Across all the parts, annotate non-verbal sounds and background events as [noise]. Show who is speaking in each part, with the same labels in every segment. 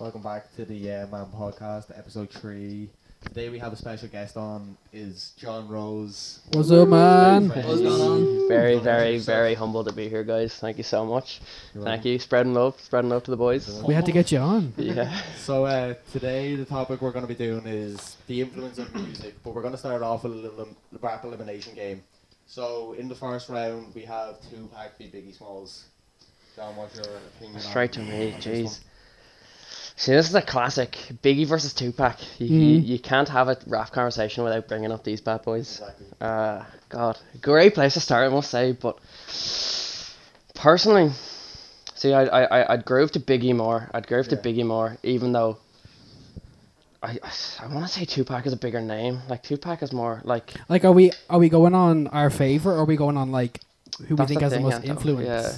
Speaker 1: Welcome back to the uh, Man Podcast, episode three. Today we have a special guest on is John Rose.
Speaker 2: What's up, man?
Speaker 1: What's going on?
Speaker 3: Very,
Speaker 1: Don't
Speaker 3: very,
Speaker 1: introduce
Speaker 3: very
Speaker 1: yourself.
Speaker 3: humble to be here, guys. Thank you so much.
Speaker 1: You're
Speaker 3: Thank you. Spreading love, spreading love to the boys.
Speaker 2: We had to get you on.
Speaker 3: Yeah.
Speaker 1: So uh, today the topic we're going to be doing is the influence of music, but we're going to start off with a little um, rap elimination game. So in the first round we have two pack v Biggie Smalls. John, what's your opinion? on-
Speaker 3: Straight to me,
Speaker 1: on this
Speaker 3: jeez. See, this is a classic. Biggie versus Tupac. You, you,
Speaker 2: Mhm.
Speaker 3: you can't have a rap conversation without bringing up these bad boys.
Speaker 1: one? Exactly.
Speaker 3: Uh, God, great place to start, I must say. But personally, see, I, I, I- I'd groove to Biggie more. I'd groove
Speaker 1: Yeah.
Speaker 3: to Biggie more, even though I, I, want to say Tupac is a bigger name. Like Tupac is more like
Speaker 2: Like, are we are we going on our favor, or are we going on like who we
Speaker 3: that's
Speaker 2: think
Speaker 3: the
Speaker 2: has the
Speaker 3: thing,
Speaker 2: most
Speaker 3: yeah,
Speaker 2: influence?
Speaker 3: Yeah.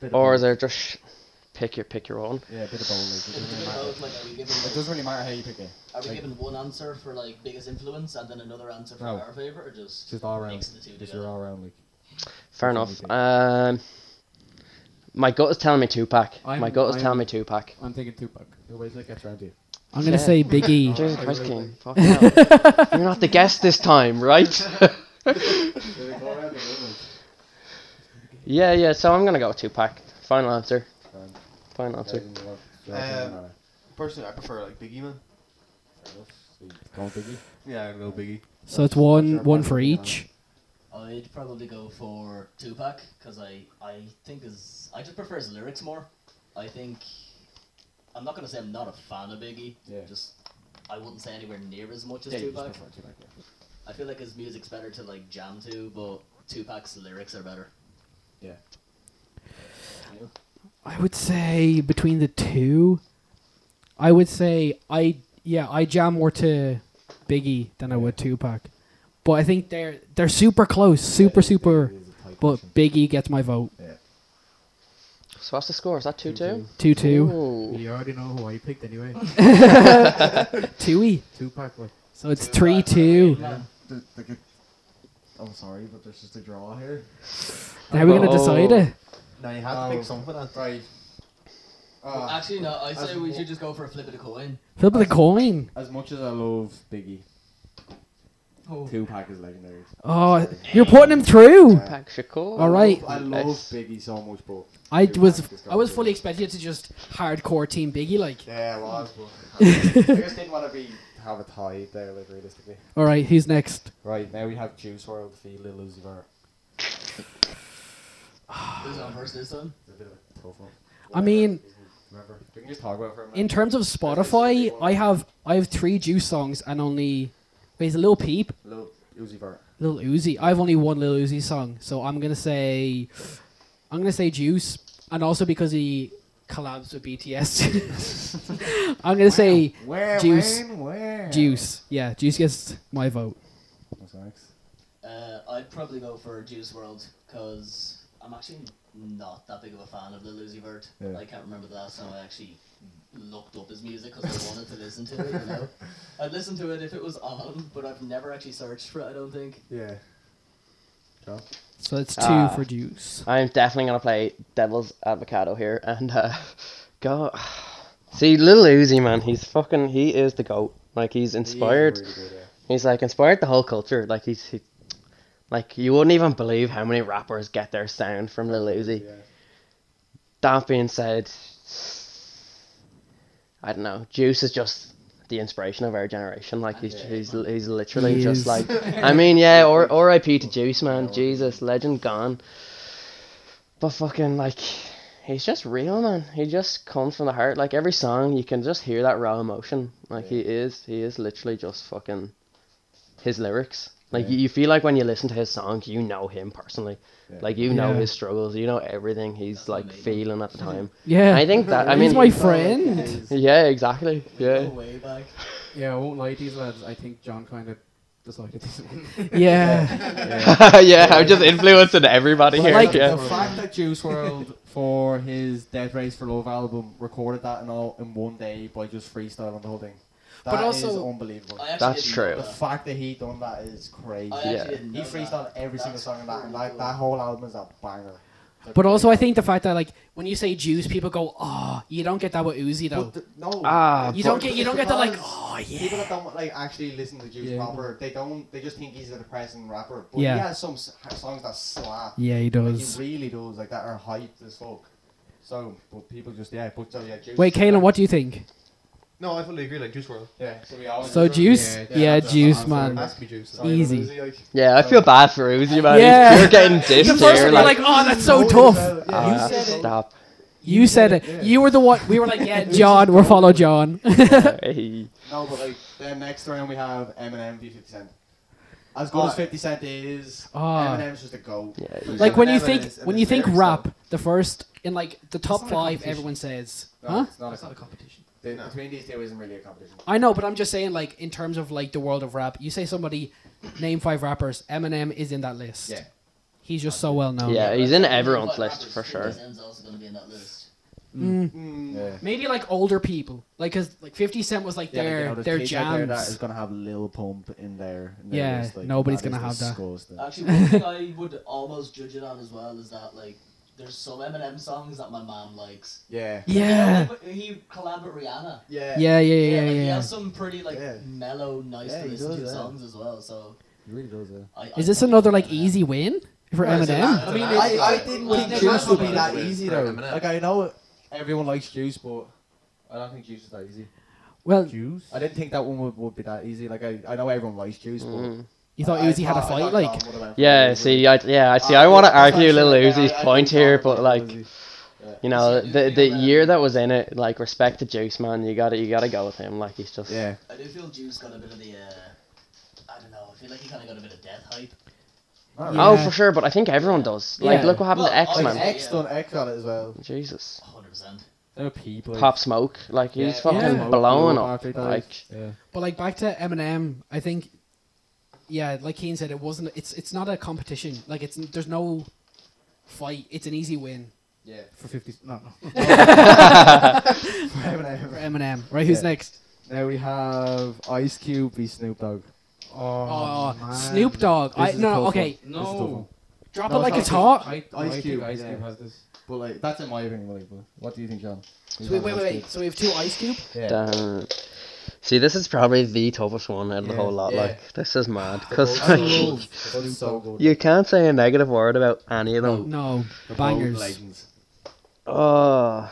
Speaker 1: Bit of
Speaker 3: Or
Speaker 1: both.
Speaker 3: is there just sh- pick your pick your own?
Speaker 1: Yeah, a bit of both. Like, it, doesn't really matter.
Speaker 4: Both, like, are we giving
Speaker 1: it doesn't really matter how you pick it.
Speaker 4: are we
Speaker 1: like-
Speaker 4: given one answer for like biggest influence and then another answer for
Speaker 1: No.
Speaker 4: our favorite or
Speaker 1: It's
Speaker 4: just
Speaker 1: just all round.
Speaker 4: Mix the two
Speaker 1: Just
Speaker 4: together.
Speaker 1: your all round like.
Speaker 3: Fair
Speaker 1: Definitely
Speaker 3: enough.
Speaker 1: pick.
Speaker 3: Um, my gut is telling me Tupac. my
Speaker 5: I'm-
Speaker 3: gut is
Speaker 5: I'm-
Speaker 3: telling me Tupac.
Speaker 5: I'm thinking Tupac.
Speaker 1: Nobody's like gets around you.
Speaker 2: I'm gonna
Speaker 3: Yeah.
Speaker 2: say Biggie.
Speaker 3: Jesus
Speaker 1: I
Speaker 3: Christ,
Speaker 1: really
Speaker 3: King. Fuck hell. You're not the guest this time, right? [laughs] yeah, yeah. So I'm gonna go with Tupac. Final answer. Final answer.
Speaker 6: Um, Personally, I prefer like Biggie man. Yeah, I know Biggie.
Speaker 2: So it's one one for each.
Speaker 4: I'd probably go for Tupac because I I think is I just prefer his lyrics more. I think I'm not gonna say I'm not a fan of Biggie.
Speaker 1: Yeah.
Speaker 4: Just I wouldn't say anywhere near as much as Tupac. I feel like his music's better to like jam to, but Tupac's lyrics are better.
Speaker 2: I would say between the two, I would say I yeah I jam more to Biggie than I would Tupac, but I think they're they're super close, super super. But Biggie gets my vote.
Speaker 3: So what's the score? Is that two two?
Speaker 2: Two two
Speaker 5: You already know who I picked
Speaker 2: [laughs]
Speaker 5: anyway.
Speaker 2: two
Speaker 5: Tupac. Like,
Speaker 2: So it's
Speaker 4: Tupac,
Speaker 2: three two.
Speaker 4: yeah.
Speaker 6: I'm sorry, but there's just a draw here.
Speaker 2: How are we gonna
Speaker 3: Oh.
Speaker 2: decide it?
Speaker 6: Now you have to
Speaker 1: Oh.
Speaker 6: pick something. That's
Speaker 1: Right.
Speaker 4: Well,
Speaker 1: Uh,
Speaker 4: actually, no. I say
Speaker 6: as
Speaker 4: we
Speaker 6: mo-
Speaker 4: should just go for a flip of the coin.
Speaker 2: Flip of the coin.
Speaker 1: as much as I love Biggie,
Speaker 4: Oh.
Speaker 1: Tupac is legendary.
Speaker 2: Oh, you're putting him through.
Speaker 3: Tupac Shakur.
Speaker 2: All right.
Speaker 1: I love
Speaker 3: Nice.
Speaker 1: Biggie so much, but
Speaker 2: I
Speaker 1: Tupac
Speaker 2: was
Speaker 1: is
Speaker 2: I was
Speaker 1: gonna
Speaker 2: fully
Speaker 1: be-
Speaker 2: expecting it to just hardcore team Biggie like.
Speaker 1: Yeah, I was.
Speaker 2: [laughs]
Speaker 1: But I just didn't want to be have a tie there, like realistically.
Speaker 2: All right, who's next?
Speaker 1: Right now we have Juice World v Lil Uzi Vert.
Speaker 4: Who's on first this time?
Speaker 1: It's a bit of a tough one.
Speaker 2: I mean,
Speaker 1: Remember, we can just talk about it for a minute.
Speaker 2: in terms of Spotify, I have I have three Juice songs and only wait, is it Lil Peep,
Speaker 1: Lil Uzi Vert.
Speaker 2: Lil Uzi. I've only one Lil Uzi song, so I'm gonna say I'm gonna say Juice, and also because he collabs with BTS, [laughs] I'm gonna say
Speaker 6: where,
Speaker 2: Juice.
Speaker 6: Wayne, where?
Speaker 2: Juice. Yeah, Juice gets my vote.
Speaker 1: What's next?
Speaker 4: Uh, I'd probably go for Juice World because I'm actually not that big of a fan of Lil Uzi Vert.
Speaker 1: Yeah.
Speaker 4: I can't remember the last time I actually looked up his music because I wanted to listen to it. You know, I'd listen to it if it was on, but I've never actually searched for it. I don't think.
Speaker 1: Yeah.
Speaker 2: So it's two
Speaker 3: Ah.
Speaker 2: for Juice.
Speaker 3: I'm definitely gonna play Devil's Avocado here and uh, [sighs] go. See, Lil Uzi, man, he's fucking. He is the goat. Like he's inspired.
Speaker 1: He is really good, yeah.
Speaker 3: He's like inspired the whole culture. Like he's, he, like you wouldn't even believe how many rappers get their sound from Lil Uzi.
Speaker 1: Yeah.
Speaker 3: That being said, I don't know. Juice is just the inspiration of our generation. Like he's
Speaker 1: Yeah.
Speaker 3: he's, he's literally
Speaker 2: He
Speaker 3: just
Speaker 2: is. [laughs]
Speaker 3: like. I mean, yeah. Or R.I.P. to Juice, man. Jesus, legend gone. But fucking like. He's just real, man. He just comes from the heart. Like every song, you can just hear that raw emotion. Like he is, he is literally just fucking his lyrics. Like
Speaker 1: Yeah.
Speaker 3: you, you feel like when you listen to his songs, you know him personally.
Speaker 1: Yeah. [laughs]
Speaker 3: Like you know
Speaker 2: Yeah.
Speaker 3: his struggles, you know everything he's
Speaker 4: That's
Speaker 3: like
Speaker 4: amazing.
Speaker 3: feeling at the time.
Speaker 2: Yeah,
Speaker 3: I think that I
Speaker 2: he's
Speaker 3: mean
Speaker 2: my friend.
Speaker 3: yeah, exactly.
Speaker 4: We
Speaker 3: Yeah. [laughs]
Speaker 4: go way back.
Speaker 5: yeah, I won't lie, these lads. I think John kind of decided this one.
Speaker 2: [laughs] Yeah.
Speaker 3: yeah, I'm just influencing everybody here.
Speaker 2: Like-
Speaker 3: yeah.
Speaker 1: the fact that Juice World for his Death Race for Love album recorded that and all in one day by just freestyling the whole thing.
Speaker 2: But
Speaker 1: That is
Speaker 2: also-
Speaker 1: unbelievable.
Speaker 4: I actually
Speaker 3: That's
Speaker 4: didn't
Speaker 3: true.
Speaker 4: know
Speaker 1: the
Speaker 4: that.
Speaker 1: fact that he done that is crazy.
Speaker 4: I actually
Speaker 3: Yeah.
Speaker 4: didn't
Speaker 1: He
Speaker 4: know that.
Speaker 1: freestyled every single
Speaker 4: That's
Speaker 1: song in that, and
Speaker 4: pretty
Speaker 1: like
Speaker 4: cool.
Speaker 1: that whole album is a banger.
Speaker 2: But also, I think the fact that like when you say Jews, people go, "Oh, you don't get that with Uzi though.
Speaker 1: But the- no,
Speaker 3: Ah,
Speaker 1: it's
Speaker 2: you don't
Speaker 1: because-
Speaker 2: get you don't get that like,
Speaker 1: because
Speaker 2: oh
Speaker 1: People
Speaker 2: yeah."
Speaker 1: that don't like actually listen to Juice
Speaker 7: Yeah.
Speaker 1: proper, they don't. They just think he's a depressing rapper. But
Speaker 2: Yeah.
Speaker 1: he has some s- songs that slap.
Speaker 2: Yeah, he
Speaker 1: Like,
Speaker 2: does.
Speaker 1: he really does. Like that are hyped as fuck. So, but people just yeah. But so yeah. Juice
Speaker 2: Wait, Kaelin, what do you think?
Speaker 6: No, I fully agree. Like Juice World,
Speaker 1: Yeah. So we always
Speaker 2: So Juice,
Speaker 7: Yeah,
Speaker 2: yeah,
Speaker 7: yeah, that's the
Speaker 2: Juice
Speaker 7: answer.
Speaker 6: it
Speaker 2: man.
Speaker 6: has to be Juice.
Speaker 1: Sorry,
Speaker 2: easy.
Speaker 1: Lizzy, like,
Speaker 3: Yeah, I feel bad for Uzi, man.
Speaker 2: Yeah. [laughs]
Speaker 3: You're getting
Speaker 2: The
Speaker 3: dissed
Speaker 2: first
Speaker 3: here.
Speaker 2: one, you're
Speaker 3: Like,
Speaker 2: like, "Oh, that's so
Speaker 1: no,
Speaker 2: tough."
Speaker 1: well,
Speaker 3: ah,
Speaker 1: Yeah, you said it.
Speaker 2: [laughs]
Speaker 3: stop.
Speaker 2: You said
Speaker 1: yeah.
Speaker 2: it. You were the one. We were like, "Yeah, John, we're follow John." [laughs]
Speaker 3: Hey.
Speaker 1: No, but like then next round we have Eminem v Fifty Cent. As good as Fifty Cent is,
Speaker 2: Ah.
Speaker 1: Eminem's just a goat.
Speaker 3: Yeah, he's-
Speaker 2: like when you
Speaker 1: Eminem
Speaker 2: think
Speaker 1: is-
Speaker 2: when
Speaker 1: is
Speaker 2: you think
Speaker 1: very
Speaker 2: rap,
Speaker 1: solid.
Speaker 2: the first in like the top
Speaker 7: not a
Speaker 2: five,
Speaker 7: competition.
Speaker 2: everyone says,
Speaker 1: No,
Speaker 2: "Huh."
Speaker 1: it's not a
Speaker 7: That's not a
Speaker 1: competition.
Speaker 7: competition.
Speaker 1: They- Between these two isn't really a competition.
Speaker 2: I know, but I'm just saying, like in terms of like the world of rap, you say somebody name five rappers, Eminem is in that list.
Speaker 1: Yeah.
Speaker 2: he's just so well known.
Speaker 3: Yeah, he's in everyone's
Speaker 4: But
Speaker 3: list
Speaker 4: rappers,
Speaker 3: for sure.
Speaker 4: 50 Cent's also going to be in that list.
Speaker 2: Mm,
Speaker 1: Mm,
Speaker 8: Yeah.
Speaker 2: maybe like older people, like because like Fifty Cent was like
Speaker 1: Yeah, like, you
Speaker 2: their
Speaker 1: know, there's
Speaker 2: their
Speaker 1: kids out
Speaker 2: jams.
Speaker 1: there that is gonna have Lil Pump in there. in their
Speaker 2: Yeah,
Speaker 1: list, like,
Speaker 2: nobody's
Speaker 1: that is
Speaker 2: gonna have that.
Speaker 1: disgusting.
Speaker 4: Actually, one thing I would almost judge it on as well is that like there's some Eminem songs that my mom likes.
Speaker 1: Yeah.
Speaker 2: yeah.
Speaker 4: Like, he collabed with Rihanna.
Speaker 1: Yeah.
Speaker 2: Yeah, yeah, yeah,
Speaker 4: like,
Speaker 2: yeah,
Speaker 4: He
Speaker 2: yeah.
Speaker 4: has some pretty like
Speaker 1: Yeah.
Speaker 4: mellow, nice
Speaker 1: Yeah,
Speaker 4: to
Speaker 1: he
Speaker 4: listen
Speaker 1: does,
Speaker 4: to
Speaker 1: yeah.
Speaker 4: songs as well. So
Speaker 8: He really does, yeah.
Speaker 4: I, I
Speaker 2: Is this
Speaker 4: probably
Speaker 2: another
Speaker 4: go
Speaker 2: like
Speaker 4: Eminem.
Speaker 2: easy win for
Speaker 1: Well, it's a
Speaker 2: Eminem?
Speaker 1: lot.
Speaker 6: I
Speaker 1: I
Speaker 6: mean,
Speaker 1: mean,
Speaker 6: it's-
Speaker 1: I, I didn't
Speaker 4: Well,
Speaker 1: think
Speaker 4: it's
Speaker 1: juice would be
Speaker 4: not
Speaker 1: that
Speaker 6: with-
Speaker 1: easy
Speaker 6: for
Speaker 1: though.
Speaker 6: Eminem.
Speaker 1: Like I know everyone likes juice, but I don't think juice is that easy.
Speaker 2: Well,
Speaker 8: Juice?
Speaker 1: I didn't think that one would, would be that easy. Like I, I know everyone likes juice,
Speaker 3: Mm.
Speaker 2: you thought
Speaker 1: I- I
Speaker 2: Uzi had a
Speaker 1: thought- I
Speaker 2: fight,
Speaker 1: thought
Speaker 2: like
Speaker 1: John would've went for
Speaker 3: Yeah,
Speaker 1: it,
Speaker 3: see, I, yeah, I see.
Speaker 1: Uh,
Speaker 3: I want to
Speaker 1: that's actually-
Speaker 3: argue little
Speaker 1: yeah,
Speaker 3: Uzi's
Speaker 1: I- I
Speaker 3: point
Speaker 1: think
Speaker 3: here,
Speaker 1: John
Speaker 3: but
Speaker 1: would've went
Speaker 3: like,
Speaker 1: for Uzi.
Speaker 3: you know,
Speaker 4: do
Speaker 3: the
Speaker 4: feel
Speaker 3: the
Speaker 4: that-
Speaker 3: year that was in it, like, respect to Juice Man. You gotta, you gotta go with him. Like, he's just.
Speaker 1: yeah,
Speaker 4: I do feel Juice got a bit of the. Uh, I don't know. I feel like he kind of got a bit of death hype.
Speaker 3: Oh,
Speaker 2: Yeah.
Speaker 3: for sure, but I think everyone does. Like,
Speaker 2: Yeah.
Speaker 3: look what happened to
Speaker 4: Well,
Speaker 3: X
Speaker 1: Like,
Speaker 4: Come on.
Speaker 3: Man.
Speaker 1: X done X on it as well.
Speaker 3: Jesus.
Speaker 4: 100. percent
Speaker 1: There are people.
Speaker 3: Pop Smoke, like
Speaker 1: Yeah,
Speaker 3: he's
Speaker 1: Pop
Speaker 3: fucking
Speaker 2: Smoke
Speaker 3: blowing
Speaker 1: blew up
Speaker 3: up.
Speaker 1: after he died.
Speaker 3: Like,
Speaker 1: Yeah.
Speaker 2: But like back to Eminem, I think, yeah, like Keen said, it wasn't. It's it's not a competition. Like it's there's no fight. It's an easy win
Speaker 1: Yeah.
Speaker 7: For 50. No,
Speaker 3: [laughs]
Speaker 7: no.
Speaker 1: [laughs]
Speaker 2: for Eminem. Right? Who's
Speaker 1: Yeah.
Speaker 2: next?
Speaker 1: Now we have Ice Cube v Snoop Dogg.
Speaker 2: Oh,
Speaker 7: man.
Speaker 2: Snoop Dogg. I
Speaker 1: This is a
Speaker 2: no.
Speaker 1: tough
Speaker 2: Okay,
Speaker 1: This is a tough one.
Speaker 7: No.
Speaker 2: drop
Speaker 1: No,
Speaker 2: it like
Speaker 1: it's
Speaker 2: it's
Speaker 1: not-
Speaker 2: hot.
Speaker 7: I,
Speaker 1: Ice
Speaker 7: I think
Speaker 1: Cube,
Speaker 7: Ice
Speaker 1: yeah.
Speaker 7: Cube has this.
Speaker 1: But like that's in my opinion, like, but what do you think, John?
Speaker 2: So wait, wait, wait. So we have two Ice Cube.
Speaker 3: damn. See, this is probably the toughest one out of the
Speaker 1: Yeah,
Speaker 3: whole lot.
Speaker 1: yeah.
Speaker 3: Like, this is mad because
Speaker 1: I
Speaker 3: like,
Speaker 1: love Snoop Dogg.
Speaker 3: you can't say a negative word about any of them.
Speaker 2: No,
Speaker 1: They're both
Speaker 2: [laughs] bangers.
Speaker 1: legends. [laughs]
Speaker 3: Oh,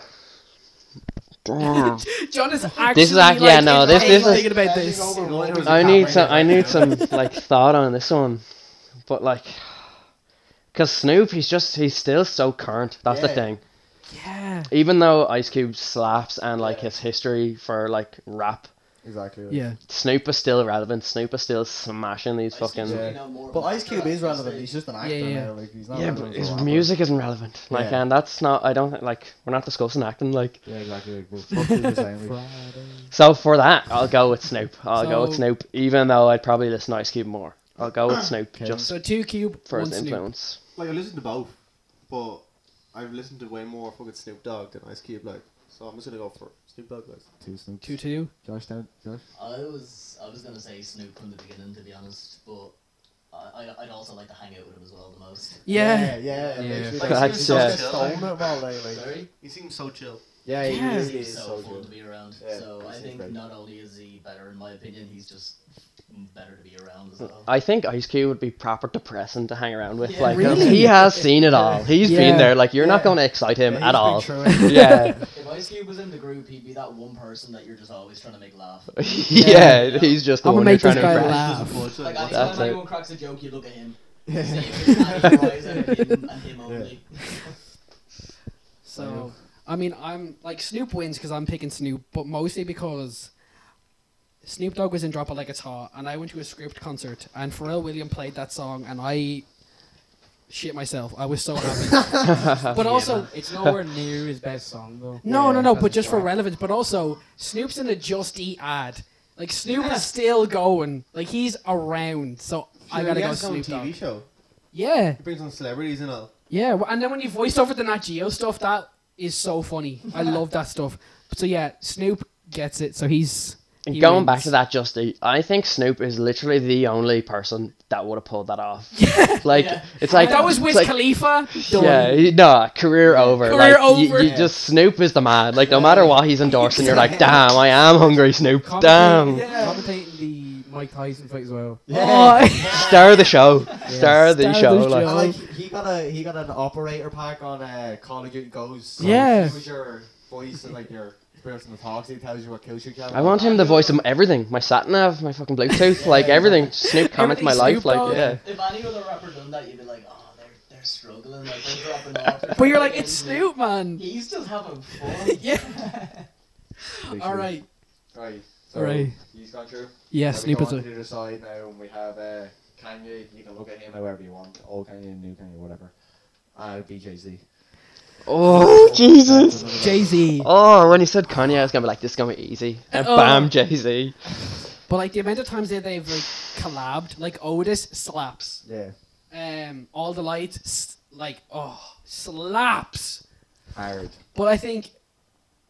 Speaker 3: damn.
Speaker 2: John is actually.
Speaker 3: This is act- yeah,
Speaker 2: like,
Speaker 3: no,
Speaker 2: in
Speaker 3: this-
Speaker 2: pain
Speaker 3: this is-
Speaker 2: thinking about this.
Speaker 1: Standing over one
Speaker 3: I
Speaker 1: who's
Speaker 3: need
Speaker 1: a
Speaker 3: some. I
Speaker 1: camera.
Speaker 3: need some like thought on this one, but like, cause Snoop, he's just he's still so current. That's the
Speaker 1: Yeah.
Speaker 3: thing.
Speaker 2: Yeah.
Speaker 3: Even though Ice Cube slaps and like his history for like rap,
Speaker 1: Exactly. like.
Speaker 2: Yeah.
Speaker 3: Snoop is still relevant. Snoop is still smashing these
Speaker 4: Ice Cube's
Speaker 3: fucking.
Speaker 1: yeah.
Speaker 4: really now more of
Speaker 1: But
Speaker 4: an
Speaker 1: Ice
Speaker 4: actor
Speaker 1: Cube
Speaker 4: at
Speaker 1: is
Speaker 4: this
Speaker 1: relevant.
Speaker 4: stage.
Speaker 1: He's just an actor
Speaker 2: Yeah, yeah.
Speaker 1: now. Like he's not.
Speaker 3: Yeah,
Speaker 1: relevant
Speaker 3: but
Speaker 1: as a
Speaker 3: his
Speaker 1: rapper.
Speaker 3: music isn't relevant. Like,
Speaker 1: Yeah.
Speaker 3: and that's not. I don't like. We're not discussing acting. Like,
Speaker 1: Yeah, exactly. Like, well, fuck you, Zayn.
Speaker 3: so for that, I'll go with Snoop. I'll go with
Speaker 2: So-
Speaker 3: Snoop, even though I'd probably listen to Ice Cube more. I'll go
Speaker 1: [clears throat]
Speaker 3: with Snoop just
Speaker 2: So two Cube,
Speaker 3: for
Speaker 2: one
Speaker 3: his
Speaker 2: Snoop.
Speaker 3: influence.
Speaker 6: like I listened to both, but I've listened to way more fucking Snoop Dogg than Ice Cube. Like, so I'm just gonna go for Snoop Dogg. Guys,
Speaker 8: Two Snoop.
Speaker 2: Two two.
Speaker 8: Josh down. Josh.
Speaker 4: I was I was gonna say Snoop from the beginning to be honest, but I I- I'd also like to hang out with him as well the most.
Speaker 1: yeah,
Speaker 2: Yeah.
Speaker 7: Yeah.
Speaker 1: yeah.
Speaker 3: Like,
Speaker 1: Like, he's
Speaker 3: yeah.
Speaker 1: just stolen it, well, like, like-
Speaker 4: Sorry.
Speaker 6: he seems so chill.
Speaker 1: Yeah, he
Speaker 2: Yeah.
Speaker 1: really
Speaker 4: He's
Speaker 1: is
Speaker 4: so
Speaker 1: so
Speaker 4: fun to
Speaker 1: good.
Speaker 4: be around.
Speaker 1: Yeah,
Speaker 4: so I
Speaker 1: he's
Speaker 4: think
Speaker 1: great.
Speaker 4: not only is he better in my opinion, he's just better to be around as well.
Speaker 3: I think Ice Cube would be proper depressing to hang around with.
Speaker 4: Yeah,
Speaker 3: like, 'cause
Speaker 2: really?
Speaker 3: he
Speaker 1: [laughs]
Speaker 3: has seen it all. He's
Speaker 2: Yeah.
Speaker 3: been there. Like, you're not
Speaker 1: Yeah.
Speaker 3: going to excite him
Speaker 1: Yeah,
Speaker 3: at all.
Speaker 1: he's been
Speaker 2: [laughs]
Speaker 1: through it. [laughs]
Speaker 3: yeah.
Speaker 4: If Ice Cube was in the group, he'd be that one person that you're just always trying to make laugh.
Speaker 3: [laughs] yeah, he's just the
Speaker 2: I'm
Speaker 3: one
Speaker 2: gonna
Speaker 3: you're
Speaker 2: make
Speaker 3: trying
Speaker 2: this
Speaker 3: to
Speaker 2: guy
Speaker 3: impress.
Speaker 2: laugh.
Speaker 4: Like
Speaker 6: Like,
Speaker 3: That's
Speaker 4: anytime
Speaker 3: it.
Speaker 4: anyone cracks a joke, you look
Speaker 1: [laughs]
Speaker 4: at him. See if you can your eyes out of him and him only.
Speaker 2: So, I mean, I'm like Snoop wins because I'm picking Snoop, but mostly because Snoop Dogg was in Drop It Like It's Hot, and I went to a script concert, and Pharrell Williams played that song, and I shit myself. I was so happy. [laughs] but also,
Speaker 7: it's nowhere near his best song, though.
Speaker 2: no, no, no.
Speaker 7: As
Speaker 2: But
Speaker 7: a
Speaker 2: just for
Speaker 7: track.
Speaker 2: relevance, but also Snoop's in a Just Eat ad. Like Snoop is still going. Like he's around. So I gotta go Snoop
Speaker 6: TV
Speaker 2: Dogg.
Speaker 6: show.
Speaker 2: Yeah,
Speaker 6: He brings on celebrities and all.
Speaker 2: yeah. w- And then when you voice over the Nat Geo
Speaker 1: [laughs]
Speaker 2: stuff, that is so funny. I love that stuff. So yeah, Snoop gets it. So he's He
Speaker 3: Going
Speaker 2: wins.
Speaker 3: back to that, Justy, I think Snoop is literally the only person that would have pulled that off.
Speaker 2: [laughs]
Speaker 3: like
Speaker 4: Yeah.
Speaker 3: it's like
Speaker 2: that was
Speaker 3: it's
Speaker 2: Wiz
Speaker 3: like-
Speaker 2: Khalifa. Done.
Speaker 3: Yeah, he- no, career over.
Speaker 2: Career
Speaker 3: like, You,
Speaker 2: over.
Speaker 3: you just Snoop is the man. Like no matter what he's endorsing, you're like, damn, I am hungry, Snoop.
Speaker 9: Commentate-
Speaker 3: Damn,
Speaker 9: Commentating the Mike Tyson fight as well.
Speaker 2: Oh,
Speaker 1: [laughs]
Speaker 3: star of the show, star of the
Speaker 2: Star of
Speaker 3: show.
Speaker 2: the
Speaker 3: like,
Speaker 2: show.
Speaker 1: And, like he got a he got an operator pack on uh, Call of Duty Ghosts. So
Speaker 2: Yeah.
Speaker 1: He was your voice and like your experience in the talks. He tells you what kills you. Can.
Speaker 3: I want him the voice of everything. My sat nav, my fucking Bluetooth, like everything. Snoop comments my
Speaker 2: Everything
Speaker 3: life,
Speaker 2: Snoop
Speaker 3: like
Speaker 2: Dogg.
Speaker 3: yeah.
Speaker 4: If any other rapper done that, you'd be like, oh, they're, they're struggling, like they're dropping off. they're
Speaker 2: [laughs] but you're
Speaker 4: trying
Speaker 2: like,
Speaker 4: to
Speaker 2: it's
Speaker 4: get into-
Speaker 2: Snoop, man.
Speaker 4: He's
Speaker 2: [laughs]
Speaker 4: just having fun.
Speaker 2: Yeah. All right,
Speaker 1: Right. So
Speaker 2: all right.
Speaker 1: He's gone through.
Speaker 2: Yeah,
Speaker 1: Now we
Speaker 2: Snoop
Speaker 1: go
Speaker 2: is
Speaker 1: on
Speaker 2: a
Speaker 1: to the other side now, and we have uh, Kanye. You can look at him however you want. Old Kanye, new Kanye, whatever. Uh, BJZ.
Speaker 3: Oh Jesus.
Speaker 2: Jay Z.
Speaker 3: Oh, when he said Kanye, I was gonna be like, this is gonna be easy. And
Speaker 2: Oh.
Speaker 3: bam, Jay Z.
Speaker 2: But like the amount of times that they've like collabed, like Otis slaps.
Speaker 1: Yeah.
Speaker 2: Um, all the lights, s- like oh slaps.
Speaker 1: Hard.
Speaker 2: But I think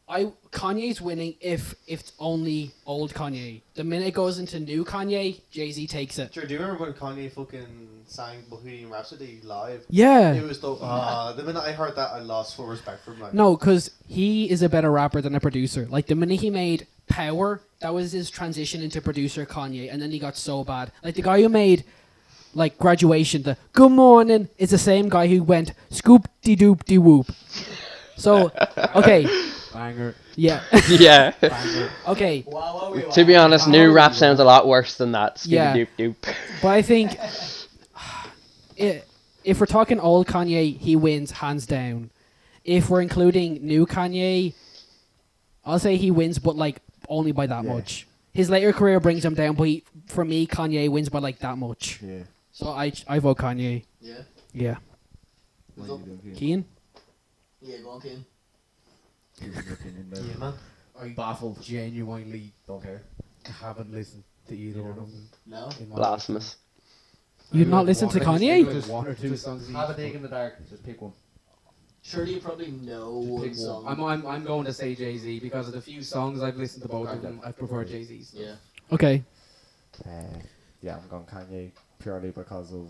Speaker 2: I Kanye's winning if if it's only old Kanye. The minute it goes into new Kanye, Jay Z takes it.
Speaker 6: Sure, do you remember when Kanye fucking sang Bohemian Rhapsody live? It
Speaker 2: Yeah.
Speaker 6: was the uh, the minute I heard that, I lost full respect for him. Like,
Speaker 2: No, because he is a better rapper than a producer. Like the minute he made Power, that was his transition into producer Kanye, and then he got so bad. Like the guy who made like graduation, the Good Morning is the same guy who went Scoop de Doop de Whoop. So, okay,
Speaker 9: Banger.
Speaker 2: yeah,
Speaker 3: [laughs]
Speaker 2: [laughs]
Speaker 3: yeah.
Speaker 9: [laughs] Banger.
Speaker 2: okay,
Speaker 4: Wow, wow, wow.
Speaker 3: to be honest, new
Speaker 2: Oh,
Speaker 3: rap sounds a lot worse than that. Skibidi
Speaker 2: Yeah.
Speaker 3: doop doop.
Speaker 2: but I think i if we're talking old Kanye, he wins hands down. If we're including new Kanye, I'll say he wins, but like only by that
Speaker 1: Yeah.
Speaker 2: much. His later career brings him down, but he, for me, Kanye wins by like that much.
Speaker 1: Yeah.
Speaker 2: So I I vote Kanye.
Speaker 4: Yeah.
Speaker 2: Yeah,
Speaker 10: What are you doing here?
Speaker 2: Keen.
Speaker 4: Yeah, go on, Kane.
Speaker 10: Give us your opinion there.
Speaker 9: Yeah, man. I baffled. Genuinely don't care. Haven't listened to either one of them.
Speaker 4: No.
Speaker 9: in my life.
Speaker 3: [laughs] Blasphemous.
Speaker 2: You've
Speaker 9: I
Speaker 2: not
Speaker 9: like
Speaker 2: listened to
Speaker 9: one- I just
Speaker 2: Kanye?
Speaker 9: think like one or two songs each,
Speaker 1: Have a
Speaker 9: but-
Speaker 1: dig in the dark. Just pick one.
Speaker 4: Surely you probably know
Speaker 9: Pick
Speaker 4: one
Speaker 9: one.
Speaker 4: song.
Speaker 9: I'm, I'm, I'm going to say Jay Z because of the few songs I've listened to both of them. I prefer Jay Z's.
Speaker 4: yeah.
Speaker 2: Okay.
Speaker 1: Uh, yeah, I'm going Kanye purely because of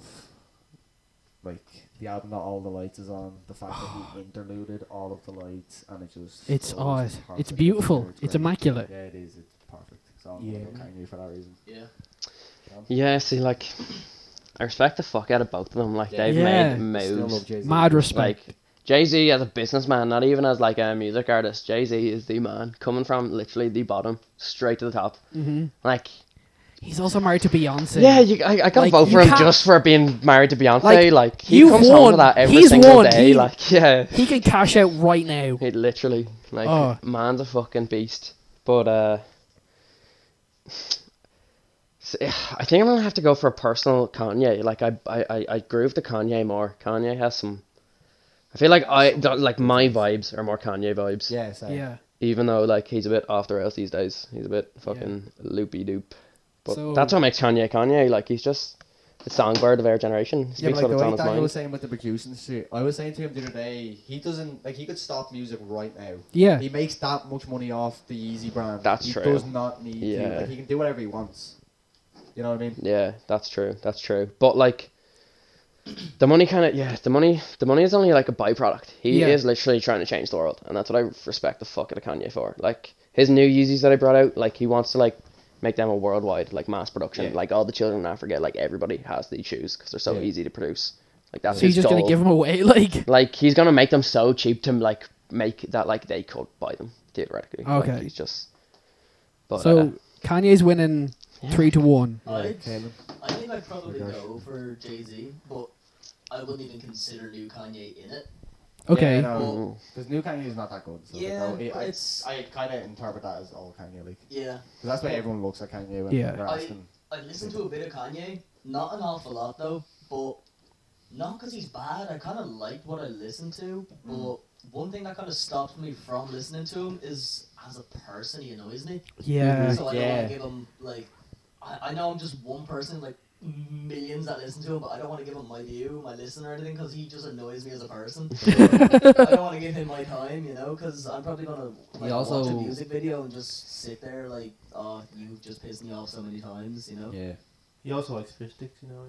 Speaker 1: like the album that all the lights is on. The fact that he interluded all of the lights, and it just
Speaker 2: Oh. It's
Speaker 1: flows
Speaker 2: odd.
Speaker 1: perfectly
Speaker 2: It's
Speaker 1: through.
Speaker 2: beautiful. It's
Speaker 1: great.
Speaker 2: immaculate.
Speaker 1: Yeah, it is. It's perfect. So I'm
Speaker 9: Yeah.
Speaker 1: going Kanye for that reason.
Speaker 4: Yeah.
Speaker 3: Yeah, see, like, I respect the fuck out of both of them. Like, they've
Speaker 2: Yeah.
Speaker 3: made
Speaker 1: Still love
Speaker 3: moves.
Speaker 1: Jay-Z.
Speaker 2: Mad respect.
Speaker 3: Like, Jay Z as a businessman, not even as like a music artist. Jay Z is the man coming from literally the bottom straight to the top.
Speaker 2: hmm
Speaker 3: Like,
Speaker 2: He's also married to Beyonce.
Speaker 3: yeah, you, I, I can't
Speaker 2: Like,
Speaker 3: vote
Speaker 2: you
Speaker 3: for him
Speaker 2: can't-
Speaker 3: just for being married to Beyonce.
Speaker 2: Like,
Speaker 3: Like, he
Speaker 2: you've
Speaker 3: comes home
Speaker 2: won.
Speaker 3: to that every
Speaker 2: He's
Speaker 3: single
Speaker 2: won.
Speaker 3: day.
Speaker 2: He-
Speaker 3: Like, [laughs] yeah.
Speaker 2: He can cash out right now.
Speaker 3: It literally, like,
Speaker 2: Oh.
Speaker 3: man's a fucking beast. But uh, s- I think I'm gonna have to go for a personal Kanye. Like, I, I, I, I groove to Kanye more. Kanye has some. I feel like I th- like my vibes are more Kanye vibes.
Speaker 1: Yeah, so
Speaker 2: Yeah.
Speaker 3: Even though like he's a bit off the rails these days. He's a bit fucking loopy doop. But
Speaker 2: So-
Speaker 3: that's what makes Kanye Kanye. Like he's just the songbird of our generation. He
Speaker 1: Yeah,
Speaker 3: speaks
Speaker 1: but like
Speaker 3: what's
Speaker 1: the
Speaker 3: on
Speaker 1: way
Speaker 3: his
Speaker 1: Daniel was
Speaker 3: mind.
Speaker 1: saying with the producing shit, I was saying to him the other day, he doesn't like he could stop music right now.
Speaker 2: Yeah.
Speaker 1: He makes that much money off the Yeezy brand.
Speaker 3: That's
Speaker 1: he
Speaker 3: true.
Speaker 1: Does not need to.
Speaker 3: Yeah.
Speaker 1: Like, he can do whatever he wants. You know what I mean?
Speaker 3: Yeah, that's true. That's true. But like, the money kind of yeah, the money the money is only like a byproduct. He
Speaker 2: Yeah.
Speaker 3: is literally trying to change the world, and that's what I respect the fuck out of Kanye for. Like his new Yeezys that I brought out, like he wants to like make them a worldwide like mass production.
Speaker 1: Yeah.
Speaker 3: Like all the children in Africa, like everybody has these shoes because they're so
Speaker 1: Yeah.
Speaker 3: easy to produce. Like that's
Speaker 2: So you're
Speaker 3: his
Speaker 2: just gonna
Speaker 3: goal.
Speaker 2: give him away, [laughs] like?
Speaker 3: Like he's gonna make them so cheap to like make that like they could buy them theoretically. Like,
Speaker 2: Okay.
Speaker 3: he's just. But,
Speaker 2: so
Speaker 3: uh,
Speaker 2: Kanye's winning
Speaker 3: Yeah.
Speaker 2: three to one.
Speaker 4: I,
Speaker 1: Caleb.
Speaker 4: I think I'd probably
Speaker 1: Oh my gosh.
Speaker 4: go for Jay Z, but I wouldn't even consider new Kanye in it.
Speaker 2: Okay.
Speaker 1: Yeah, no,
Speaker 4: Well-
Speaker 1: Because new Kanye is not that good. So
Speaker 4: Yeah,
Speaker 1: like, I-
Speaker 4: but it's-
Speaker 1: I, I kind of interpret that as all Kanye, like,
Speaker 4: Yeah.
Speaker 1: because that's why everyone looks at Kanye when
Speaker 2: Yeah.
Speaker 1: they're
Speaker 4: I-
Speaker 1: asking.
Speaker 4: I listened to a bit of Kanye, not an awful lot though, but not because he's bad. I kind of liked what I listened to, but one thing that kind of stopped me from listening to him is as a person he annoys me.
Speaker 2: Uh, Yeah.
Speaker 4: So I don't
Speaker 1: Yeah.
Speaker 4: want to give him like. I, I know I'm just one person, like millions that listen to him, but I don't want to give him my view, my listen, or anything, because he just annoys me as a person. I don't want to give him my time, you know, because I'm probably gonna like,
Speaker 11: also-
Speaker 4: watch a music video and just sit there like, oh, you've just pissed me off so many times, you know.
Speaker 11: Yeah.
Speaker 6: He also likes fish sticks, you know.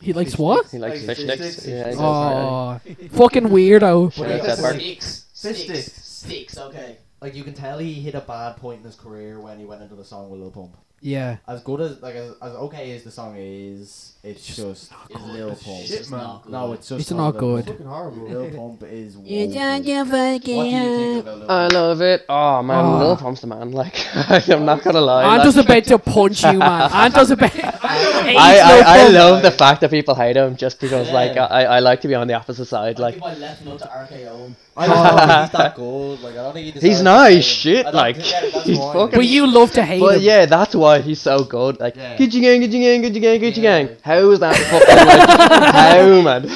Speaker 2: He likes what?
Speaker 3: He likes
Speaker 6: Like
Speaker 3: fish sticks.
Speaker 6: sticks.
Speaker 3: Yeah, he does that.
Speaker 2: Oh, fucking weirdo.
Speaker 3: Shout out to that part.
Speaker 4: Sticks,
Speaker 1: Fish
Speaker 4: sticks,
Speaker 1: sticks.
Speaker 4: sticks. Okay.
Speaker 1: Like you can tell he hit a bad point in his career when he went into the song with Lil Pump.
Speaker 2: Yeah.
Speaker 1: As good as like as, as okay as the song is, it's just it's Lil Pump.
Speaker 4: It's just
Speaker 12: man.
Speaker 4: not good.
Speaker 1: No, it's just
Speaker 2: It's not
Speaker 1: Lil
Speaker 2: good.
Speaker 1: Pump.
Speaker 12: Fucking horrible.
Speaker 1: Lil Pump [laughs] is.
Speaker 11: You
Speaker 1: woeful.
Speaker 11: don't give
Speaker 1: What do you think about Lil
Speaker 3: I
Speaker 1: Pump?
Speaker 3: love it. Oh man,
Speaker 2: Ah.
Speaker 3: Lil Pump's the man. Like [laughs] I'm not gonna lie. like,
Speaker 2: Anto's about to punch you,
Speaker 3: [laughs]
Speaker 2: man. Anto's about. [laughs]
Speaker 3: I,
Speaker 2: I,
Speaker 3: I, I love the fact that people hate him just because like
Speaker 4: Yeah.
Speaker 3: I, I like to be on the opposite side.
Speaker 4: I'd
Speaker 3: Like
Speaker 4: give my left note to RKO.
Speaker 12: I don't think he's that good. Like I don't think he
Speaker 3: he's
Speaker 12: deserves
Speaker 3: nice
Speaker 12: the fame.
Speaker 3: shit.
Speaker 12: I don't-
Speaker 3: Like
Speaker 12: yeah, that's
Speaker 3: he's
Speaker 12: why.
Speaker 3: fucking.
Speaker 2: But you love to hate
Speaker 3: But
Speaker 2: him.
Speaker 3: yeah, that's why he's so good. Like
Speaker 1: Yeah.
Speaker 3: Gucci gang, Gucci gang, Gucci gang, Gucci
Speaker 12: Yeah.
Speaker 3: gang. How is that
Speaker 2: [laughs]
Speaker 3: fucking like, how man?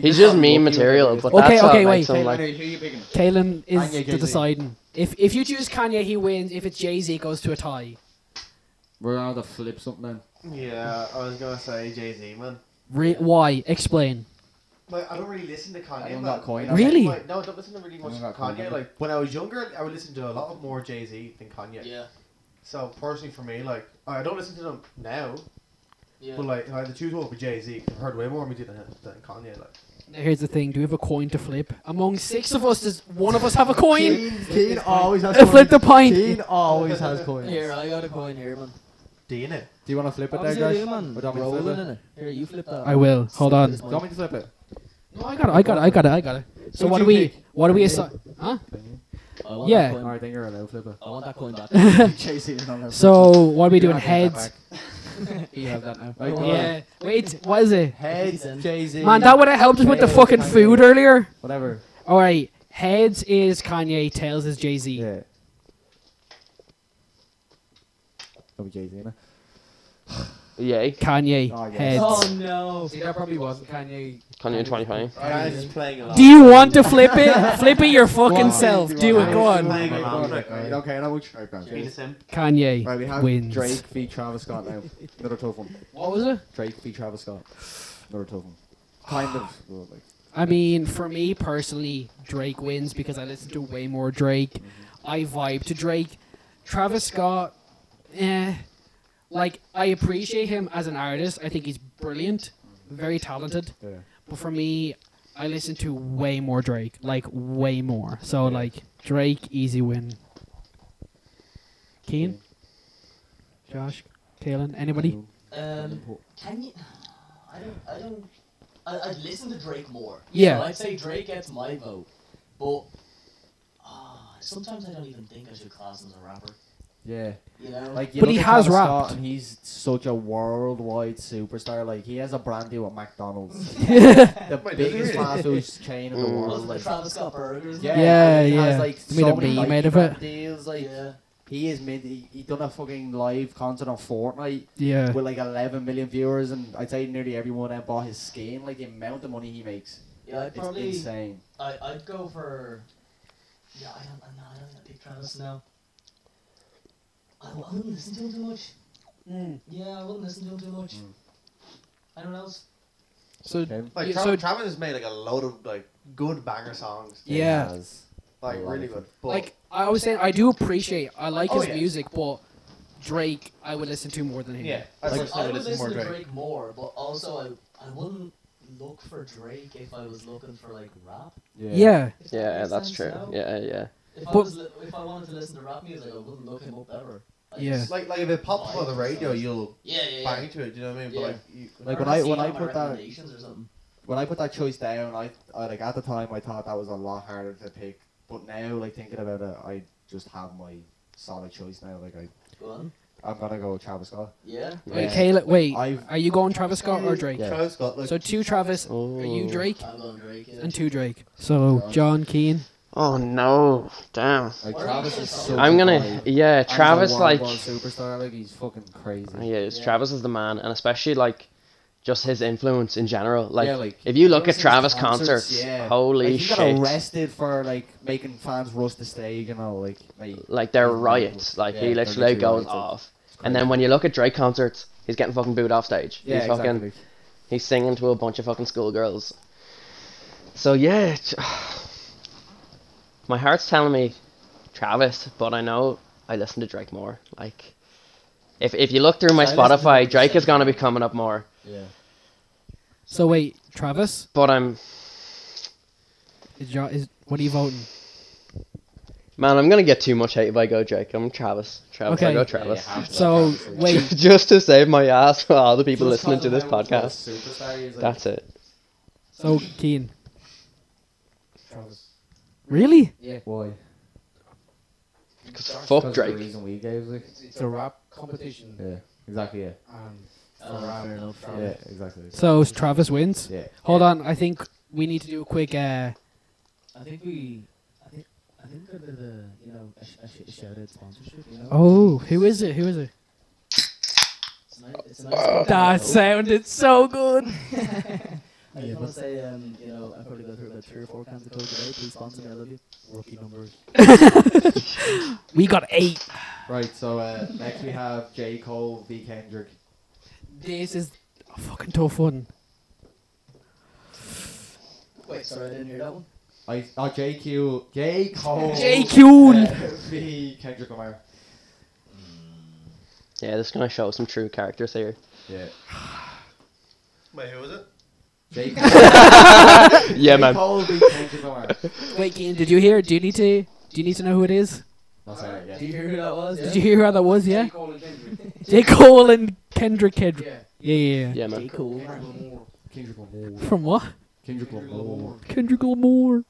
Speaker 3: He's just mean material, but
Speaker 2: Okay,
Speaker 3: that's what
Speaker 2: okay,
Speaker 3: makes
Speaker 2: wait.
Speaker 3: him like.
Speaker 12: who you picking?
Speaker 2: Kalen is
Speaker 12: Kanye,
Speaker 2: the
Speaker 12: Jay-Z.
Speaker 2: deciding. If if you choose Kanye, he wins. If it's Jay Z, it goes to a tie.
Speaker 11: We're gonna have to flip something then.
Speaker 6: Yeah, I was gonna say Jay Z, man.
Speaker 2: Re- why? Explain.
Speaker 6: Like, I don't really listen to Kanye.
Speaker 1: I don't
Speaker 6: but-
Speaker 1: got coin,
Speaker 6: like,
Speaker 2: Really?
Speaker 6: like, no, I don't listen to really much
Speaker 1: don't got coin,
Speaker 6: Kanye.
Speaker 1: don't
Speaker 6: Like when I was younger, I would listen to a lot more Jay Z than Kanye.
Speaker 4: Yeah.
Speaker 6: So personally, for me, like I don't listen to them now,
Speaker 4: Yeah.
Speaker 6: but like if I had to choose one for Jay Z, I've heard way more than we did than, than Kanye. Like
Speaker 2: Now, Here's the thing. Do we have a coin to flip? Among six of us, does one of us have a coin?
Speaker 1: Keen, Keen always has.
Speaker 2: Uh, flip
Speaker 1: coins.
Speaker 2: the pint.
Speaker 1: Keen
Speaker 12: [laughs]
Speaker 1: always has coins.
Speaker 4: Here, I got a coin here, man.
Speaker 6: do you know?
Speaker 12: Do you want to flip it
Speaker 11: What
Speaker 12: there,
Speaker 11: was you
Speaker 12: guys?
Speaker 11: doing, man?
Speaker 12: Or do you want me to
Speaker 11: Rolling
Speaker 12: flip it?
Speaker 11: in it.
Speaker 4: Here, you flip that.
Speaker 2: I will. Hold on.
Speaker 12: Do you want me to flip it?
Speaker 2: No, I got it. I got it. I got it. I got it. So
Speaker 12: Who'd
Speaker 2: what do
Speaker 12: you
Speaker 2: we?
Speaker 12: pick?
Speaker 2: What do we assign? Huh?
Speaker 4: I want
Speaker 2: Yeah.
Speaker 4: That coin.
Speaker 12: Alright, then you're allowed [laughs] flip it.
Speaker 4: I want that coin back.
Speaker 1: Chasing it on her.
Speaker 2: So what are we doing?
Speaker 12: not getting that
Speaker 2: Heads.
Speaker 11: You have that now.
Speaker 12: back. Right,
Speaker 4: Yeah.
Speaker 12: go on.
Speaker 2: Yeah. Wait. What is it?
Speaker 1: Heads,
Speaker 4: Decent.
Speaker 1: Jay Z.
Speaker 2: Man, that would have helped us with the fucking food earlier.
Speaker 1: Whatever.
Speaker 2: All right. Heads is Kanye. Tails is Jay Z.
Speaker 1: Yeah. Oh, Jay Z.
Speaker 3: Yay,
Speaker 2: Kanye.
Speaker 1: Oh, yes.
Speaker 2: Heads.
Speaker 4: Oh no.
Speaker 11: See, that probably wasn't Kanye.
Speaker 3: Kanye in 2020.
Speaker 6: Kanye's just playing along.
Speaker 2: Do you want to flip it? flip it your fucking
Speaker 1: on.
Speaker 2: self. Do it. Go on.
Speaker 6: Hang on.
Speaker 12: Okay, and I will try
Speaker 6: Being a
Speaker 12: Right,
Speaker 6: simp.
Speaker 2: Kanye
Speaker 12: we have
Speaker 2: wins.
Speaker 12: Drake v Travis Scott now. Another tough one.
Speaker 2: What was it?
Speaker 12: Drake v Travis Scott. Another tough one. Kind of. well, like,
Speaker 2: I mean, for me personally, Drake wins because I listen to way more Drake. I vibe to Drake. Travis Scott, eh. Like, I appreciate him as an artist. I think he's brilliant, very talented.
Speaker 12: Yeah.
Speaker 2: But for me, I listen to way more Drake. Like, way more. So, like, Drake, easy win. Keen? Josh? Kalen? Anybody?
Speaker 4: Um, can you? I don't. I don't. I, I'd listen to Drake more.
Speaker 2: Yeah.
Speaker 4: So I'd say Drake gets my vote, but ah, sometimes I don't even think I should class him as a rapper.
Speaker 1: Yeah.
Speaker 4: You know.
Speaker 1: Like, you
Speaker 2: But
Speaker 1: look
Speaker 2: he
Speaker 1: at
Speaker 2: has
Speaker 1: Travis
Speaker 2: rapped.
Speaker 1: Scott and he's such a worldwide superstar. Like, he has a brand deal at McDonald's,
Speaker 2: [laughs]
Speaker 1: the biggest
Speaker 6: really?
Speaker 1: fast food chain in the
Speaker 3: Mm.
Speaker 1: world.
Speaker 4: wasn't
Speaker 1: Like,
Speaker 4: it Travis Scott burgers?
Speaker 1: yeah,
Speaker 2: Yeah,
Speaker 1: and he
Speaker 2: yeah.
Speaker 1: Has, like,
Speaker 2: They made a
Speaker 1: so many
Speaker 2: meme
Speaker 1: Nike
Speaker 2: out of
Speaker 1: brand
Speaker 2: it.
Speaker 1: Deals like
Speaker 4: yeah.
Speaker 1: he has made. He, he done a fucking live concert on Fortnite
Speaker 2: Yeah.
Speaker 1: with like 11 million viewers, and I'd say nearly everyone that bought his skin. Like the amount of money he makes,
Speaker 4: Yeah. I'd
Speaker 1: it's
Speaker 4: probably.
Speaker 1: insane.
Speaker 4: I, I'd go for. Yeah. I don't. I'm not, I don't think I'd pick Travis now. I, I wouldn't listen to him too much.
Speaker 2: Mm.
Speaker 4: Yeah, I wouldn't listen to him too much.
Speaker 1: Mm.
Speaker 4: Anyone else?
Speaker 2: So,
Speaker 6: Like
Speaker 2: Yeah,
Speaker 6: Tra-
Speaker 2: so-
Speaker 6: Travis has made like a load of like good banger songs.
Speaker 2: yeah.
Speaker 6: Like
Speaker 1: Love
Speaker 6: really
Speaker 1: it.
Speaker 6: good. But
Speaker 2: Like I was saying, I do appreciate. I like
Speaker 6: Oh,
Speaker 2: his
Speaker 6: yeah.
Speaker 2: music, but Drake, I would listen to more than him.
Speaker 6: yeah, I
Speaker 4: I,
Speaker 6: personally
Speaker 4: I would
Speaker 6: listen
Speaker 4: listen
Speaker 6: more
Speaker 4: to
Speaker 6: Drake.
Speaker 4: Drake. more, but also I, I wouldn't look for Drake if I was looking for like rap.
Speaker 1: Yeah.
Speaker 2: Yeah.
Speaker 4: if that
Speaker 3: Yeah,
Speaker 4: makes
Speaker 3: that's
Speaker 4: sense,
Speaker 3: true.
Speaker 4: no?
Speaker 3: Yeah, yeah.
Speaker 4: If
Speaker 2: But-
Speaker 4: I was li- if I wanted to listen to rap music, I wouldn't look him up ever. I
Speaker 2: Yeah.
Speaker 4: just-
Speaker 6: like like if it pops up on the radio, you'll
Speaker 4: yeah, yeah, yeah.
Speaker 6: bang to it. Do you know what I mean?
Speaker 4: Yeah.
Speaker 6: But like, you,
Speaker 1: Like,
Speaker 4: Or
Speaker 1: when
Speaker 4: if
Speaker 1: I-
Speaker 4: see
Speaker 1: when
Speaker 4: it
Speaker 1: I
Speaker 4: on my
Speaker 1: put that-
Speaker 4: recommendations or something.
Speaker 1: when I put that choice down, I, I like at the time I thought that was a lot harder to pick, but now like thinking about it, I just have my solid choice now. Like I,
Speaker 4: Go on. I'm
Speaker 1: I'm gonna go with Travis Scott.
Speaker 4: Yeah.
Speaker 2: Wait,
Speaker 1: Yeah.
Speaker 2: Kayla, wait.
Speaker 1: I've-
Speaker 2: Are you going Travis Scott or Drake?
Speaker 1: Yeah.
Speaker 6: Travis Scott, like,
Speaker 2: So two Travis,
Speaker 3: Oh.
Speaker 2: are you Drake,
Speaker 4: I'm going Drake. Yeah.
Speaker 2: and two Drake. So John Keane.
Speaker 3: Oh no, damn.
Speaker 1: Like
Speaker 4: Why are
Speaker 1: Travis
Speaker 4: you
Speaker 1: is
Speaker 4: so
Speaker 1: so.
Speaker 3: I'm gonna. Yeah, Travis like.
Speaker 1: superstar. Like he's fucking crazy.
Speaker 3: He is.
Speaker 4: Yeah.
Speaker 3: Travis is the man, and especially like just his influence in general. Like,
Speaker 1: Yeah, like,
Speaker 3: if you look
Speaker 1: ever
Speaker 3: at
Speaker 1: since
Speaker 3: Travis
Speaker 1: concerts,
Speaker 3: concerts,
Speaker 1: yeah.
Speaker 3: holy
Speaker 1: Like, he
Speaker 3: shit!
Speaker 1: got arrested for like making fans rush the stage and all. Like, mate,
Speaker 3: Like they're
Speaker 1: He's
Speaker 3: riots. Like
Speaker 1: Yeah,
Speaker 3: he
Speaker 1: they're
Speaker 3: literally
Speaker 1: literally
Speaker 3: goes
Speaker 1: riots, like,
Speaker 3: off. And then when you look at Drake concerts, he's getting fucking booed off stage.
Speaker 13: Yeah,
Speaker 3: he's fucking
Speaker 13: exactly.
Speaker 3: he's singing to a bunch of fucking schoolgirls. So yeah, it's- [sighs] my heart's telling me Travis, but I know I listen to Drake more. Like, if if you look through my
Speaker 4: I listen to
Speaker 3: Spotify,
Speaker 4: him
Speaker 3: Drake is
Speaker 4: sing.
Speaker 3: gonna be coming up more.
Speaker 2: So wait, Travis,
Speaker 3: But I'm
Speaker 2: is, your, is what are you voting?
Speaker 3: man, I'm gonna get too much hate if I go Drake. I'm Travis. Travis, I
Speaker 2: Okay.
Speaker 3: go
Speaker 2: Yeah,
Speaker 3: Travis.
Speaker 2: So wait,
Speaker 3: [laughs] Just to save my ass for all the people
Speaker 1: Just
Speaker 3: listening to
Speaker 1: talking
Speaker 3: this
Speaker 1: about what
Speaker 3: podcast.
Speaker 1: Superstar is like,
Speaker 3: That's it.
Speaker 2: so Keen. Really?
Speaker 14: Yeah. Why?
Speaker 3: Because fuck
Speaker 14: That's The
Speaker 3: Drake.
Speaker 14: reason we gave like.
Speaker 15: It's, it's a rap competition.
Speaker 13: Yeah, exactly. Yeah,
Speaker 15: And
Speaker 4: Oh, fair enough.
Speaker 13: yeah, exactly.
Speaker 2: So s- Travis wins.
Speaker 13: Yeah.
Speaker 2: Hold on, I think we need to do a quick. Uh,
Speaker 4: I think we. I think. I think we did a you know a, sh- a, sh- a shout out sponsorship. You know.
Speaker 2: oh, who is it? Who is it?
Speaker 4: It's nice. It's nice to put
Speaker 2: That
Speaker 4: out.
Speaker 2: sounded so good.
Speaker 4: I just want to say, um, you know, I probably go through about three or four cans of coke a day. Please sponsor me. I love you. Rookie numbers.
Speaker 2: We got eight.
Speaker 1: Right, so uh, next we have J. Cole v. Kendrick.
Speaker 2: This is a fucking tough one.
Speaker 4: Wait, sorry, I didn't hear that one.
Speaker 1: I oh, JQ J. Cole
Speaker 2: JQ.
Speaker 1: uh, v. Kendrick Lamar.
Speaker 3: Yeah, this is gonna show some true
Speaker 2: [laughs]
Speaker 3: characters here.
Speaker 1: Yeah.
Speaker 6: Wait, who was it?
Speaker 1: J. Cole, J.
Speaker 3: Yeah, man.
Speaker 1: Cole v. Kendrick Lamar.
Speaker 2: Wait, Keen, did you hear? Do you need to? Do you need to know who it is?
Speaker 1: That's alright, yeah.
Speaker 4: Did you hear who that was?
Speaker 2: Did you hear how that was? Yeah. J Cole and Kendrick Kendrick. Yeah, yeah, yeah.
Speaker 3: Yeah, man.
Speaker 4: cool.
Speaker 14: Kendrick Lamar.
Speaker 2: From what?
Speaker 14: Kendrick Lamar.
Speaker 2: Kendrick Lamar.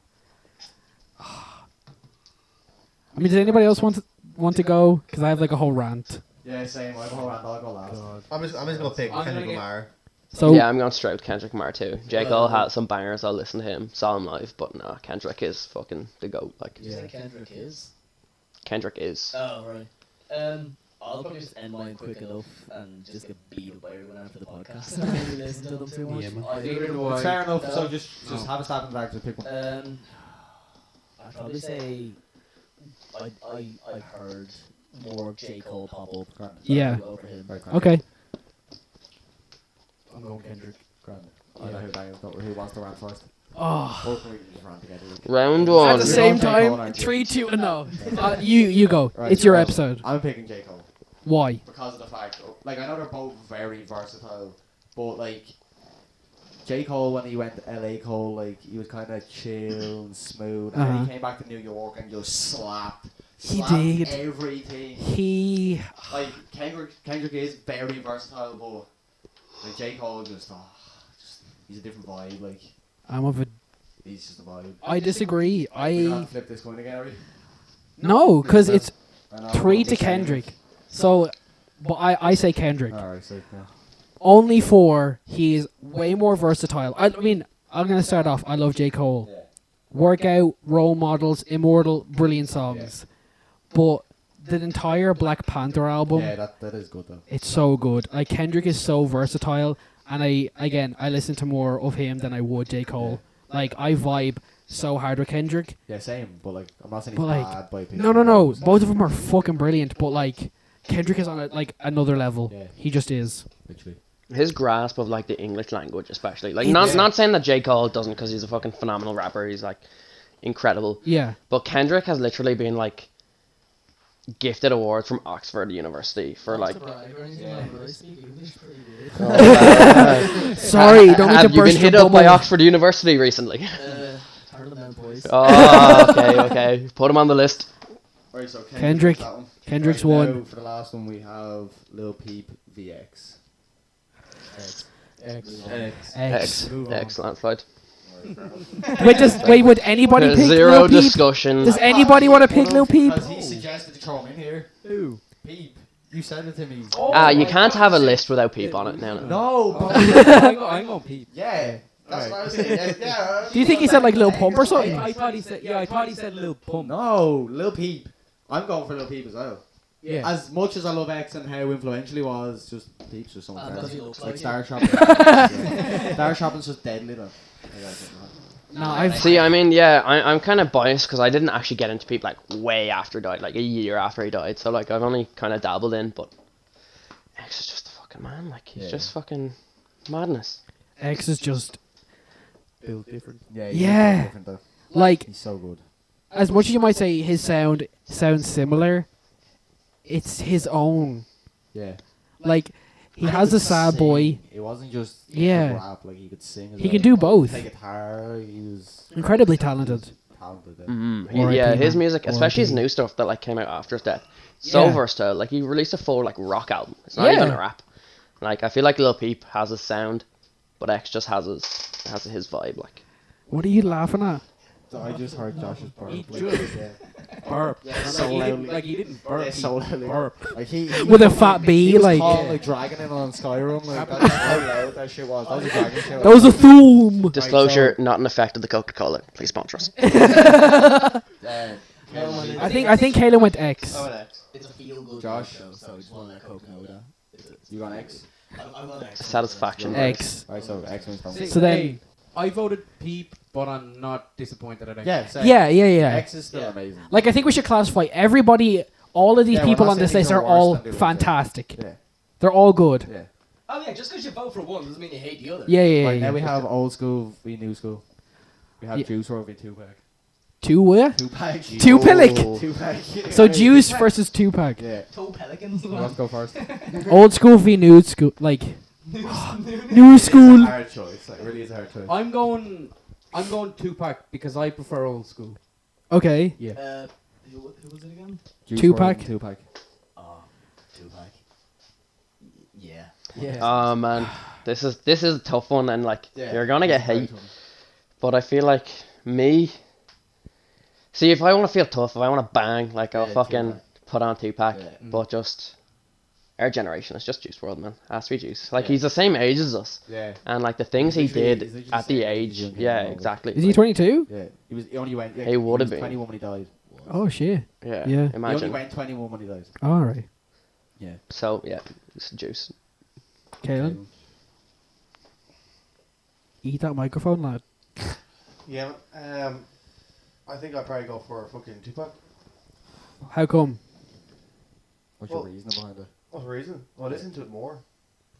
Speaker 2: I mean, does anybody else want to, want to go? Because I have like a whole rant.
Speaker 1: Yeah, same. I'll go last. I'll go last.
Speaker 6: I'm just, I'm just gonna pick
Speaker 15: I'm gonna
Speaker 6: Kendrick
Speaker 15: get-
Speaker 6: Lamar.
Speaker 2: So
Speaker 3: yeah, I'm going straight with Kendrick Lamar too. J. Cole
Speaker 2: Uh-huh.
Speaker 3: had some bangers. I'll listen to him. Saw him live, but nah, Kendrick is fucking the goat. Like
Speaker 4: Do you think Kendrick is?
Speaker 3: Kendrick is.
Speaker 4: Oh right. Um, I'll probably just end mine quick enough and just get beat up by everyone after the podcast. [laughs] I don't really listen to them too much.
Speaker 14: Yeah, man.
Speaker 4: I
Speaker 15: Neither
Speaker 4: do.
Speaker 15: do I.
Speaker 1: It's fair enough. So
Speaker 4: No.
Speaker 1: just
Speaker 15: No.
Speaker 1: just have a stab in the bag to pick one.
Speaker 4: Um, I'd probably say I I I heard more J Cole pop up.
Speaker 1: Grand.
Speaker 4: so I'd
Speaker 2: Yeah.
Speaker 4: go for him.
Speaker 1: Right, grand.
Speaker 2: okay,
Speaker 15: I'm going Kendrick.
Speaker 1: Grand. I know who that is, but who wants to rant first?
Speaker 2: oh.
Speaker 1: Or can we just rant together?
Speaker 3: Round
Speaker 2: At
Speaker 3: one.
Speaker 2: the
Speaker 1: You're
Speaker 2: same
Speaker 1: going J. Cole,
Speaker 2: time,
Speaker 1: aren't you?
Speaker 2: three, two, and no. Uh, you you go.
Speaker 1: Right,
Speaker 2: it's your
Speaker 1: well,
Speaker 2: episode.
Speaker 1: I'm picking J. Cole.
Speaker 2: Why?
Speaker 1: because of the fact, like I know they're both very versatile, but like J Cole when he went to LA Cole, like he was kind of chill and smooth, and then
Speaker 2: Uh-huh.
Speaker 1: he came back to New York and just slapped.
Speaker 2: He
Speaker 1: slapped
Speaker 2: did.
Speaker 1: everything.
Speaker 2: He
Speaker 1: Like Kendrick, Kendrick is very versatile, but like J Cole just, oh, just he's a different vibe. Like
Speaker 2: I'm of a.
Speaker 1: he's just a vibe.
Speaker 2: I disagree.
Speaker 1: We're gonna have
Speaker 2: I
Speaker 1: to flip this coin again, are we?
Speaker 2: no, because it's
Speaker 1: I know,
Speaker 2: three
Speaker 1: I'm
Speaker 2: to
Speaker 1: just saying.
Speaker 2: Kendrick. So, but I I say Kendrick.
Speaker 1: All right, so yeah.
Speaker 2: only for he's way more versatile. I, I mean, I'm gonna start off. I love J. Cole.
Speaker 1: Yeah.
Speaker 2: Workout, role models, immortal, brilliant songs. But the entire Black Panther album,
Speaker 1: yeah, that that is good though.
Speaker 2: it's so good. Like Kendrick is so versatile, and I again I listen to more of him than I would J. Cole. Like I vibe so hard with Kendrick.
Speaker 1: Yeah, same. But like, I'm not saying he's
Speaker 2: But, like,
Speaker 1: bad by
Speaker 2: No, no, no. Both of them are fucking brilliant, but like Kendrick is on a, like another level.
Speaker 1: Yeah.
Speaker 2: He just is.
Speaker 1: Literally.
Speaker 3: His grasp of like the English language, especially. Like
Speaker 2: Yeah.
Speaker 3: not not saying that J. Cole doesn't, because he's a fucking phenomenal rapper. He's like incredible.
Speaker 2: Yeah.
Speaker 3: But Kendrick has literally been like gifted awards from Oxford University for like.
Speaker 1: Yeah.
Speaker 4: I speak English pretty
Speaker 1: [laughs]
Speaker 4: good.
Speaker 1: Oh.
Speaker 2: Sorry, don't mean to
Speaker 3: have you
Speaker 2: burst
Speaker 3: been
Speaker 2: your
Speaker 3: hit up by
Speaker 2: bubble.
Speaker 3: Oxford
Speaker 2: [laughs]
Speaker 3: University recently?
Speaker 4: Uh, heard of them boys.
Speaker 3: oh, okay, okay. Put him on the list.
Speaker 1: Right, so Kendrick.
Speaker 2: Kendrick.
Speaker 1: that one.
Speaker 2: Kendrick's
Speaker 1: Right
Speaker 2: one.
Speaker 1: now, for the last one, we have Lil Peep VX. X.
Speaker 2: X.
Speaker 3: Ex- Excellent, Floyd.
Speaker 2: Wait, does wait? Would anybody pick
Speaker 3: Zero
Speaker 2: Lil Peep?
Speaker 3: [laughs] discussion. Uh,
Speaker 2: Does anybody want to pick Lil Peep?
Speaker 1: Because he suggested to throw him in here. Who? Peep. You said it to me.
Speaker 3: Ah, you can't have a list without Peep on it now. No.
Speaker 1: No, but
Speaker 15: I'm going-
Speaker 2: [laughs]
Speaker 15: I'm going Pete.
Speaker 1: yeah. That's what I was [laughs] saying. Yeah, yeah.
Speaker 2: Do you think he said like Lil Pump or something?
Speaker 15: I thought he said. Yeah, I thought he said Lil Pump.
Speaker 1: No, Lil Peep. I'm going for Lil Peep as well.
Speaker 15: Yeah.
Speaker 1: As much as I love X and how influential he was, just Peep's just something.
Speaker 4: Ah,
Speaker 1: better.
Speaker 4: does he look
Speaker 1: like
Speaker 4: like
Speaker 1: Star [laughs] Shopping. Star Shopping's just dead little. I gotta get that.
Speaker 2: No, I've
Speaker 3: See, I mean, yeah, I, I'm kind of biased because I didn't actually get into Peep like way after he died, like a year after he died. So like, I've only kind of dabbled in, but X is just the fucking fucking man. Like he's
Speaker 1: Yeah.
Speaker 3: just fucking madness.
Speaker 2: X is just
Speaker 5: Built different.
Speaker 1: Yeah.
Speaker 2: Yeah.
Speaker 1: He's, different though.
Speaker 2: like
Speaker 1: he's so good.
Speaker 2: as much as you might say his sound sounds similar, it's his own.
Speaker 1: Yeah.
Speaker 2: Like he
Speaker 1: And
Speaker 2: has
Speaker 1: could
Speaker 2: a sad boy.
Speaker 1: sing. It wasn't just
Speaker 2: Yeah.
Speaker 1: rap. Like he could sing. As
Speaker 2: He
Speaker 1: well.
Speaker 2: can do both.
Speaker 1: Play guitar. He was
Speaker 2: Incredibly talented.
Speaker 1: talented. yeah.
Speaker 3: Mm,
Speaker 2: R.I.P.,
Speaker 3: yeah, his
Speaker 2: man.
Speaker 3: music, especially his
Speaker 2: R.I.P..
Speaker 3: new stuff that like came out after his death, so
Speaker 2: Yeah.
Speaker 3: versatile. Like he released a full like rock album. It's not
Speaker 2: Yeah.
Speaker 3: even a rap. Like I feel like Lil Peep has his sound, but X just has his has his vibe. Like
Speaker 2: What are you laughing at?
Speaker 1: So I just heard Josh's part.
Speaker 11: He
Speaker 1: like,
Speaker 11: just-
Speaker 1: yeah.
Speaker 11: Burp.
Speaker 1: so
Speaker 11: like, he didn't,
Speaker 1: loudly.
Speaker 11: like he didn't burp.
Speaker 1: Yeah,
Speaker 11: he
Speaker 1: so loudly.
Speaker 11: burped.
Speaker 1: Like he, he
Speaker 2: With a fat
Speaker 1: he
Speaker 2: bee,
Speaker 1: was
Speaker 2: like
Speaker 1: called, like dragging it on Skyrim. Like that's
Speaker 4: [laughs]
Speaker 1: how loud that shit was. That was a dragon shit.
Speaker 2: that was a thum.
Speaker 3: disclosure, not an effect of the Coca Cola. Please
Speaker 2: [laughs]
Speaker 3: sponsor us.
Speaker 1: Uh,
Speaker 2: I think I think Kalen went X.
Speaker 6: Oh, an X.
Speaker 4: It's a feel good
Speaker 1: Josh.
Speaker 4: show, so it's one of that Coke Noda.
Speaker 1: you got X.
Speaker 4: I'm, I'm on X.
Speaker 3: Satisfaction.
Speaker 2: X.
Speaker 1: Alright, so X means
Speaker 11: See,
Speaker 1: don't.
Speaker 2: So then-
Speaker 11: hey, I voted Peep, but I'm not disappointed at it.
Speaker 1: Yeah, so
Speaker 2: Yeah, yeah, yeah.
Speaker 1: X is still amazing.
Speaker 2: Like I think we should classify everybody. All of these
Speaker 1: Yeah, we're
Speaker 2: people
Speaker 1: not
Speaker 2: on this
Speaker 1: saying
Speaker 2: list
Speaker 1: they're
Speaker 2: are all
Speaker 1: worse than the ones, yeah.
Speaker 2: fantastic.
Speaker 1: Yeah.
Speaker 2: They're all good.
Speaker 1: yeah.
Speaker 4: Oh yeah, just because you vote for one doesn't mean you hate the other.
Speaker 2: Yeah, yeah, yeah.
Speaker 1: Like
Speaker 2: yeah.
Speaker 1: now we have old school, we new school. We have
Speaker 2: Yeah.
Speaker 1: Juice WRLD, we two pack.
Speaker 2: two what?
Speaker 1: Two pack.
Speaker 2: [laughs] Two Pillick.
Speaker 1: Two pack.
Speaker 2: So Juice versus Tupac.
Speaker 1: Yeah.
Speaker 4: Toe pelicans.
Speaker 1: Let's
Speaker 4: man.
Speaker 1: go first.
Speaker 2: Old school v new school. Like [gasps]
Speaker 4: New-
Speaker 2: new school.
Speaker 1: hard choice. Like really is a hard choice.
Speaker 11: I'm going. I'm going Tupac because I prefer old school.
Speaker 2: Okay.
Speaker 4: uh, who, wa- who was it again?
Speaker 2: Two pack.
Speaker 1: Two pack.
Speaker 4: Oh, Tupac. Y- Yeah.
Speaker 11: Yeah.
Speaker 3: Oh man, this is this is a tough one, and like
Speaker 1: Yeah.
Speaker 3: you're gonna get hate. But I feel like me. See, if I want to feel tough, if I want to bang, like I'll
Speaker 1: Yeah,
Speaker 3: fucking
Speaker 1: Tupac.
Speaker 3: put on Tupac.
Speaker 1: Yeah.
Speaker 3: But just our generation, it's just Juice World, man. Has to be Juice. Like
Speaker 1: Yeah.
Speaker 3: he's the same age as us,
Speaker 1: Yeah.
Speaker 3: and like the things he
Speaker 1: Literally- he's
Speaker 3: did
Speaker 1: literally
Speaker 3: at
Speaker 1: the
Speaker 3: the
Speaker 1: same
Speaker 3: age.
Speaker 1: age as
Speaker 3: Yeah,
Speaker 1: Young Thug.
Speaker 3: exactly.
Speaker 2: Is he
Speaker 3: Like,
Speaker 2: 22?
Speaker 1: Yeah. He was. He only went. Yeah,
Speaker 3: He would've
Speaker 1: was
Speaker 3: been.
Speaker 1: Twenty-one when he died.
Speaker 2: Oh shit.
Speaker 3: Yeah.
Speaker 2: Yeah.
Speaker 1: He only
Speaker 3: Imagine.
Speaker 1: went twenty-one when he died.
Speaker 2: All right.
Speaker 3: So yeah, it's Juice.
Speaker 2: Kalen, eat that microphone, lad.
Speaker 6: Oh, Yeah, um, I think I'd probably go for a fucking Tupac.
Speaker 2: How come?
Speaker 1: What's
Speaker 6: Well-
Speaker 1: your reason behind it?
Speaker 6: What reason? I listen to it more.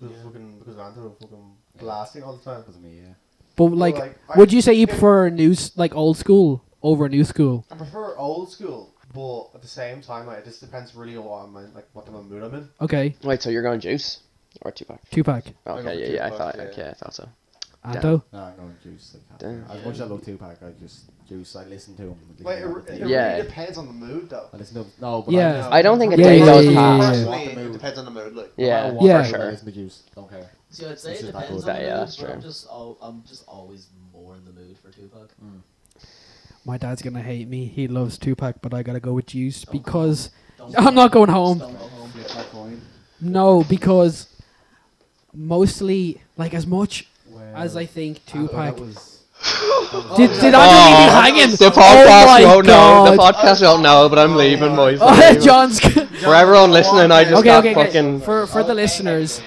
Speaker 6: Because fucking because Anthony was fucking blasting all the time.
Speaker 1: Because me, yeah.
Speaker 2: But
Speaker 6: Well,
Speaker 2: like,
Speaker 6: I-
Speaker 2: would you say you prefer new, s- like old school over new school?
Speaker 6: I prefer old school, but at the same time, like, it just depends really on what I'm in, like what the mood I'm in.
Speaker 2: Okay.
Speaker 3: Wait, so you're going Juice or Tupac?
Speaker 2: Tupac.
Speaker 6: I go for
Speaker 3: Okay, yeah, yeah, I
Speaker 6: Tupac,
Speaker 3: thought,
Speaker 6: yeah.
Speaker 3: okay, I thought so.
Speaker 2: Anto.
Speaker 1: No, I'm going Juice. Like,
Speaker 3: Damn.
Speaker 1: As much as I love Tupac, I just Juice. I listen to him.
Speaker 6: Like, it, re- it
Speaker 3: Yeah.
Speaker 6: really depends on the mood, though.
Speaker 1: I listen to him. No, but
Speaker 2: Yeah.
Speaker 1: I just,
Speaker 3: I don't think a
Speaker 2: Yeah,
Speaker 3: day
Speaker 2: yeah,
Speaker 3: goes
Speaker 2: yeah, yeah,
Speaker 3: past.
Speaker 1: yeah.
Speaker 6: Personally, it depends on the mood. Like,
Speaker 3: Yeah,
Speaker 1: No matter what,
Speaker 2: Yeah.
Speaker 3: for
Speaker 1: I
Speaker 3: sure.
Speaker 1: listen to Juice. Don't care.
Speaker 4: See, I'd say
Speaker 1: This
Speaker 4: it
Speaker 1: is not
Speaker 4: depends
Speaker 1: good.
Speaker 4: on the
Speaker 3: Yeah,
Speaker 4: mood,
Speaker 3: that's
Speaker 4: but I'm
Speaker 3: true.
Speaker 4: just, al- I'm just always more in the mood for Tupac.
Speaker 2: My dad's gonna hate me. He loves Tupac, but I gotta go with Juice
Speaker 4: Oh.
Speaker 2: because
Speaker 4: Don't
Speaker 2: I'm not going home.
Speaker 4: Don't go home.
Speaker 2: No, because mostly, like, as much as I think Tupac. [laughs] Did, did
Speaker 3: Oh,
Speaker 2: I leave you hanging? Oh
Speaker 3: The podcast
Speaker 2: my
Speaker 3: won't know. The
Speaker 2: God.
Speaker 3: podcast won't know, but I'm leaving, boys.
Speaker 2: [laughs]
Speaker 3: I'm
Speaker 2: Oh,
Speaker 3: leaving.
Speaker 2: John's.
Speaker 3: For everyone listening, I just
Speaker 2: Okay,
Speaker 3: got
Speaker 2: okay, okay.
Speaker 3: fucking.
Speaker 2: For for the listeners,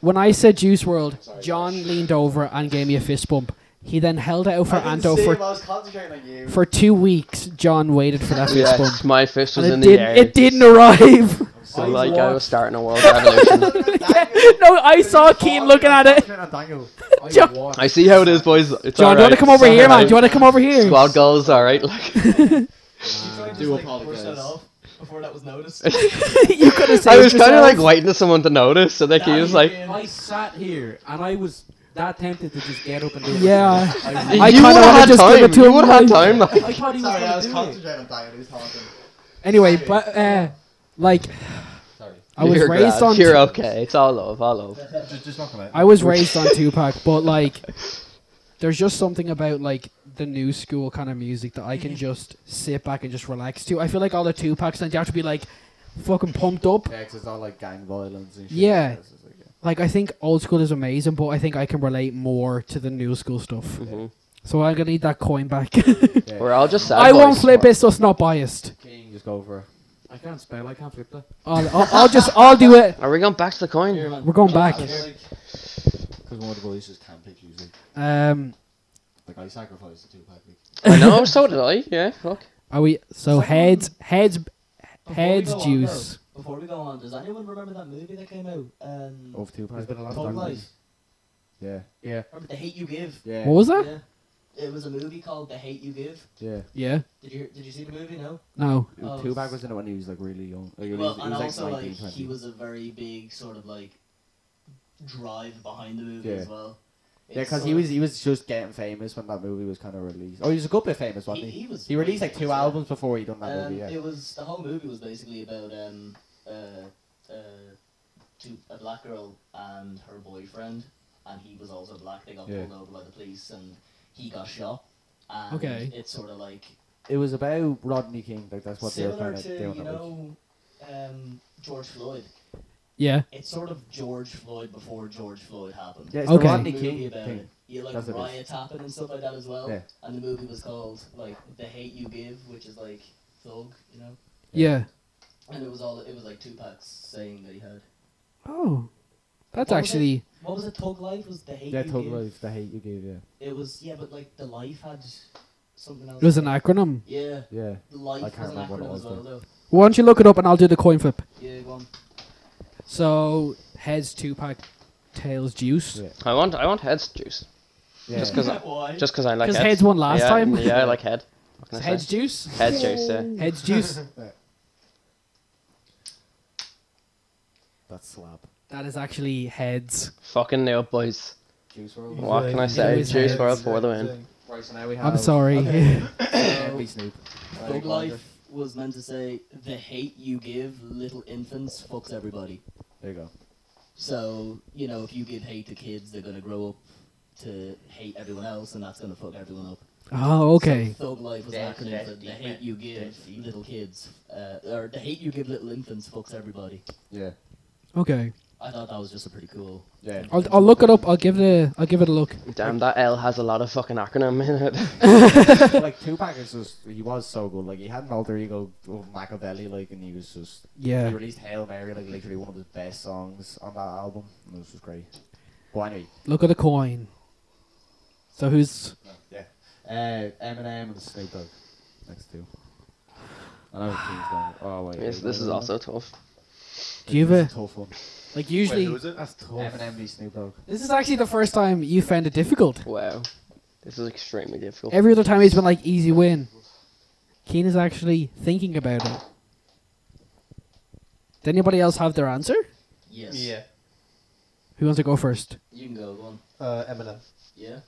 Speaker 2: when I said Juice World, John leaned over and gave me a fist bump. He then held out for Anto for
Speaker 6: I was concentrating on you.
Speaker 2: for two weeks. John waited for
Speaker 3: [laughs]
Speaker 2: that fist
Speaker 3: Yes,
Speaker 2: bump,
Speaker 3: my fist was
Speaker 2: and it
Speaker 3: in the
Speaker 2: didn't.
Speaker 3: air.
Speaker 2: It didn't arrive. [laughs]
Speaker 3: So,
Speaker 6: Oh,
Speaker 3: like I was starting a world revolution.
Speaker 2: no, I saw Keen looking at it. [laughs]
Speaker 11: I
Speaker 2: John-
Speaker 11: watched-
Speaker 3: I see how it is, boys.
Speaker 2: John,
Speaker 3: It's
Speaker 2: do you want
Speaker 3: alright.
Speaker 2: to come over here, man?
Speaker 3: Somehow
Speaker 2: Do you want to come over here?
Speaker 3: Squad goals, all right. Like,
Speaker 4: Do apologize. Before that was noticed.
Speaker 2: [laughs] you could
Speaker 3: [laughs]
Speaker 2: have
Speaker 3: I
Speaker 2: saved
Speaker 3: was kind of
Speaker 2: yourself.
Speaker 3: like waiting for someone to notice, so like he was like,
Speaker 11: I sat here and I was that tempted to just get up and do it.
Speaker 2: Yeah.
Speaker 11: myself.
Speaker 3: "You
Speaker 2: I
Speaker 11: I,
Speaker 3: would
Speaker 2: kinda
Speaker 3: have
Speaker 2: wanna
Speaker 3: had
Speaker 2: just give
Speaker 3: time.
Speaker 2: it to
Speaker 3: You
Speaker 2: him,
Speaker 3: would have had
Speaker 2: like-
Speaker 3: time." Like,
Speaker 11: I thought he was
Speaker 6: Sorry, I
Speaker 11: going
Speaker 6: was
Speaker 11: to do it.
Speaker 6: concentrating on Diane. Who's talking?
Speaker 2: Anyway, but uh, like, I was
Speaker 3: you're
Speaker 2: raised
Speaker 3: grand.
Speaker 2: on.
Speaker 3: You're okay. It's all love. All love.
Speaker 1: Just, just knock him out.
Speaker 2: I was raised on Tupac, but like, there's just something about like the new school kind of music that I can just sit back and just relax to. I feel like all the Tupac and you have to be like fucking pumped up.
Speaker 1: Yeah, 'cause it's all like gang violence and shit.
Speaker 2: Yeah.
Speaker 1: It's just like, yeah.
Speaker 2: Like I think old school is amazing, but I think I can relate more to the new school stuff.
Speaker 3: Mhm.
Speaker 2: So I'm gonna need that coin
Speaker 3: [laughs]
Speaker 2: back.
Speaker 1: Yeah.
Speaker 3: We're all just sad.
Speaker 2: [laughs] I won't
Speaker 3: boys.
Speaker 2: flip it, so it's not biased.
Speaker 1: King, just go for it.
Speaker 11: I can't spell. I can't flip that.
Speaker 2: I'll, I'll, I'll just I'll do it.
Speaker 3: Are we going back to the coin?
Speaker 2: We're going back.
Speaker 1: Because one of the boys just can't pick music.
Speaker 2: Um,
Speaker 1: Like I sacrificed the two pack. Like,
Speaker 3: I
Speaker 2: [laughs]
Speaker 3: know. So did I. Yeah. Fuck.
Speaker 2: are we so heads heads heads
Speaker 4: go on,
Speaker 2: juice
Speaker 4: Before we go on, does anyone remember that movie that came out? Um,
Speaker 1: Of two
Speaker 5: There's
Speaker 1: parts.
Speaker 5: been a lot
Speaker 4: Thug
Speaker 5: of dark
Speaker 4: Life.
Speaker 5: movies.
Speaker 1: Yeah.
Speaker 5: Yeah.
Speaker 4: Remember The Hate You Give?
Speaker 1: Yeah.
Speaker 2: What was that?
Speaker 4: Yeah. It was a movie called The Hate You Give.
Speaker 1: Yeah.
Speaker 2: Yeah.
Speaker 4: Did you Did you see the movie? No.
Speaker 2: No.
Speaker 4: Oh,
Speaker 1: Tupac was in it when he was like really young. Like, he was,
Speaker 4: well,
Speaker 1: he
Speaker 4: and
Speaker 1: was, like,
Speaker 4: also
Speaker 1: 19,
Speaker 4: like he
Speaker 1: 20.
Speaker 4: was a very big sort of like drive behind the movie
Speaker 1: Yeah.
Speaker 4: as well.
Speaker 1: Yeah,
Speaker 4: It's
Speaker 1: because he
Speaker 4: sort
Speaker 1: was he was just getting famous when that movie was kind of released. Oh, he was a good bit famous,
Speaker 4: of-
Speaker 1: wasn't he?
Speaker 4: was.
Speaker 1: He released like two
Speaker 4: yeah.
Speaker 1: albums before he done that
Speaker 4: Um,
Speaker 1: movie. Yeah.
Speaker 4: It was the whole movie was basically about um uh uh two, a black girl and her boyfriend, and he was also black. They got
Speaker 1: Yeah.
Speaker 4: pulled over by the police, and he got shot. And
Speaker 2: Okay.
Speaker 4: It's sort of like
Speaker 1: It was about Rodney King. Like that's what they were
Speaker 4: similar
Speaker 1: kind of
Speaker 4: to
Speaker 1: doing.
Speaker 4: you
Speaker 1: it with.
Speaker 4: know um George Floyd.
Speaker 2: Yeah.
Speaker 4: It's sort of George Floyd before George Floyd happened.
Speaker 1: Yeah, it's
Speaker 2: Okay.
Speaker 1: the Rodney
Speaker 4: movie
Speaker 1: King
Speaker 4: about
Speaker 1: thing.
Speaker 4: it. You like
Speaker 1: That's what it is.
Speaker 4: riots happen and stuff like that as well.
Speaker 1: Yeah.
Speaker 4: And the movie was called like The Hate You Give, which is like thug, you know.
Speaker 2: Yeah.
Speaker 4: And it was all it was like Tupac's saying that he had.
Speaker 2: Oh. That's
Speaker 4: What was it?
Speaker 2: actually
Speaker 4: What was it? Tug Life was the hate.
Speaker 1: Yeah,
Speaker 4: you
Speaker 1: Tug
Speaker 4: Give?
Speaker 1: Life, the hate you gave. Yeah.
Speaker 4: It was yeah, but like the life had something else.
Speaker 2: it was an
Speaker 4: in
Speaker 2: acronym.
Speaker 4: Yeah,
Speaker 1: Yeah.
Speaker 4: the life
Speaker 1: I
Speaker 4: was
Speaker 1: can't
Speaker 4: an
Speaker 1: remember what it
Speaker 4: acronym
Speaker 1: was,
Speaker 4: as well though.
Speaker 2: Why don't you look it up and I'll do the coin flip.
Speaker 4: Yeah,
Speaker 2: [laughs]
Speaker 4: go on.
Speaker 2: So heads Tupac, tails Juice.
Speaker 1: Yeah.
Speaker 3: I want I want heads juice.
Speaker 1: Yeah.
Speaker 3: Just 'cause I-
Speaker 4: [laughs] Why?
Speaker 3: Just because I like
Speaker 2: Because
Speaker 3: heads.
Speaker 2: heads won last
Speaker 3: yeah,
Speaker 2: time.
Speaker 3: Yeah, I like head. What can
Speaker 2: It's
Speaker 3: I
Speaker 2: heads
Speaker 3: say?
Speaker 2: Juice.
Speaker 3: Heads juice, yeah.
Speaker 2: Heads Juice.
Speaker 1: That's slap.
Speaker 2: that is actually heads.
Speaker 3: Fucking new up, boys.
Speaker 1: Juice World.
Speaker 3: What can I
Speaker 2: It
Speaker 3: say?
Speaker 2: was
Speaker 3: Juice
Speaker 2: heads.
Speaker 3: world for the win.
Speaker 1: Right, so now we have.
Speaker 2: I'm sorry.
Speaker 1: Can't be Snoop.
Speaker 4: Thug Life was meant to say the hate you give little infants fucks everybody.
Speaker 1: There you go.
Speaker 4: So you know if you give hate to kids, they're gonna grow up to hate everyone else, and that's gonna fuck everyone up.
Speaker 2: [laughs] oh, okay.
Speaker 4: So Thug Life was an
Speaker 12: Death,
Speaker 4: acronym
Speaker 12: death,
Speaker 4: for the
Speaker 12: death,
Speaker 4: hate you give
Speaker 12: death.
Speaker 4: little kids, uh, or the hate you give little infants fucks everybody.
Speaker 1: Yeah.
Speaker 2: Okay.
Speaker 4: I thought that was just a pretty cool.
Speaker 1: Yeah.
Speaker 2: I'll, I'll look it up. I'll give it a I'll give it a look.
Speaker 3: Damn, that L has a lot of fucking acronym in it. [laughs]
Speaker 1: like Tupac is just he was so good. Like he had an alter ego of Machiavelli, like and he was just he
Speaker 2: Yeah.
Speaker 1: released Hail Mary, like literally one of his best songs on that album. And it was just great. But anyway,
Speaker 2: Look at the coin. So who's
Speaker 1: uh, Eminem and Snoop Dogg next two. I know the team's going. Oh wait,
Speaker 3: Yes, this is also tough.
Speaker 2: Do you have
Speaker 1: This
Speaker 2: a
Speaker 1: is a tough one.
Speaker 2: like
Speaker 6: Wait,
Speaker 2: usually?
Speaker 6: who is it?
Speaker 5: That's tough.
Speaker 1: Eminem v Snoop Dogg.
Speaker 2: This is actually the first time you found it difficult.
Speaker 3: Wow. This is extremely difficult.
Speaker 2: Every other time he's been like easy win. Keen is actually thinking about it. Did anybody else have their answer?
Speaker 4: Yes.
Speaker 6: Yeah.
Speaker 2: Who wants to go first? [laughs]
Speaker 4: You can go go on.
Speaker 6: Uh, Eminem.
Speaker 4: Yeah.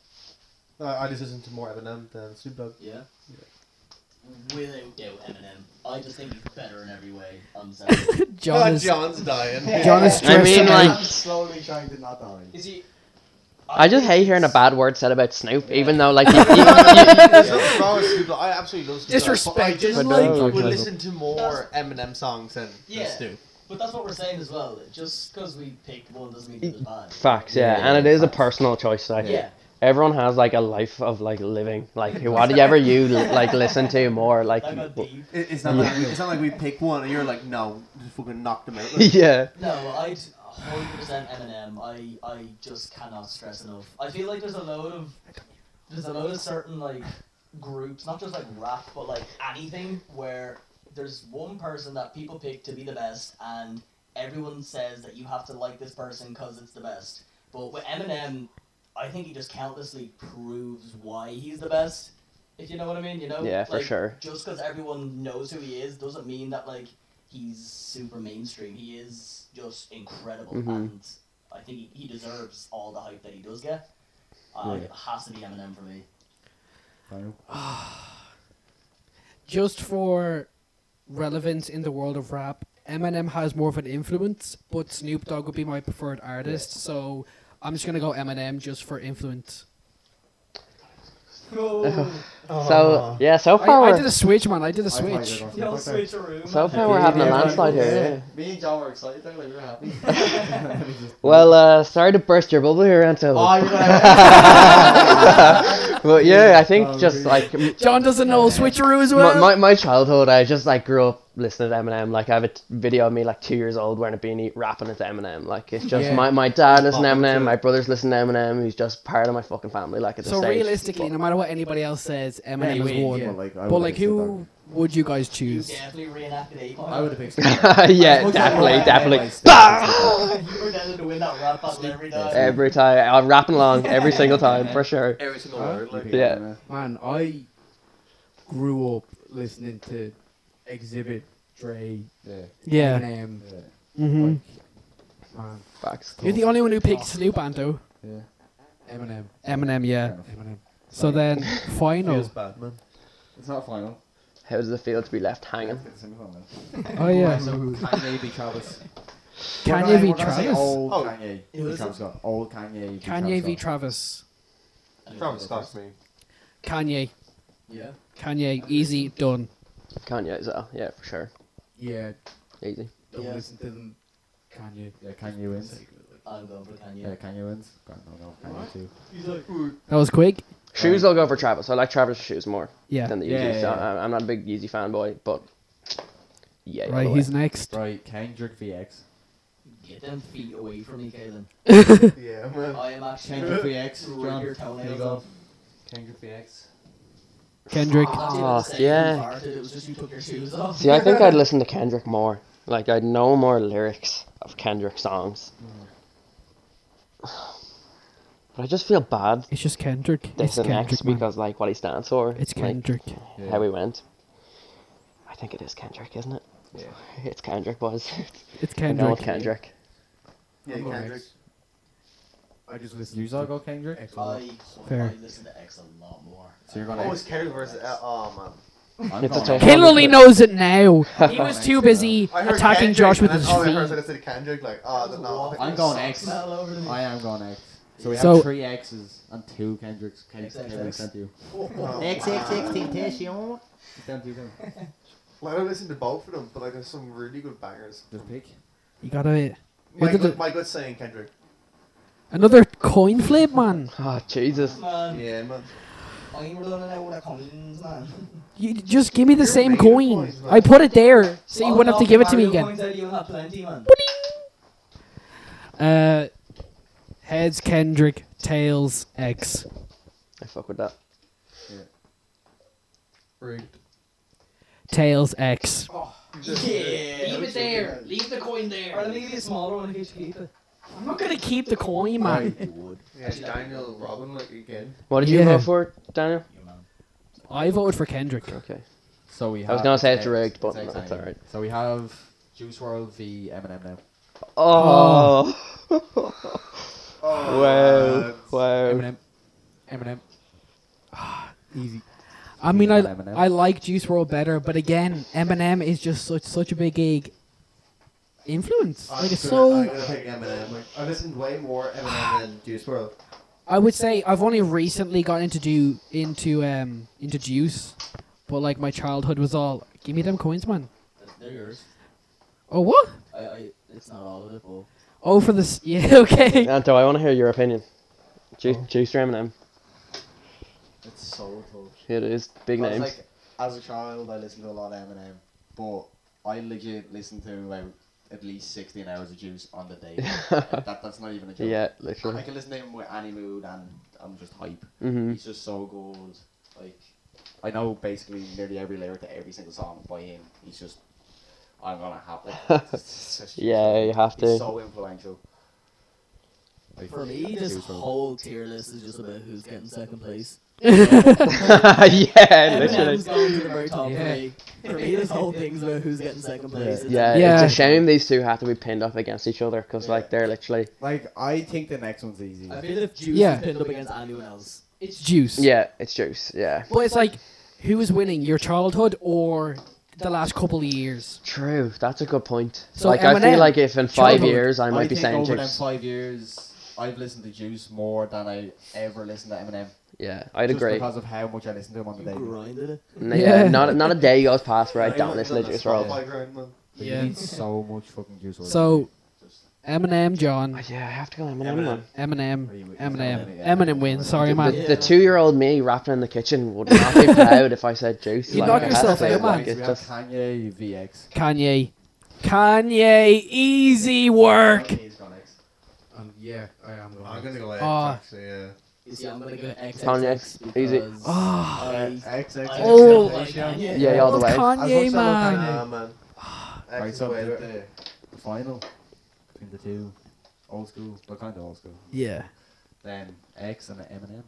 Speaker 6: Uh, I just listen to more Eminem than Snoop Dogg.
Speaker 4: Yeah. Without doubt, Eminem. I just think he's better in every way. I'm sorry.
Speaker 2: John
Speaker 6: Ah,
Speaker 2: is
Speaker 6: John's [laughs] dying.
Speaker 2: John is
Speaker 3: I
Speaker 2: stressed
Speaker 3: mean,
Speaker 2: out.
Speaker 3: like,
Speaker 1: slowly trying to not die.
Speaker 4: Is he?
Speaker 3: [laughs] I just hate hearing a bad word said about Snoop, even though, like, you, [laughs]
Speaker 6: There's nothing wrong with Snoop Dogg. I absolutely love Snoop Dogg. but I
Speaker 2: Disrespect
Speaker 6: just
Speaker 3: is like-
Speaker 6: would
Speaker 1: Sarcasm.
Speaker 6: listen to more Eminem songs than, than
Speaker 4: Yeah.
Speaker 6: Snoop.
Speaker 4: But that's what we're saying as well. that Just because we picked one doesn't mean it's bad.
Speaker 3: Facts, yeah,
Speaker 1: Yeah,
Speaker 3: and it is a
Speaker 1: facts.
Speaker 3: personal choice. Like,
Speaker 4: Yeah.
Speaker 3: everyone has like a life of like living. Like, whatever you like listen to more, like,
Speaker 4: I got deep.
Speaker 6: It, it's not like we, it's not like we pick one and you're like, no, just fucking knock them out.
Speaker 3: [laughs]
Speaker 6: Like,
Speaker 3: yeah,
Speaker 4: No, I'd 100% Eminem. I I just cannot stress enough. I feel like there's a load of there's a load of certain like groups, not just like rap, but like anything where there's one person that people pick to be the best, and everyone says that you have to like this person because it's the best. But with Eminem, I think he just countlessly proves why he's the best. If you know what I mean, you know.
Speaker 3: Yeah, for
Speaker 4: Like,
Speaker 3: sure.
Speaker 4: Just because everyone knows who he is doesn't mean that like he's super mainstream. He is just incredible,
Speaker 3: Mhm.
Speaker 4: and I think he, he deserves all the hype that he does get. Uh, It has to be Eminem for
Speaker 1: [laughs]
Speaker 4: me.
Speaker 2: Just for relevance in the world of rap, Eminem has more of an influence, but Snoop Dogg would be my preferred artist. So I'm just gonna go Eminem just for influence.
Speaker 1: Oh,
Speaker 3: So yeah, so
Speaker 2: I,
Speaker 3: far
Speaker 2: I
Speaker 3: we're
Speaker 2: did a switch, man. I did a switch.
Speaker 4: No switcheroo.
Speaker 3: so far we're having a landslide here.
Speaker 1: Me and John were excited. Like, we were happy. [laughs]
Speaker 3: [laughs] yeah. Well, uh, sorry to burst your bubble here, Anto.
Speaker 1: oh, you're gonna.
Speaker 3: But yeah, I think just like m-
Speaker 2: John doesn't know switcheroo as
Speaker 3: my,
Speaker 2: well.
Speaker 3: my, my childhood, I just like grew up listening to Eminem. Like I have a t- video of me like two years old wearing a beanie, rapping it to Eminem. Like it's just
Speaker 11: Yeah.
Speaker 3: my, my dad listened to
Speaker 6: Popping
Speaker 3: Eminem,
Speaker 6: too.
Speaker 3: my brothers listen to Eminem. He's just part of my fucking family. Like at this
Speaker 2: so
Speaker 3: stage.
Speaker 2: realistically, no matter what anybody else says, Eminem
Speaker 11: Yeah,
Speaker 2: is
Speaker 11: yeah,
Speaker 2: one.
Speaker 11: yeah.
Speaker 1: like, I
Speaker 2: But like, who would you guys
Speaker 4: You
Speaker 2: choose?
Speaker 4: definitely reenacted eight
Speaker 5: I
Speaker 4: mile.
Speaker 5: would have
Speaker 3: [laughs]
Speaker 5: picked.
Speaker 3: [laughs] yeah,
Speaker 1: Okay,
Speaker 3: definitely,
Speaker 1: well,
Speaker 3: definitely.
Speaker 1: anyway, still,
Speaker 3: [laughs]
Speaker 4: [laughs] you were destined to win that rap battle every time.
Speaker 3: Every time I'm rapping along, every single time for
Speaker 2: [laughs]
Speaker 3: sure.
Speaker 6: Every single
Speaker 5: Huh?
Speaker 6: word, like
Speaker 3: Yeah.
Speaker 11: Man, I grew up listening to Exhibit, Dre,
Speaker 5: Yeah.
Speaker 2: Yeah.
Speaker 11: Eminem.
Speaker 5: Yeah.
Speaker 2: Mm-hmm.
Speaker 11: Man,
Speaker 3: Facts.
Speaker 2: You're the only one who picked Snoop Anto.
Speaker 5: Yeah.
Speaker 11: Eminem.
Speaker 2: Eminem, yeah.
Speaker 11: Eminem.
Speaker 2: So then,
Speaker 6: [laughs]
Speaker 2: final.
Speaker 6: bad, man.
Speaker 1: It's not final.
Speaker 3: How does it feel to be left hanging?
Speaker 1: Let's get the semi-final. now.
Speaker 2: Oh yeah.
Speaker 1: So who? Kanye v. Travis. We're
Speaker 2: Kanye
Speaker 1: gonna- we're
Speaker 2: v
Speaker 1: gonna say
Speaker 2: Travis.
Speaker 1: Old
Speaker 6: Oh,
Speaker 1: Kanye.
Speaker 4: who
Speaker 1: v.
Speaker 4: is
Speaker 1: Travis Scott. Old Kanye. v.
Speaker 2: Kanye v
Speaker 1: Travis.
Speaker 2: Travis.
Speaker 6: Travis Scott's me.
Speaker 2: Kanye.
Speaker 4: Yeah.
Speaker 2: Kanye. Easy. Done.
Speaker 3: Kanye as well. Yeah, for sure.
Speaker 11: Yeah,
Speaker 3: Easy.
Speaker 11: don't
Speaker 4: Yeah.
Speaker 11: listen to them. Kanye.
Speaker 1: Scott. Yeah, Kanye wins.
Speaker 4: I'm going for Kanye.
Speaker 1: Yeah, Kanye wins. God, no, no, Kanye too.
Speaker 2: That was quick.
Speaker 3: Shoes, I'll go for Travis. I like Travis' shoes more
Speaker 2: Yeah.
Speaker 3: than the Yeezys.
Speaker 1: Yeah, yeah,
Speaker 3: So
Speaker 1: yeah.
Speaker 3: I'm- I'm not a big Yeezy fanboy, but yeah. all
Speaker 2: Right.
Speaker 3: the way.
Speaker 2: He's next.
Speaker 1: Right, Kendrick VX.
Speaker 4: Get them feet away from
Speaker 1: [laughs]
Speaker 4: me, Kaelin.
Speaker 6: [laughs] Yeah, man.
Speaker 4: I am actually
Speaker 1: Kendrick VX.
Speaker 4: Rip your
Speaker 1: John. There you
Speaker 4: toenails
Speaker 1: go.
Speaker 4: off.
Speaker 1: Kendrick VX.
Speaker 2: [laughs] Kendrick.
Speaker 4: I'm not even
Speaker 6: Ah.
Speaker 3: Oh,
Speaker 4: saying you
Speaker 3: yeah.
Speaker 4: farted, It was just you took your shoes off.
Speaker 3: See, I think I'd listen to Kendrick more. Like, I'd know more lyrics of Kendrick songs. But I just feel bad
Speaker 2: It's just Kendrick. It's
Speaker 3: this and X
Speaker 2: Kendrick. Man.
Speaker 3: because, like, what he stands for.
Speaker 2: It's
Speaker 3: like,
Speaker 2: Kendrick.
Speaker 3: How we went. I think it is Kendrick, isn't it? Yeah. It's Kendrick, [laughs] boys.
Speaker 2: It's
Speaker 3: I'm going with
Speaker 2: Kendrick. [laughs]
Speaker 3: Kendrick.
Speaker 6: Yeah,
Speaker 11: I'm alright.
Speaker 6: Kendrick.
Speaker 11: I just
Speaker 1: You
Speaker 11: listen
Speaker 1: saw
Speaker 11: to
Speaker 1: go Kendrick?
Speaker 11: X.
Speaker 4: I,
Speaker 2: Fair.
Speaker 4: I listen to X a lot more.
Speaker 1: So you're gonna.
Speaker 6: Oh, it's Kerry versus. Uh, oh, man.
Speaker 1: I'm
Speaker 3: It's a
Speaker 1: going
Speaker 3: tough
Speaker 2: Kill
Speaker 3: one.
Speaker 2: only knows it
Speaker 3: [laughs]
Speaker 2: now. He was too busy
Speaker 6: I heard
Speaker 2: attacking
Speaker 6: Kendrick,
Speaker 2: Josh with
Speaker 6: and
Speaker 2: his
Speaker 6: then all I heard
Speaker 2: feet.
Speaker 6: was that I said Kendrick, like, oh, there's no.
Speaker 1: I'm going X.
Speaker 4: Smell over to me.
Speaker 1: I am going X. So we have
Speaker 2: So-
Speaker 1: three X's and two Kendricks. Kendrick,
Speaker 4: X, X,
Speaker 1: Kendrick
Speaker 4: X.
Speaker 1: sent you.
Speaker 6: Oh,
Speaker 1: Temptation. Sent you then.
Speaker 6: Like, I listen to both of them, but like, there's some really good bangers.
Speaker 1: Just pick.
Speaker 2: You got it.
Speaker 6: My,
Speaker 2: did
Speaker 6: gut-
Speaker 2: the-
Speaker 6: my gut's saying Kendrick.
Speaker 2: Another coin flip, man.
Speaker 3: Oh, Jesus.
Speaker 4: Man,
Speaker 6: Yeah, man.
Speaker 4: I'm running out of coins, man.
Speaker 2: You just give me the
Speaker 6: You're
Speaker 2: same
Speaker 6: making
Speaker 2: coin.
Speaker 6: points, man.
Speaker 2: I put it there, so you
Speaker 4: Well,
Speaker 2: wouldn't have to
Speaker 4: no,
Speaker 2: give it to me
Speaker 4: Mario
Speaker 2: again.
Speaker 4: Coins out, you have plenty, man.
Speaker 2: Uh, heads Kendrick, tails X.
Speaker 3: I fuck with that.
Speaker 2: Tails X.
Speaker 4: Yeah.
Speaker 2: Leave the coin
Speaker 4: Or I'll leave you a smaller one in case you keep it.
Speaker 2: I'm not gonna keep the coin, man.
Speaker 6: Yeah, Daniel Robin, like, again.
Speaker 3: What did you
Speaker 2: Yeah.
Speaker 3: vote for, Daniel?
Speaker 2: I voted for Kendrick.
Speaker 3: Okay.
Speaker 1: So we. Have
Speaker 3: I was gonna say it's
Speaker 1: X,
Speaker 3: rigged,
Speaker 1: X,
Speaker 3: but no,
Speaker 1: X, X.
Speaker 3: it's alright.
Speaker 1: So we have Juice World v Eminem now.
Speaker 3: Oh.
Speaker 6: Oh,
Speaker 3: wow. Wow.
Speaker 11: Oh. Eminem. Eminem. Ah, Easy.
Speaker 2: I mean, I
Speaker 1: Eminem.
Speaker 2: I like Juice World better, but again, Eminem is just such such a big egg influence.
Speaker 6: I'm
Speaker 2: Like it's
Speaker 6: gonna-
Speaker 2: so.
Speaker 6: I'm gonna pick Eminem. Like, I listened way more Eminem than Juice World.
Speaker 2: I would say I've only recently got into do into um into juice, but like my childhood was all give me them coins, man.
Speaker 4: They're yours.
Speaker 2: Oh what?
Speaker 4: I, I, it's not all of it, but
Speaker 2: Oh for this? [laughs] Yeah,
Speaker 3: [laughs]
Speaker 2: okay.
Speaker 3: Anto, I want to hear your opinion. Juice,
Speaker 2: Oh.
Speaker 3: Juice or Eminem?
Speaker 1: It's so tough.
Speaker 3: It is big
Speaker 1: I was
Speaker 3: names.
Speaker 1: Like, as a child, I listened to a lot of Eminem, but I legit listened to about at least 16 hours of Juice on the
Speaker 3: [laughs]
Speaker 1: day. Like, that, that's not even a joke.
Speaker 3: yeah,
Speaker 1: I
Speaker 3: literally.
Speaker 1: can listen to him with any mood, and I'm just hype.
Speaker 3: hmm
Speaker 1: He's just so good. Like, I know basically nearly every lyric to every single song by him. He's just, I'm gonna have
Speaker 3: [laughs]
Speaker 1: it. It's just-
Speaker 3: Yeah, you have
Speaker 1: He's
Speaker 3: [laughs] to.
Speaker 1: so influential. Like,
Speaker 4: for me,
Speaker 1: Juice
Speaker 4: this
Speaker 1: WRLD.
Speaker 4: whole tier list is just about who's getting second place.
Speaker 3: yeah, literally.
Speaker 4: Eminem's going to the very top
Speaker 11: Yeah.
Speaker 4: three. For me, this whole thing's about who's getting second place. It's
Speaker 3: Yeah,
Speaker 2: Yeah.
Speaker 3: it's a shame these two have to be pinned up against each other because, like, they're literally.
Speaker 1: Like, I think the next one's easy.
Speaker 4: I feel if Juice
Speaker 2: Yeah.
Speaker 4: is pinned up against anyone else,
Speaker 2: It's juice.
Speaker 3: Yeah, it's Juice. Yeah.
Speaker 2: But it's like, who is winning? Your childhood or the last couple of years?
Speaker 3: True. That's a good point.
Speaker 2: So
Speaker 3: like, I
Speaker 2: Eminem,
Speaker 3: feel like if in five
Speaker 2: childhood,
Speaker 3: years I might be
Speaker 1: think
Speaker 3: saying
Speaker 1: over them
Speaker 3: Juice.
Speaker 1: five years, I've listened to Juice more than I ever listened to Eminem.
Speaker 3: Yeah, I'd
Speaker 1: just
Speaker 3: agree.
Speaker 1: because of how much I listen to him on the
Speaker 4: you
Speaker 1: day.
Speaker 4: grinded it.
Speaker 3: N- Yeah,
Speaker 2: Yeah.
Speaker 1: [laughs]
Speaker 3: not not a day goes past where I
Speaker 6: Like,
Speaker 3: don't
Speaker 6: I've
Speaker 3: listen
Speaker 6: done
Speaker 3: to
Speaker 6: the
Speaker 3: Juice World.
Speaker 6: Spotify grind, man.
Speaker 1: But you need so much fucking Juice.
Speaker 2: So
Speaker 1: Just-
Speaker 2: Eminem, John.
Speaker 3: Oh, yeah, I have to go Eminem. Man.
Speaker 2: Eminem.
Speaker 1: Are you- is that
Speaker 2: Eminem.
Speaker 1: Eminem? Yeah.
Speaker 2: Eminem wins. Sorry,
Speaker 3: The,
Speaker 2: man.
Speaker 3: the two-year-old me rapping in the kitchen would
Speaker 2: [laughs]
Speaker 3: not be proud if I said juice.
Speaker 2: You
Speaker 3: like,
Speaker 2: knock
Speaker 3: I have
Speaker 2: yourself
Speaker 3: to,
Speaker 2: out, man.
Speaker 3: Like, it's
Speaker 1: we have
Speaker 3: just,
Speaker 1: Kanye VX.
Speaker 2: Kanye. Kanye, easy work.
Speaker 1: Kanye's gone X.
Speaker 5: Um, yeah, I am. Going
Speaker 6: I'm gonna go X
Speaker 2: Ah.
Speaker 6: actually. Yeah.
Speaker 4: You see, I'm gonna go X.
Speaker 3: Kanye, easy.
Speaker 4: Ah.
Speaker 2: Oh,
Speaker 4: I,
Speaker 1: X, X, X,
Speaker 2: Oh.
Speaker 1: X, X, X, X.
Speaker 3: Yeah, all the way.
Speaker 2: Kanye,
Speaker 1: As much as I love
Speaker 2: man.
Speaker 1: Kanye.
Speaker 6: Nah, [sighs] man.
Speaker 1: Right,
Speaker 6: X is
Speaker 1: so
Speaker 6: way
Speaker 1: the,
Speaker 6: better.
Speaker 1: the, the final between the two, old school, but kind of old school.
Speaker 2: Yeah.
Speaker 1: Then X and Eminem.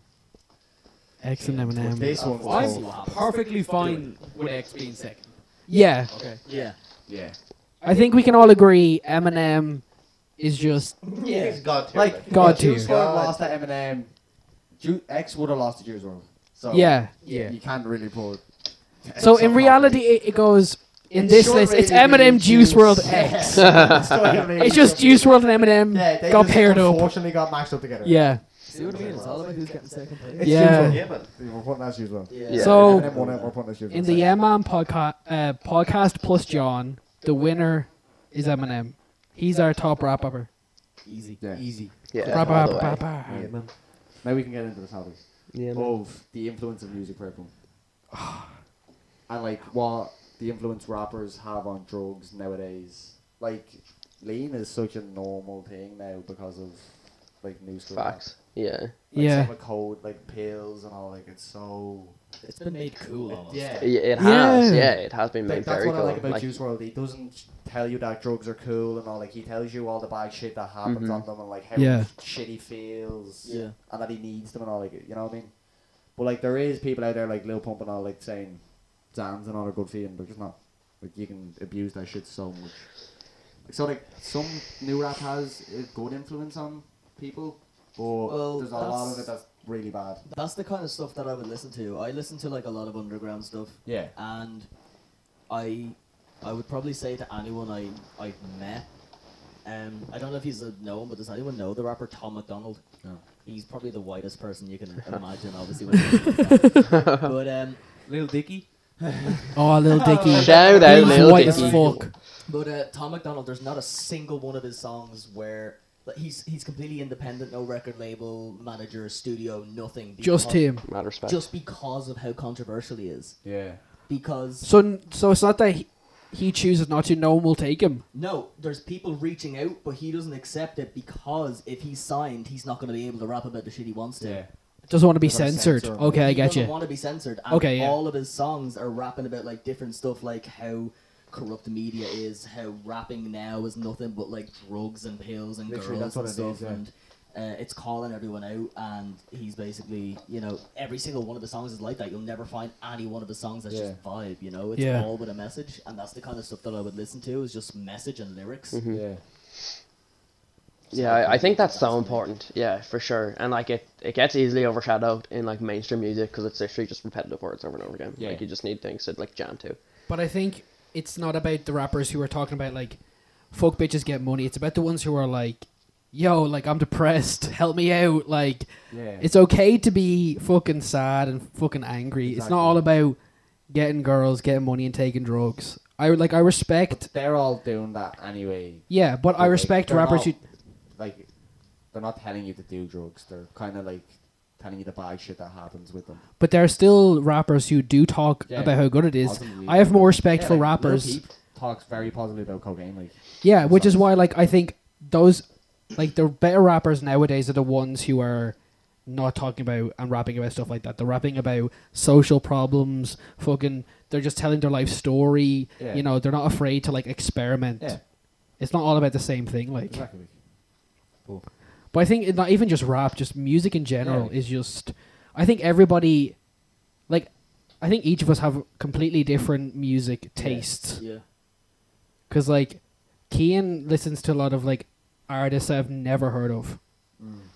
Speaker 2: X and Eminem.
Speaker 1: This one's
Speaker 11: I'm
Speaker 1: tough.
Speaker 11: perfectly fine with X being second.
Speaker 2: Yeah.
Speaker 4: Yeah.
Speaker 1: Yeah.
Speaker 2: I think we can all agree Eminem is just
Speaker 4: Yeah.
Speaker 6: God tier,
Speaker 1: Like
Speaker 2: God
Speaker 1: if Juice
Speaker 2: tier.
Speaker 1: WRLD
Speaker 6: God.
Speaker 1: lost to Eminem. Ju- X would have lost to Juice WRLD. So
Speaker 2: yeah.
Speaker 1: you can't really put. X
Speaker 2: So
Speaker 1: on top
Speaker 2: in
Speaker 1: of
Speaker 2: reality,
Speaker 1: it.
Speaker 2: it, it goes in
Speaker 1: It
Speaker 2: this
Speaker 1: should
Speaker 2: list. It's
Speaker 1: really be
Speaker 2: Eminem, Juice World,
Speaker 1: [laughs]
Speaker 2: X.
Speaker 1: It's still really-
Speaker 2: [laughs] It's just Juice World and Eminem
Speaker 1: Yeah, they
Speaker 2: got
Speaker 1: just
Speaker 2: paired up.
Speaker 1: Unfortunately, got matched up together.
Speaker 2: Yeah.
Speaker 4: See what I mean? It's all about who's getting second place.
Speaker 1: It's
Speaker 2: Yeah.
Speaker 1: Juice
Speaker 6: yeah, man.
Speaker 1: WRLD. We're putting that Juice WRLD.
Speaker 3: Yeah.
Speaker 2: So-
Speaker 1: Eminem won it, we're putting that Juice
Speaker 2: Oh. In
Speaker 1: WRLD
Speaker 2: the
Speaker 1: second.
Speaker 2: Yeah Man podcast, uh, podcast plus John, the winner is Eminem. He's our top rap upper.
Speaker 11: Easy.
Speaker 1: Yeah.
Speaker 11: Easy.
Speaker 3: Yeah,
Speaker 2: Rap,
Speaker 3: all
Speaker 2: rap,
Speaker 3: the way.
Speaker 2: rap, rap.
Speaker 1: Yeah. Now we can get into the topics
Speaker 3: Yeah, man.
Speaker 1: of the influence of music for everyone. Ah. and like what the influence rappers have on drugs nowadays. Like lean is such a normal thing now because of like new stuff.
Speaker 3: Facts. Yeah.
Speaker 1: Like
Speaker 2: Yeah.
Speaker 1: some of the code like pills and all like it's so
Speaker 4: It's been made cool almost.
Speaker 1: yeah.
Speaker 3: It, it has.
Speaker 2: Yeah.
Speaker 3: Yeah. it has been
Speaker 1: Like,
Speaker 3: made
Speaker 1: that's
Speaker 3: very
Speaker 1: what I
Speaker 3: cool.
Speaker 1: like about
Speaker 3: Like,
Speaker 1: Juice World. He doesn't tell you that drugs are cool and all. Like he tells you all the bad shit that happens
Speaker 3: Mhm.
Speaker 1: on them and like how
Speaker 2: Yeah.
Speaker 1: shit he feels.
Speaker 4: Yeah.
Speaker 1: and that he needs them and all like you know what I mean. But like there is people out there like Lil Pump and all like saying Zans and all are good for you, and they're just not. Like you can abuse that shit so much. Like, so like some new rap has a good influence on people, but
Speaker 4: Well,
Speaker 1: there's a lot of
Speaker 4: that's-
Speaker 1: it that's really bad.
Speaker 4: That's the kind of stuff that I would listen to. I listen to like a lot of underground stuff,
Speaker 1: Yeah.
Speaker 4: and I, I would probably say to anyone I I've met, um, I don't know if he's a known, but does anyone know the rapper Tom McDonald?
Speaker 1: No.
Speaker 4: He's probably the whitest person you [laughs] can imagine, obviously. When [laughs] you think of that. but um,
Speaker 11: Little Dicky.
Speaker 2: Oh, Lil Dicky.
Speaker 3: shout out,
Speaker 2: He's
Speaker 3: Lil
Speaker 2: white as
Speaker 3: Dicky.
Speaker 2: fuck.
Speaker 4: But uh, Tom McDonald, there's not a single one of his songs where like, he's he's completely independent, no record label, manager, studio, nothing.
Speaker 2: Just
Speaker 4: because-
Speaker 2: him.
Speaker 3: Mad respect.
Speaker 4: Just because of how controversial he is.
Speaker 1: Yeah.
Speaker 4: Because
Speaker 2: So n- so it's not that he, he chooses not to. No one will take him.
Speaker 4: no, there's people reaching out, but he doesn't accept it because if he's signed, he's not going to be able to rap about the shit he wants to.
Speaker 1: Yeah.
Speaker 2: Doesn't want to be
Speaker 1: Doesn't wanna
Speaker 2: censored.
Speaker 1: censor him.
Speaker 2: Okay, I
Speaker 4: he
Speaker 2: get
Speaker 4: doesn't
Speaker 2: you.
Speaker 4: want to be censored. And
Speaker 2: Okay, yeah.
Speaker 4: all of his songs are rapping about like different stuff, like how corrupt the media is, how rapping now is nothing but like drugs and pills and
Speaker 1: Literally,
Speaker 4: girls
Speaker 1: that's what it
Speaker 4: and
Speaker 1: is,
Speaker 4: stuff,
Speaker 1: yeah.
Speaker 4: and uh, it's calling everyone out. And he's basically, you know, every single one of the songs is like that. You'll never find any one of the songs that's just vibe. You know, it's
Speaker 2: Yeah.
Speaker 4: all with a message, and that's the kind of stuff that I would listen to is just message and lyrics.
Speaker 2: Mm-hmm.
Speaker 3: Mhm.
Speaker 1: Yeah.
Speaker 3: Yeah, I- I think that's so important. Yeah, for sure. And like it, it gets easily overshadowed in like mainstream music because it's literally just repetitive words over and over again.
Speaker 1: Yeah.
Speaker 3: Like you just need things to like jam to.
Speaker 2: But I think it's not about the rappers who are talking about like fuck bitches get money. It's about the ones who are like, yo, like I'm depressed, [laughs] help me out. Like
Speaker 1: Yeah.
Speaker 2: it's okay to be fucking sad and fucking angry. It's
Speaker 1: Exactly.
Speaker 2: not all about getting girls, getting money and taking drugs. I like I respect
Speaker 1: they're all doing that anyway.
Speaker 2: yeah, but I
Speaker 1: Like,
Speaker 2: respect
Speaker 1: they're
Speaker 2: rappers
Speaker 1: not-
Speaker 2: who
Speaker 1: like they're not telling you to do drugs. They're kind of like telling you the bad shit that happens with them.
Speaker 2: but there are still rappers who do talk
Speaker 1: Yeah.
Speaker 2: about how good it is.
Speaker 1: Ultimately,
Speaker 2: I have more respect for
Speaker 1: like, Lil
Speaker 2: rappers.
Speaker 1: Peep talks very positively about cocaine. Like
Speaker 2: Yeah, which is
Speaker 1: songs.
Speaker 2: why like I think those like the better rappers nowadays are the ones who are not talking about and rapping about stuff like that. They're rapping about social problems, fucking they're just telling their life story.
Speaker 1: Yeah.
Speaker 2: You know, they're not afraid to like experiment.
Speaker 1: Yeah.
Speaker 2: It's not all about the same thing, like
Speaker 1: exactly.
Speaker 2: Mm. but I think it- not even just rap, just music in general is just. I think everybody, like, I think each of us have completely different music tastes.
Speaker 4: Yeah.
Speaker 2: Cause like, Kean listens to a lot of like artists I've never heard of.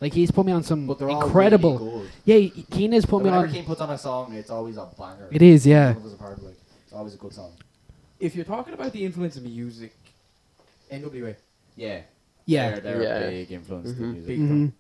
Speaker 2: Like he's put me on some
Speaker 1: Mm. But they're all
Speaker 2: incredible.
Speaker 1: Really
Speaker 2: yeah, Kean has
Speaker 1: good.
Speaker 2: put me
Speaker 1: Whenever
Speaker 2: on.
Speaker 1: Keane puts on a song, it's always a banger.
Speaker 2: It is, yeah.
Speaker 1: Love is a part, like, it's always a good song.
Speaker 11: If you're talking about the influence of music, NWA.
Speaker 1: Yeah.
Speaker 2: Yeah,
Speaker 1: They're, they're
Speaker 3: Yeah.
Speaker 1: a big influence
Speaker 3: Mhm.
Speaker 1: to music.
Speaker 11: Mm-hmm. Big time.
Speaker 2: Mhm.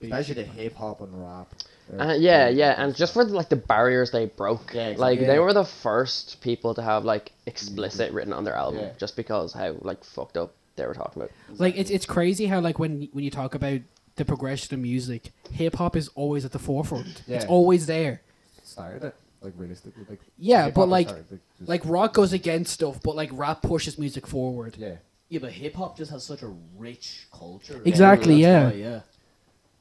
Speaker 11: Big
Speaker 1: Especially the hip hop and rap. They're
Speaker 3: Uh, yeah,
Speaker 1: big
Speaker 3: yeah,
Speaker 1: influence.
Speaker 3: and just for like the barriers they broke,
Speaker 1: Yeah, exactly.
Speaker 3: like they
Speaker 1: Yeah. Mm-hmm.
Speaker 3: were the first people to have like explicit written on their album,
Speaker 1: Yeah.
Speaker 3: just because how like fucked up they were talking about.
Speaker 2: Like it's it's crazy how like when when you talk about the progression of music, hip hop is always at the forefront. It's
Speaker 1: Yeah.
Speaker 2: always there.
Speaker 1: started it like realistically like
Speaker 2: Yeah,
Speaker 1: hip-hop
Speaker 2: but
Speaker 1: is
Speaker 2: like-
Speaker 1: started, just-
Speaker 2: Like rock goes against stuff, but like rap pushes music forward.
Speaker 1: yeah
Speaker 4: Yeah, but hip hop just has such a rich culture.
Speaker 2: Exactly,
Speaker 4: That's why, yeah.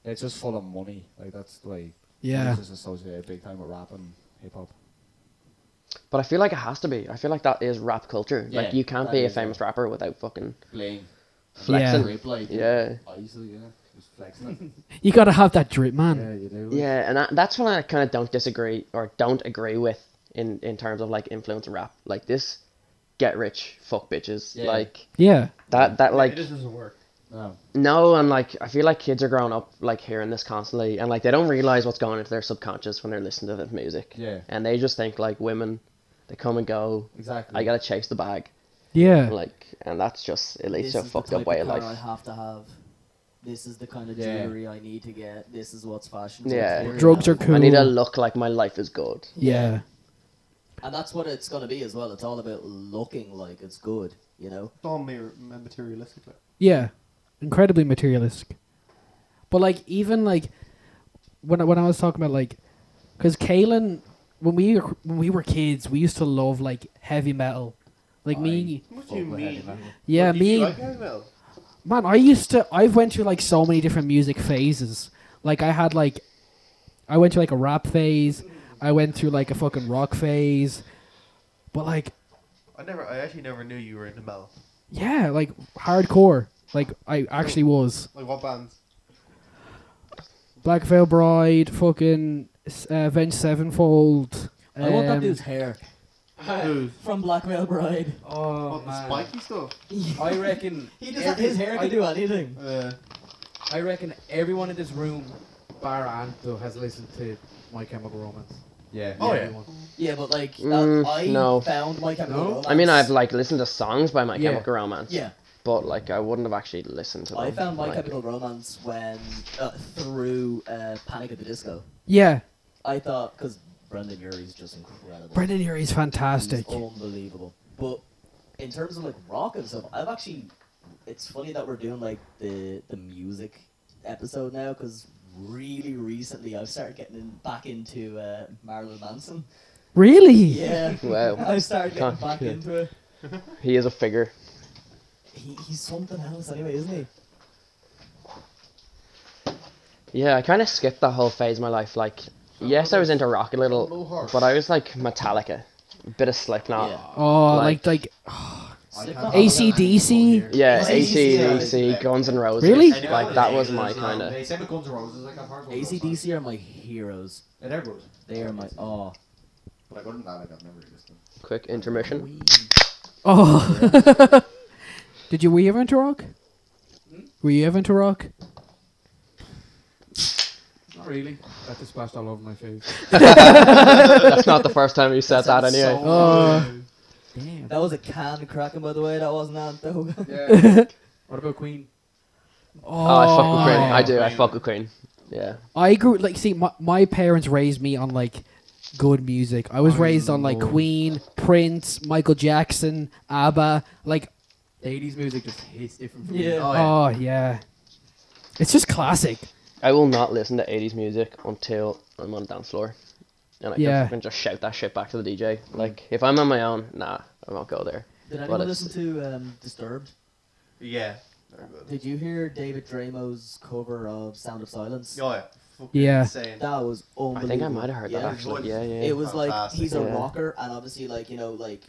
Speaker 1: it's just full of money like that's like
Speaker 2: Yeah.
Speaker 1: it's just associated big time with rap and hip hop
Speaker 3: But I feel like it has to be. I feel like that is rap culture. like
Speaker 1: Yeah,
Speaker 3: you can't
Speaker 1: that
Speaker 3: be a
Speaker 1: is, yeah.
Speaker 3: famous rapper without fucking
Speaker 1: playing
Speaker 2: Yeah.
Speaker 3: flexing.
Speaker 1: drip like
Speaker 3: Yeah.
Speaker 1: obviously yeah just flexing
Speaker 2: [laughs] You gotta have that drip,
Speaker 1: it.
Speaker 2: man.
Speaker 1: yeah you do
Speaker 3: Yeah, and that, that's what I kind of don't disagree or don't agree with in in terms of like influence rap. Like this, get rich, fuck bitches.
Speaker 1: Yeah.
Speaker 3: Like
Speaker 2: Yeah.
Speaker 3: that that like
Speaker 6: it just doesn't work.
Speaker 1: no
Speaker 3: No, and like I feel like kids are growing up like hearing this constantly, and like they don't realize what's going into their subconscious when they're listening to the music,
Speaker 1: yeah
Speaker 3: and they just think like women, they come and go.
Speaker 1: exactly
Speaker 3: I gotta chase the bag,
Speaker 2: Yeah.
Speaker 3: like, and that's just it leads
Speaker 4: This
Speaker 3: to a
Speaker 4: is the
Speaker 3: fucked
Speaker 4: type
Speaker 3: up way of
Speaker 4: car
Speaker 3: life.
Speaker 4: I have to have. This is the kind of
Speaker 1: Yeah.
Speaker 4: jewelry I need to get. This is what's fashionable.
Speaker 3: Yeah.
Speaker 4: It's very
Speaker 2: Drugs are
Speaker 4: helpful.
Speaker 2: cool.
Speaker 3: I need to look like my life is good.
Speaker 2: Yeah.
Speaker 4: And that's what it's gonna be as well. It's all about looking like it's good, you know.
Speaker 6: It's all mere- materialistic. Like.
Speaker 2: Yeah, incredibly materialistic. But like even like when I, when I was talking about like because Kalen when we were, when we were kids we used to love like heavy metal. Like me,
Speaker 6: What do you mean?
Speaker 2: yeah,
Speaker 6: What, did you
Speaker 2: me,
Speaker 6: like heavy metal?
Speaker 2: man. I used to. I've went through like so many different music phases. Like I had like, I went through like a rap phase. I went through like a fucking rock phase. But like,
Speaker 6: I never. I actually never knew you were into metal.
Speaker 2: yeah, like hardcore. Like I actually was.
Speaker 6: Like what bands?
Speaker 2: Black Veil Bride, fucking uh, Avenged Sevenfold.
Speaker 11: I want that
Speaker 2: um,
Speaker 11: dude's hair.
Speaker 6: Who's?
Speaker 4: [laughs] From Blackmail
Speaker 11: [laughs]
Speaker 4: Bride.
Speaker 11: Oh,
Speaker 6: What, the spiky stuff?
Speaker 11: I reckon.
Speaker 4: [laughs] He doesn't have his hair
Speaker 11: I, Uh,
Speaker 4: to do anything.
Speaker 6: Yeah.
Speaker 11: I reckon everyone in this room, bar Anto, has listened to My Chemical Romance.
Speaker 1: yeah
Speaker 6: Oh, yeah.
Speaker 11: Everyone.
Speaker 4: Yeah, but like that-
Speaker 3: Mm,
Speaker 4: I
Speaker 3: no.
Speaker 4: found my Chemical
Speaker 11: No?
Speaker 4: Romance.
Speaker 3: I mean, I've like listened to songs by My
Speaker 11: Yeah.
Speaker 3: Chemical Romance,
Speaker 4: yeah.
Speaker 3: but like I wouldn't have actually listened to them.
Speaker 4: I found my
Speaker 3: like-
Speaker 4: Chemical Romance when uh, through uh, Panic at the Disco.
Speaker 2: Yeah,
Speaker 4: I thought because Brendan Urie's just incredible.
Speaker 2: Brendan Urie's
Speaker 4: He's
Speaker 2: fantastic.
Speaker 4: unbelievable. But in terms of like rock and stuff, I've actually. It's funny that we're doing like the the music episode now because really recently I've started getting in, back into uh, Marilyn Manson.
Speaker 2: Really?
Speaker 4: Yeah.
Speaker 3: Wow,
Speaker 4: I started getting
Speaker 3: Can't-
Speaker 4: back
Speaker 3: yeah.
Speaker 4: into it.
Speaker 3: he is a figure.
Speaker 4: He, he's something else anyway, isn't he?
Speaker 3: Yeah, I kind of skipped that whole phase of my life. Like, yes, I was into rock a little,
Speaker 6: Low heart.
Speaker 3: but I was like Metallica, a bit of Slipknot.
Speaker 4: Yeah.
Speaker 2: Oh,
Speaker 3: Like-
Speaker 2: like like
Speaker 4: Slipknot.
Speaker 2: ACDC.
Speaker 3: Yeah,
Speaker 4: Like,
Speaker 3: AC/DC,
Speaker 4: uh,
Speaker 6: yeah.
Speaker 3: Guns N' Roses.
Speaker 2: Really?
Speaker 3: Like that was my kind of.
Speaker 1: same with Guns N' Roses like I've heard Guns N' Roses.
Speaker 4: ACDC are my heroes.
Speaker 1: Yeah, they're good
Speaker 4: They are my oh.
Speaker 1: but other than that like I've never really listened
Speaker 3: Quick
Speaker 4: [laughs]
Speaker 3: intermission.
Speaker 2: Oh. [laughs] Did you were you ever into rock? Were you ever into rock?
Speaker 11: Not really. That just splashed all over my face.
Speaker 3: That's not the first time you said that,
Speaker 4: sounds
Speaker 3: anyway.
Speaker 4: so-
Speaker 2: Oh,
Speaker 11: Damn.
Speaker 4: That was a can cracking by the way. That wasn't that though.
Speaker 1: yeah
Speaker 11: What about Queen?
Speaker 2: oh,
Speaker 3: oh, I fuck with Queen. I do. I
Speaker 6: Queen.
Speaker 4: Oh.
Speaker 3: fuck with Queen. Yeah.
Speaker 2: I grew like see my, my parents raised me on like good music. I was
Speaker 11: I
Speaker 2: raised on like
Speaker 11: love-
Speaker 2: Queen, Prince, Michael Jackson, ABBA. Like
Speaker 11: 80s music just hits different.
Speaker 4: [laughs]
Speaker 11: For
Speaker 4: Yeah.
Speaker 11: Me.
Speaker 2: oh yeah, it's just classic.
Speaker 3: I will not listen to 80s music until I'm on the dance floor. And I
Speaker 2: Yeah.
Speaker 3: can fucking just shout that shit back to the DJ. Like, if I'm on my own, nah, I won't go there.
Speaker 4: Did
Speaker 3: Well,
Speaker 4: anyone
Speaker 3: it's-
Speaker 4: listen to um, Disturbed?
Speaker 6: Yeah. They're good.
Speaker 4: Did you hear David Dramo's cover of Sound of Silence?
Speaker 6: Oh yeah. Fucking
Speaker 2: Yeah.
Speaker 6: Insane.
Speaker 4: That was
Speaker 3: I
Speaker 4: unbelievable.
Speaker 3: think I might have heard
Speaker 4: Yeah.
Speaker 3: that
Speaker 6: Voice.
Speaker 3: actually. Yeah, yeah.
Speaker 4: It was like
Speaker 6: Fantastic.
Speaker 4: he's a
Speaker 3: Yeah.
Speaker 4: rocker, and obviously, like you know, like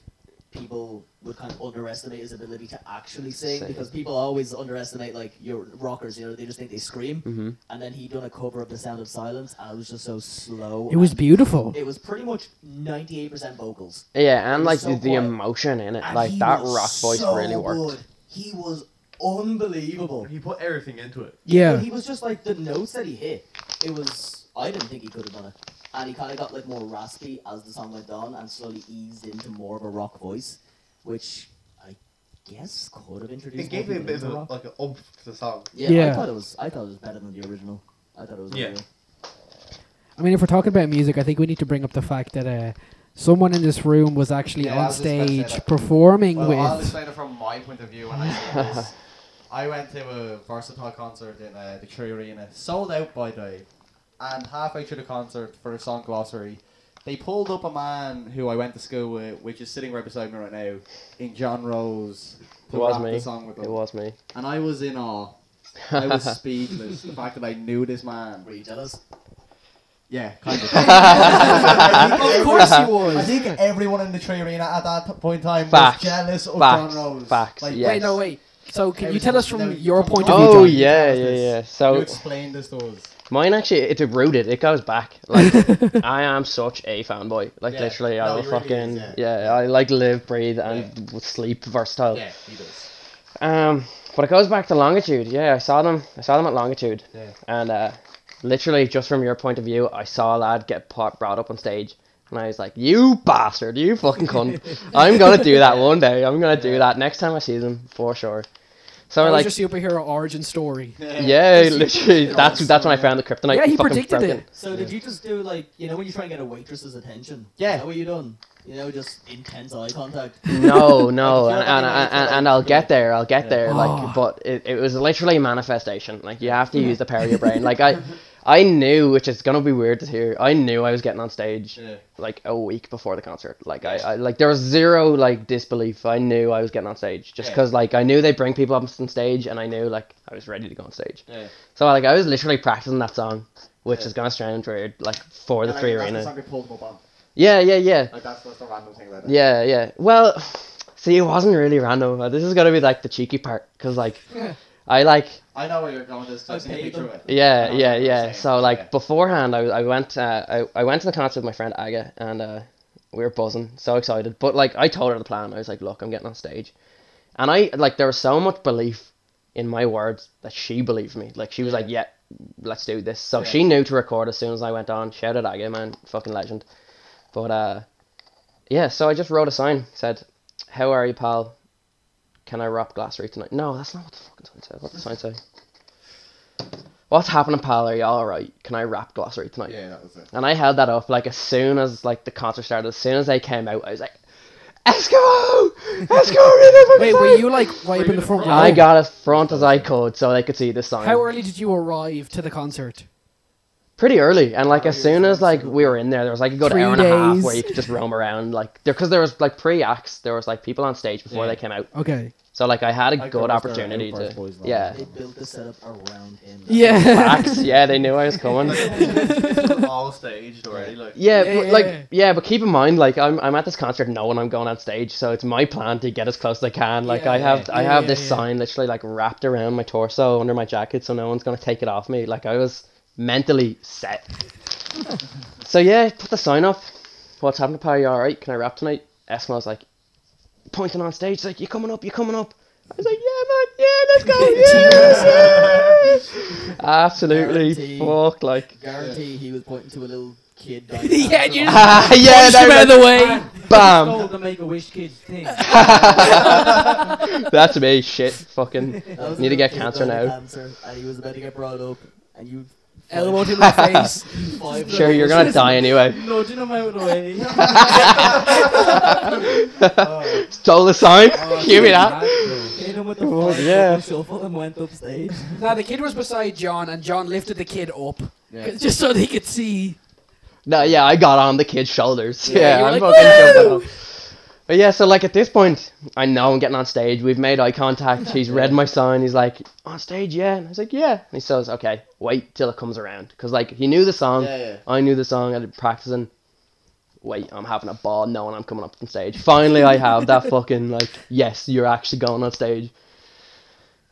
Speaker 4: people would kind of underestimate his ability to actually sing
Speaker 3: Sing.
Speaker 4: because people always underestimate like your rockers. You know, they just think they scream,
Speaker 3: hmm
Speaker 4: and then he done a cover of The Sound of Silence, and it was just so slow.
Speaker 2: It was
Speaker 4: and
Speaker 2: beautiful.
Speaker 4: It was pretty much ninety-eight percent vocals.
Speaker 3: Yeah, and
Speaker 4: It was
Speaker 3: like
Speaker 4: so
Speaker 3: the, the
Speaker 4: quiet.
Speaker 3: emotion in it,
Speaker 4: and
Speaker 3: like
Speaker 4: he
Speaker 3: that
Speaker 4: was
Speaker 3: rock voice
Speaker 4: so
Speaker 3: really worked.
Speaker 4: good. He was unbelievable.
Speaker 6: He put everything into it.
Speaker 2: Yeah,
Speaker 4: But he was just like the notes that he hit. It was I didn't think he could have done it, and he kind of got like more raspy as the song went on, and slowly eased into more of a rock voice, which I guess could have introduced.
Speaker 6: It gave
Speaker 4: more
Speaker 6: it a
Speaker 4: people
Speaker 6: bit of
Speaker 4: into
Speaker 6: a,
Speaker 4: rock.
Speaker 6: like an oomph to the song.
Speaker 4: Yeah, I
Speaker 2: Yeah.
Speaker 4: thought it was. I thought it was better than the original. I thought it was.
Speaker 6: Yeah.
Speaker 4: unreal.
Speaker 2: I mean, if we're talking about music, I think we need to bring up the fact that uh, someone in this room was actually
Speaker 12: Yeah, I
Speaker 2: on
Speaker 12: was just about to say
Speaker 2: stage
Speaker 12: that.
Speaker 2: performing
Speaker 12: Well, I'll
Speaker 2: with.
Speaker 12: explain it from my point of view when I see
Speaker 3: [laughs]
Speaker 12: this. I went to a versatile concert in uh, the Tree Arena, sold out by day, and halfway through the concert for a song glossary, they pulled up a man who I went to school with, which is sitting right beside me right now, in John Rose,
Speaker 3: It
Speaker 12: who
Speaker 3: was
Speaker 12: rapped
Speaker 3: me.
Speaker 12: the song with
Speaker 3: It
Speaker 12: them.
Speaker 3: was me.
Speaker 12: And I was in awe. I
Speaker 3: [laughs]
Speaker 12: was speechless. The fact that I knew this man.
Speaker 4: Were you jealous?
Speaker 12: Yeah,
Speaker 3: [laughs]
Speaker 12: kind of. of
Speaker 2: course you
Speaker 12: I think everyone in the Tree Arena at that p- point in time
Speaker 3: Facts.
Speaker 12: was jealous of
Speaker 3: Facts.
Speaker 12: John Rose.
Speaker 3: Facts.
Speaker 12: Like,
Speaker 3: Yes.
Speaker 2: Wait, no, wait. So can you
Speaker 12: Everything
Speaker 2: tell us
Speaker 12: was-
Speaker 2: from
Speaker 12: no,
Speaker 2: your
Speaker 12: from
Speaker 2: point
Speaker 12: my
Speaker 2: of view?
Speaker 3: Oh
Speaker 12: John, you tell
Speaker 3: yeah, yeah,
Speaker 12: us
Speaker 3: yeah.
Speaker 12: this. you
Speaker 3: So
Speaker 12: explained this to us.
Speaker 3: mine actually it it rooted. It goes back. Like I am such a fanboy. Like
Speaker 12: Yeah.
Speaker 3: literally,
Speaker 12: No,
Speaker 3: I will
Speaker 12: he really is,
Speaker 3: fucking
Speaker 12: yeah.
Speaker 3: yeah. I like live, breathe, and w sleep versatile.
Speaker 12: Yeah, he does.
Speaker 3: Um, but it goes back to longitude. Yeah, I saw them. I saw them at longitude,
Speaker 12: Yeah.
Speaker 3: and uh, literally just from your point of view, I saw a lad get pot brought up on stage, and I was like, "You bastard! You
Speaker 2: [laughs]
Speaker 3: fucking cunt! I'm gonna do that one day. I'm gonna do that next time I see them for sure." So
Speaker 2: That
Speaker 3: like,
Speaker 2: was your superhero origin story.
Speaker 3: yeah,
Speaker 2: [laughs]
Speaker 3: literally, that's that's when I found the kryptonite.
Speaker 2: yeah, he
Speaker 3: fucking
Speaker 2: predicted
Speaker 3: broken.
Speaker 2: it.
Speaker 4: So did you just do like you know when you try and get a waitress's attention?
Speaker 12: Yeah.
Speaker 4: Is that what you done? You know, just intense eye contact.
Speaker 3: No, no,
Speaker 12: I
Speaker 3: and,
Speaker 12: feel [laughs] like
Speaker 3: and, and,
Speaker 12: I need to,
Speaker 3: and
Speaker 12: like,
Speaker 3: I'll get there. I'll get
Speaker 12: Yeah.
Speaker 3: there.
Speaker 2: Oh.
Speaker 3: Like, but it, it was literally a manifestation. Like, you have to use the
Speaker 12: [laughs]
Speaker 3: power of your brain. Like, I, I knew, which is gonna be weird to hear. I knew I was getting on stage
Speaker 12: Yeah.
Speaker 3: like a week before the concert. Like, I, I like there was zero like disbelief. I knew I was getting on stage just
Speaker 12: Yeah.
Speaker 3: because like I knew they bring people up on stage, and I knew like I was ready to go on stage.
Speaker 12: Yeah.
Speaker 3: So like I was literally practicing that song, which
Speaker 12: Yeah.
Speaker 3: is gonna sound weird like for the
Speaker 12: And I
Speaker 3: three
Speaker 12: think that's the
Speaker 3: arena.
Speaker 12: song they pulled him up on.
Speaker 3: Yeah, yeah, yeah.
Speaker 12: Like, that's, that's the random thing about it.
Speaker 3: Yeah, yeah. Well, [sighs] see, it wasn't really random. Uh, This is gonna be like the cheeky part, cause like, I like,
Speaker 12: I know where you're going with this. so
Speaker 4: I
Speaker 12: I've seen a
Speaker 4: paid
Speaker 12: picture
Speaker 4: them.
Speaker 12: of it. I
Speaker 3: yeah,
Speaker 12: know
Speaker 3: yeah,
Speaker 12: what you're
Speaker 3: yeah.
Speaker 12: saying,
Speaker 3: So like
Speaker 12: yeah.
Speaker 3: beforehand, I, I went, uh, I, I went to the concert with my friend Aga, and uh, we were buzzing, so excited. But like, I told her the plan. I was like, look, I'm getting on stage, and I like there was so much belief in my words that she believed me. Like she was like, yeah, let's do this. So
Speaker 12: Yeah.
Speaker 3: she knew to record as soon as I went on. Shout out Aga, man, fucking legend. But uh, yeah. So I just wrote a sign said, "How are you, pal? Can I wrap Glassery tonight?" No, that's not what the fucking sign said. What the sign say? What's happening, pal? Are you all right? Can I wrap Glassery tonight?
Speaker 12: Yeah, that was
Speaker 6: [laughs]
Speaker 12: it.
Speaker 3: And I held that up like as soon as like the concert started, as soon as they came out, I was like, Eskimo! Eskimo!
Speaker 2: Wait, were you like right up in the front row?
Speaker 3: I got as front as I could so they could see the sign.
Speaker 2: How early did you arrive to the concert?
Speaker 3: Pretty early, and like as soon as like we were in there, there was like a good
Speaker 2: Three
Speaker 3: hour and a half
Speaker 2: days.
Speaker 3: where you could just roam around, like there because there was like pre acts, there was like people on stage before
Speaker 12: Yeah.
Speaker 3: they came out,
Speaker 2: Okay.
Speaker 3: so like I had a
Speaker 1: Like, there was
Speaker 3: good
Speaker 1: their
Speaker 3: opportunity
Speaker 1: Outburst
Speaker 3: to,
Speaker 1: boys and all
Speaker 3: yeah,
Speaker 4: They built the setup around him.
Speaker 3: [laughs]
Speaker 2: Yeah.
Speaker 3: acts, yeah, they knew I was [laughs] coming.
Speaker 6: It's all staged already. Like,
Speaker 3: Yeah,
Speaker 2: Yeah,
Speaker 3: but
Speaker 2: yeah,
Speaker 3: like
Speaker 2: yeah.
Speaker 3: yeah. but keep in mind, like I'm I'm at this concert knowing I'm going on stage, so it's my plan to get as close as I can. Like
Speaker 2: Yeah,
Speaker 3: I have
Speaker 2: yeah,
Speaker 3: I
Speaker 2: yeah,
Speaker 3: have
Speaker 2: yeah,
Speaker 3: this
Speaker 2: yeah.
Speaker 3: sign literally like wrapped around my torso under my jacket, so no one's gonna take it off me. Like I was mentally set.
Speaker 2: [laughs]
Speaker 3: so yeah, put the sign up. What's happening, pal? You all right? Can I rap tonight? Eskimo's like pointing on stage, like you coming up, you coming up. I was like, yeah, man, yeah,
Speaker 2: [laughs]
Speaker 3: let's go, yeah, yeah. Absolutely
Speaker 4: Guaranteed.
Speaker 3: fuck,
Speaker 2: [laughs]
Speaker 3: like, [laughs]
Speaker 4: Guarantee he was pointing to a little kid.
Speaker 2: [laughs] Yeah, you just
Speaker 3: ah, [laughs] yeah,
Speaker 2: punched
Speaker 3: no,
Speaker 2: him out of
Speaker 3: no,
Speaker 2: the way.
Speaker 3: [laughs] bam.
Speaker 11: Stole the Make a Wish kids thing.
Speaker 3: That's me. Shit.
Speaker 11: [laughs]
Speaker 3: Fucking. Need to get cancer now.
Speaker 4: Cancer, and he was about to get brought up, and you.
Speaker 2: Elbowed him in the face.
Speaker 4: Five
Speaker 3: Sure, you're gonna die anyway.
Speaker 11: Nudging them out of the way.
Speaker 4: [laughs]
Speaker 3: Stole the sign.
Speaker 11: Oh,
Speaker 3: Give me that.
Speaker 4: Hit him with the
Speaker 3: Oh,
Speaker 4: five
Speaker 3: yeah.
Speaker 4: shuffle and went upstage.
Speaker 2: Now the kid was beside John, and John lifted the kid up
Speaker 1: Yeah.
Speaker 2: just so they could see.
Speaker 3: No, yeah, I got on the kid's shoulders. Yeah,
Speaker 2: you were
Speaker 3: I'm
Speaker 2: like,
Speaker 3: fucking jumping up. But yeah, so like at this point, I know I'm getting on stage. We've made eye contact. He's read my sign. He's like, on stage, yeah. And I was like, yeah. And he says, okay, wait till it comes around, because like he knew the song.
Speaker 12: Yeah, yeah.
Speaker 3: I knew the song. I'd been practicing. Wait, I'm having a ball knowing I'm coming up on stage. Finally, I have that fucking like, yes, you're actually going on stage.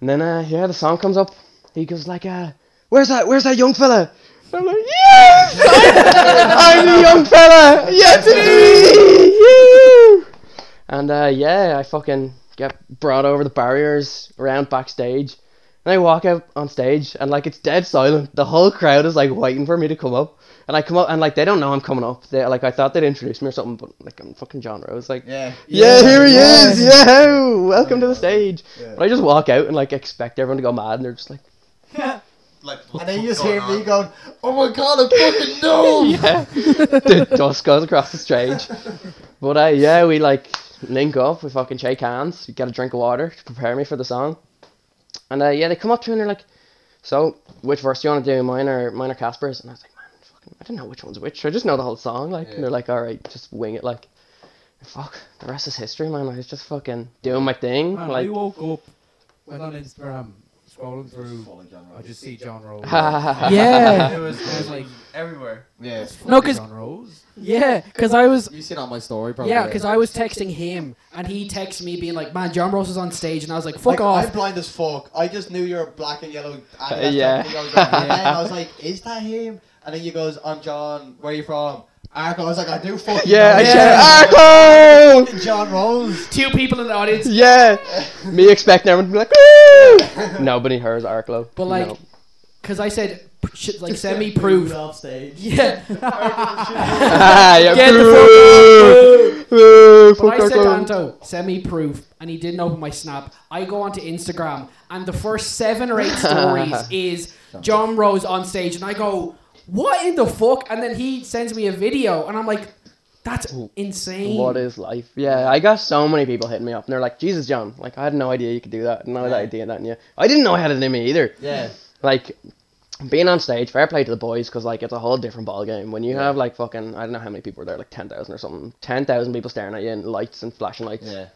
Speaker 3: And then, uh, yeah, the song comes up. He goes like, uh, where's that? Where's that young fella? I'm like, yes, I'm the young fella. Yes, it is. Woo!" And uh, yeah, I fucking get brought over the barriers around backstage. And I walk out on stage and like it's dead silent. The whole crowd is like waiting for me to come up. And I come up and like they don't know I'm coming up. They like I thought they'd introduce me or something, but like I'm fucking John Rose. Like
Speaker 12: Yeah.
Speaker 3: yeah, here he is. Yeah, welcome to the stage.
Speaker 12: Yeah.
Speaker 3: But I just walk out and like expect everyone to go mad, and they're just like,
Speaker 6: like.
Speaker 12: And
Speaker 6: what
Speaker 12: then
Speaker 6: the
Speaker 12: you just
Speaker 6: fuck's
Speaker 12: hear
Speaker 6: going
Speaker 12: me
Speaker 6: on?
Speaker 12: going, "Oh my god, I
Speaker 3: [laughs]
Speaker 12: fucking know!"
Speaker 3: yeah. the dust goes across the stage. But uh, yeah, we like link up, we fucking shake hands, we get a drink of water to prepare me for the song. And uh, yeah, they come up to me and they're like, So, which verse do you want to do? Mine or mine or Casper's? And I was like, Man, fucking, I don't know which one's which. I just know the whole song. Like,
Speaker 6: Yeah.
Speaker 3: and they're like, Alright, just wing it. Like, fuck, the rest is history, man. I was just fucking doing my thing.
Speaker 11: Man,
Speaker 3: like,
Speaker 11: I woke up, went on Instagram, scrolling through. I just see John Rose.
Speaker 2: yeah,
Speaker 11: was, I was like,
Speaker 6: everywhere.
Speaker 12: Yeah.
Speaker 2: No, 'cause-
Speaker 11: John Rose.
Speaker 2: yeah, because I was
Speaker 12: You seen on my story, probably.
Speaker 2: yeah, because I was texting him and he texted me being like, "Man, John Rose is on stage," and I was like,
Speaker 12: Like,
Speaker 2: "Fuck
Speaker 12: I'm
Speaker 2: off."
Speaker 12: blind as fuck. I just knew you were black and
Speaker 3: [laughs]
Speaker 12: yellow.
Speaker 3: Uh,
Speaker 12: Adidas
Speaker 3: yeah.
Speaker 12: company. I was
Speaker 3: [laughs]
Speaker 12: like, and I was like, is that him? And then he goes, I'm John. Where are you from? Arco. I was like, I do fucking.
Speaker 3: yeah, I
Speaker 12: know.
Speaker 3: said, [laughs] Arco!
Speaker 12: Fucking John Rolls.
Speaker 2: Two people in the audience. [laughs]
Speaker 3: Yeah, me expecting everyone to be like, Woo! nobody hears Arklow.
Speaker 2: But like,
Speaker 3: No. [laughs]
Speaker 2: because I said, "P- shit, like, send me
Speaker 4: Booed
Speaker 2: proof.
Speaker 4: off stage.
Speaker 2: [laughs] Yeah. [laughs]
Speaker 3: Ah, yeah,
Speaker 2: Get the
Speaker 3: boo! Boo!
Speaker 2: But I
Speaker 3: Fuck
Speaker 2: said to
Speaker 3: Arklow.
Speaker 2: Anto, send me proof, and he didn't open my snap. I go onto Instagram, and the first seven or eight
Speaker 3: [laughs]
Speaker 2: stories is John Rose on stage, and I go, what in the fuck? And then he sends me a video, and I'm like, that's insane.
Speaker 3: What is life? Yeah, I got so many people hitting me up, and they're like, "Jesus, John, like I had no idea you could do that, no idea that in you. I didn't know I had it in me either.
Speaker 12: Yeah.
Speaker 3: Like being on stage, fair play to the boys, because like it's a whole different ball game when you
Speaker 12: Yeah.
Speaker 3: have like fucking I don't know how many people were there, like ten thousand or something, ten thousand people staring at you and lights and flashing lights.
Speaker 12: Yeah.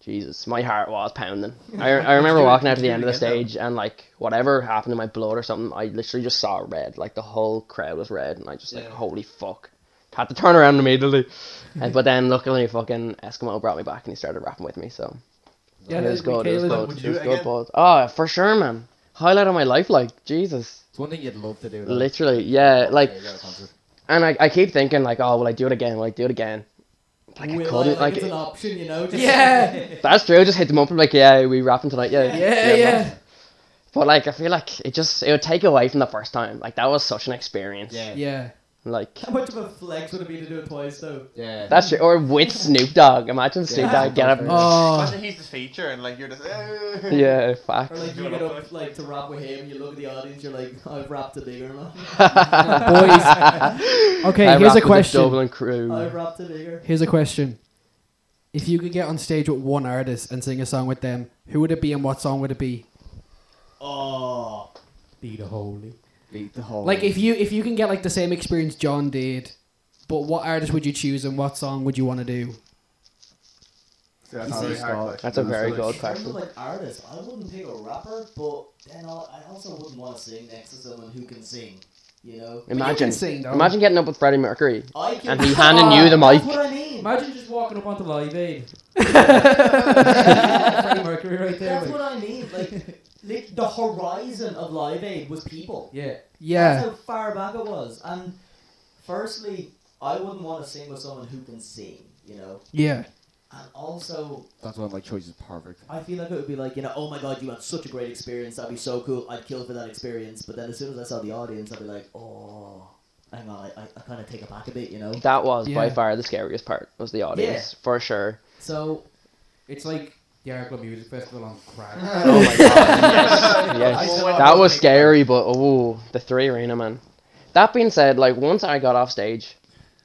Speaker 3: Jesus, my heart was pounding.
Speaker 12: [laughs]
Speaker 3: I, I remember walking out to the end of the stage and like whatever happened to my blood or something, I literally just saw red. Like the whole crowd was red, and I just like
Speaker 12: Yeah.
Speaker 3: holy fuck. Had to turn around immediately, and, but then luckily fucking Eskimo brought me back and he started rapping with me. So
Speaker 2: Yeah,
Speaker 3: it was good. It was
Speaker 2: Michaela-
Speaker 3: good.
Speaker 6: Would you
Speaker 3: It was
Speaker 6: do it
Speaker 3: good.
Speaker 6: again?
Speaker 3: Balls. Oh, for sure, man. Highlight of my life, like Jesus.
Speaker 1: It's one thing you'd love to do. though.
Speaker 3: Literally, yeah. Like,
Speaker 1: Yeah, you got a concert.
Speaker 3: and I, I keep thinking like, oh, will I do it again? Will I do it again? Like I
Speaker 4: Will I,
Speaker 3: couldn't.
Speaker 4: like,
Speaker 3: Like,
Speaker 4: it's an option, you know.
Speaker 2: [laughs]
Speaker 4: Just
Speaker 2: Yeah.
Speaker 3: that's true. I just hit them up and be like, yeah, we rapping tonight. Yeah,
Speaker 2: Yeah, yeah.
Speaker 3: But like I feel like it just it would take away from the first time. Like that was such an experience.
Speaker 12: Yeah.
Speaker 2: Yeah.
Speaker 3: Like
Speaker 4: How much of a flex would it be to do it twice though?
Speaker 12: Yeah.
Speaker 3: that's your, or with Snoop Dogg. Imagine Snoop
Speaker 12: Yeah.
Speaker 3: Dogg get up.
Speaker 2: [laughs] Oh,
Speaker 6: Imagine he's the feature and like you're just. "Eh."
Speaker 3: Yeah,
Speaker 4: Or
Speaker 3: fuck.
Speaker 4: like
Speaker 6: Do
Speaker 4: you
Speaker 6: it
Speaker 4: get
Speaker 6: up
Speaker 4: up like to rap with him, you look at the audience, you're like, I've rapped a bigger man.
Speaker 3: [laughs]
Speaker 2: boys. Okay,
Speaker 3: I
Speaker 2: here's a
Speaker 3: rocked with the
Speaker 2: question.
Speaker 3: Dublin crew.
Speaker 4: I've rapped a bigger.
Speaker 2: Here's a question. If you could get on stage with one artist and sing a song with them, who would it be and what song would it be?
Speaker 4: Oh,
Speaker 11: Be the holy.
Speaker 1: Beat the whole.
Speaker 2: Like if you if you can get like the same experience John did, but what artist would you choose and what song would you want to do?
Speaker 6: That's,
Speaker 1: Easy
Speaker 6: really hard,
Speaker 1: start.
Speaker 6: like.
Speaker 3: That's a very good
Speaker 4: in terms
Speaker 3: question.
Speaker 4: of like artists, I wouldn't pick a rapper, but then I'll, I also wouldn't want to sing next to someone who can sing. You know,
Speaker 2: But you can
Speaker 3: Imagine,
Speaker 2: sing, though.
Speaker 3: imagine getting up with Freddie Mercury
Speaker 4: I can. Ah,
Speaker 3: and he handing you the mic.
Speaker 4: That's what I mean.
Speaker 11: Imagine just walking up onto
Speaker 2: [laughs]
Speaker 11: Live Aid. Freddie Mercury right there.
Speaker 4: That's
Speaker 11: like-
Speaker 4: what I mean. Like, like the horizon of Live Aid was people.
Speaker 11: yeah.
Speaker 2: Yeah,
Speaker 4: That's how far back it was. And firstly, I wouldn't want to sing with someone who can sing, you know.
Speaker 2: yeah,
Speaker 4: And also,
Speaker 1: That's why my choice is perfect.
Speaker 4: I feel like it would be like, you know, oh my god, you had such a great experience. That'd be so cool. I'd kill for that experience. But then as soon as I saw the audience, I'd be like, oh, hang on, I, I, I kind of take it back a bit, you know.
Speaker 3: That was by
Speaker 2: Yeah.
Speaker 3: far the scariest part was the audience for
Speaker 2: [laughs]
Speaker 3: sure.
Speaker 4: So,
Speaker 11: It's like the Arklow Music Festival on crack.
Speaker 3: Oh my god, yes,
Speaker 12: I
Speaker 3: yes.
Speaker 12: still have
Speaker 3: That
Speaker 12: those
Speaker 3: was
Speaker 12: big-
Speaker 3: scary, but oh, the three arena man. That being said, like once I got off stage,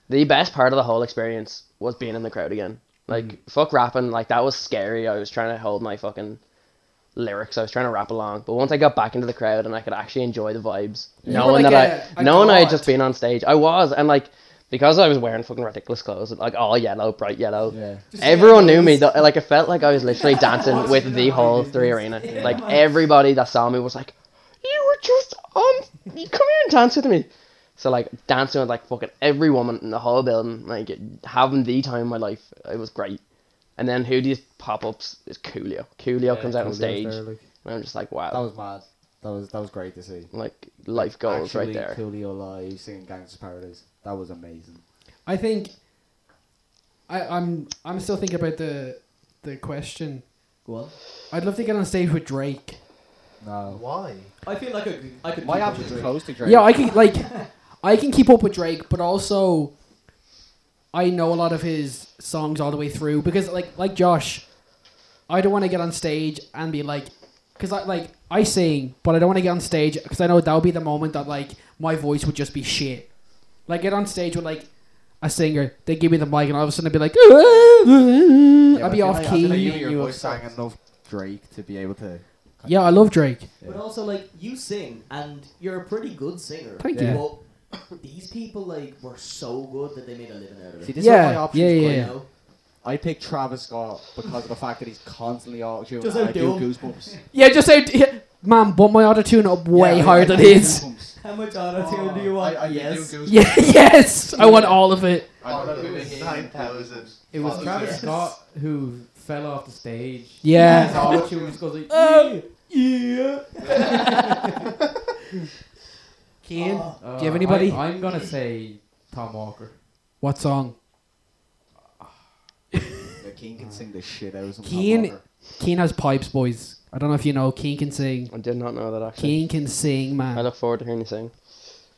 Speaker 3: the best part of the whole experience was being in the crowd again.
Speaker 2: Mm-hmm.
Speaker 3: Like fuck rapping, like that was scary. I was trying to hold my fucking lyrics. I was trying to rap along, but once I got back into the crowd and I could actually enjoy the vibes,
Speaker 2: You were
Speaker 3: knowing
Speaker 2: like
Speaker 3: that
Speaker 2: a-
Speaker 3: I,
Speaker 2: a
Speaker 3: knowing I had
Speaker 2: god.
Speaker 3: just been on stage, I was, and like because I was wearing fucking ridiculous clothes, like all yellow, bright yellow.
Speaker 1: Yeah.
Speaker 3: Everyone knew me. Though, like it felt like I was literally dancing with the whole three arena. Like everybody that saw me was like, "You were just on. Come here and dance with me." So like dancing with like fucking every woman in the whole building, like having the time of my life. It was great. And then who do you pop ups is Coolio. Coolio comes out on stage, and I'm just like,
Speaker 1: That
Speaker 3: wow,
Speaker 1: was mad. That was that was great to see.
Speaker 3: like life goals right
Speaker 1: Actually,
Speaker 3: there.
Speaker 1: Coolio live singing Gangsta's Paradise. That was amazing.
Speaker 2: [laughs] I think. I, I'm I'm still thinking about the the question.
Speaker 4: go on.
Speaker 2: I'd love to get on stage with Drake.
Speaker 1: No.
Speaker 6: Why?
Speaker 4: I feel like I could. I could
Speaker 1: My
Speaker 4: keep up
Speaker 1: app
Speaker 4: with
Speaker 1: is
Speaker 4: Drake.
Speaker 1: close to Drake.
Speaker 2: Yeah, I can like, I can keep up with Drake, but also, I know a lot of his songs all the way through because like like Josh, I don't want to get on stage and be like, because I like I sing, but I don't want to get on stage because I know that would be the moment that like my voice would just be shit. Like get on stage with like a singer, they give me the mic, and all of a sudden I'd be like, "Ah, I'd be off key.
Speaker 12: you-
Speaker 1: You,
Speaker 12: your
Speaker 1: you have
Speaker 12: voice
Speaker 1: sang
Speaker 12: sucks.
Speaker 1: enough Drake to be able to.
Speaker 2: yeah, I love Drake.
Speaker 4: But also, like, you sing, and you're a pretty good singer.
Speaker 2: Thank
Speaker 1: Yeah.
Speaker 4: you. But these people, like, were so good that they made a living out of
Speaker 1: See,
Speaker 4: it.
Speaker 1: this
Speaker 2: Yeah,
Speaker 1: is what my options
Speaker 2: yeah,
Speaker 1: were,
Speaker 2: yeah,
Speaker 1: you
Speaker 4: You
Speaker 2: yeah.
Speaker 1: know?
Speaker 4: know?
Speaker 12: I picked Travis Scott because of the fact that he's constantly all doing
Speaker 4: Just
Speaker 12: I do
Speaker 4: outdo him.
Speaker 12: goosebumps.
Speaker 2: Yeah, just say, [laughs] yeah, man, but my auto tune up way
Speaker 12: Yeah, I-
Speaker 2: higher
Speaker 12: I
Speaker 2: than
Speaker 12: do
Speaker 2: his.
Speaker 12: goosebumps.
Speaker 4: How much auto tune
Speaker 1: Oh,
Speaker 4: do you
Speaker 12: I,
Speaker 4: want?
Speaker 12: I yes.
Speaker 2: [laughs] Yeah, yes, I want all of it.
Speaker 6: I
Speaker 12: Oh,
Speaker 6: don't
Speaker 12: it
Speaker 6: know.
Speaker 12: was
Speaker 6: Nine
Speaker 1: [laughs]
Speaker 6: thousand.
Speaker 11: It was
Speaker 6: Oh,
Speaker 11: Travis
Speaker 6: yes.
Speaker 11: Scott who fell off the stage.
Speaker 2: Yeah.
Speaker 11: His auto-tune
Speaker 2: [laughs]
Speaker 11: just goes like,
Speaker 2: Um,
Speaker 11: yeah.
Speaker 2: Keen.
Speaker 4: Oh,
Speaker 11: Uh,
Speaker 2: Do you have anybody?
Speaker 11: I, am gonna say Tom Walker.
Speaker 2: What song?
Speaker 1: Yeah, Keane can sing the shit out of some
Speaker 2: Keane-
Speaker 1: Keane.
Speaker 2: Keen has pipes, boys. I don't know if you know. Keen can sing.
Speaker 3: I did not know that actually.
Speaker 2: Keen can sing,
Speaker 3: I
Speaker 2: man.
Speaker 3: look forward to hearing you sing.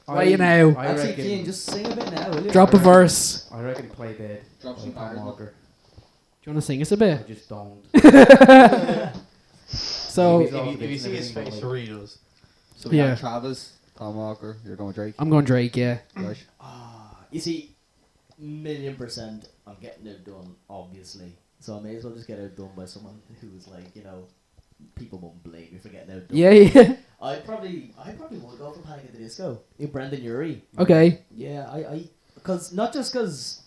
Speaker 2: Right you know.
Speaker 11: I
Speaker 4: Actually,
Speaker 11: reckon.
Speaker 4: Keane, just sing a bit now, will you?
Speaker 2: Drop a verse.
Speaker 11: I reckon he played dead.
Speaker 1: Drop
Speaker 11: on
Speaker 1: some
Speaker 11: Tom
Speaker 1: bars, man.
Speaker 11: Walker.
Speaker 2: Do you want to sing us a
Speaker 11: I
Speaker 2: bit?
Speaker 11: just
Speaker 2: [laughs]
Speaker 11: don't.
Speaker 2: So
Speaker 11: He's all
Speaker 6: If you, if you
Speaker 11: mixed
Speaker 6: see
Speaker 11: and
Speaker 6: his
Speaker 11: everything,
Speaker 6: face,
Speaker 11: like-
Speaker 6: Doritos.
Speaker 1: So we yeah.
Speaker 2: Yeah.
Speaker 1: had Travis, Tom Walker. You're going Drake.
Speaker 2: I'm going Drake. Yeah.
Speaker 1: right?
Speaker 4: Ah, you see, million percent, I'm getting it done, obviously. So I may as well just get it done by someone who's like, you know, people won't blame me for getting it done.
Speaker 2: Yeah. Yeah. [laughs]
Speaker 4: I probably, I probably would go for Panic at the Disco. Yeah, Brandon Urie.
Speaker 2: Okay.
Speaker 4: Yeah, I, I, because not just because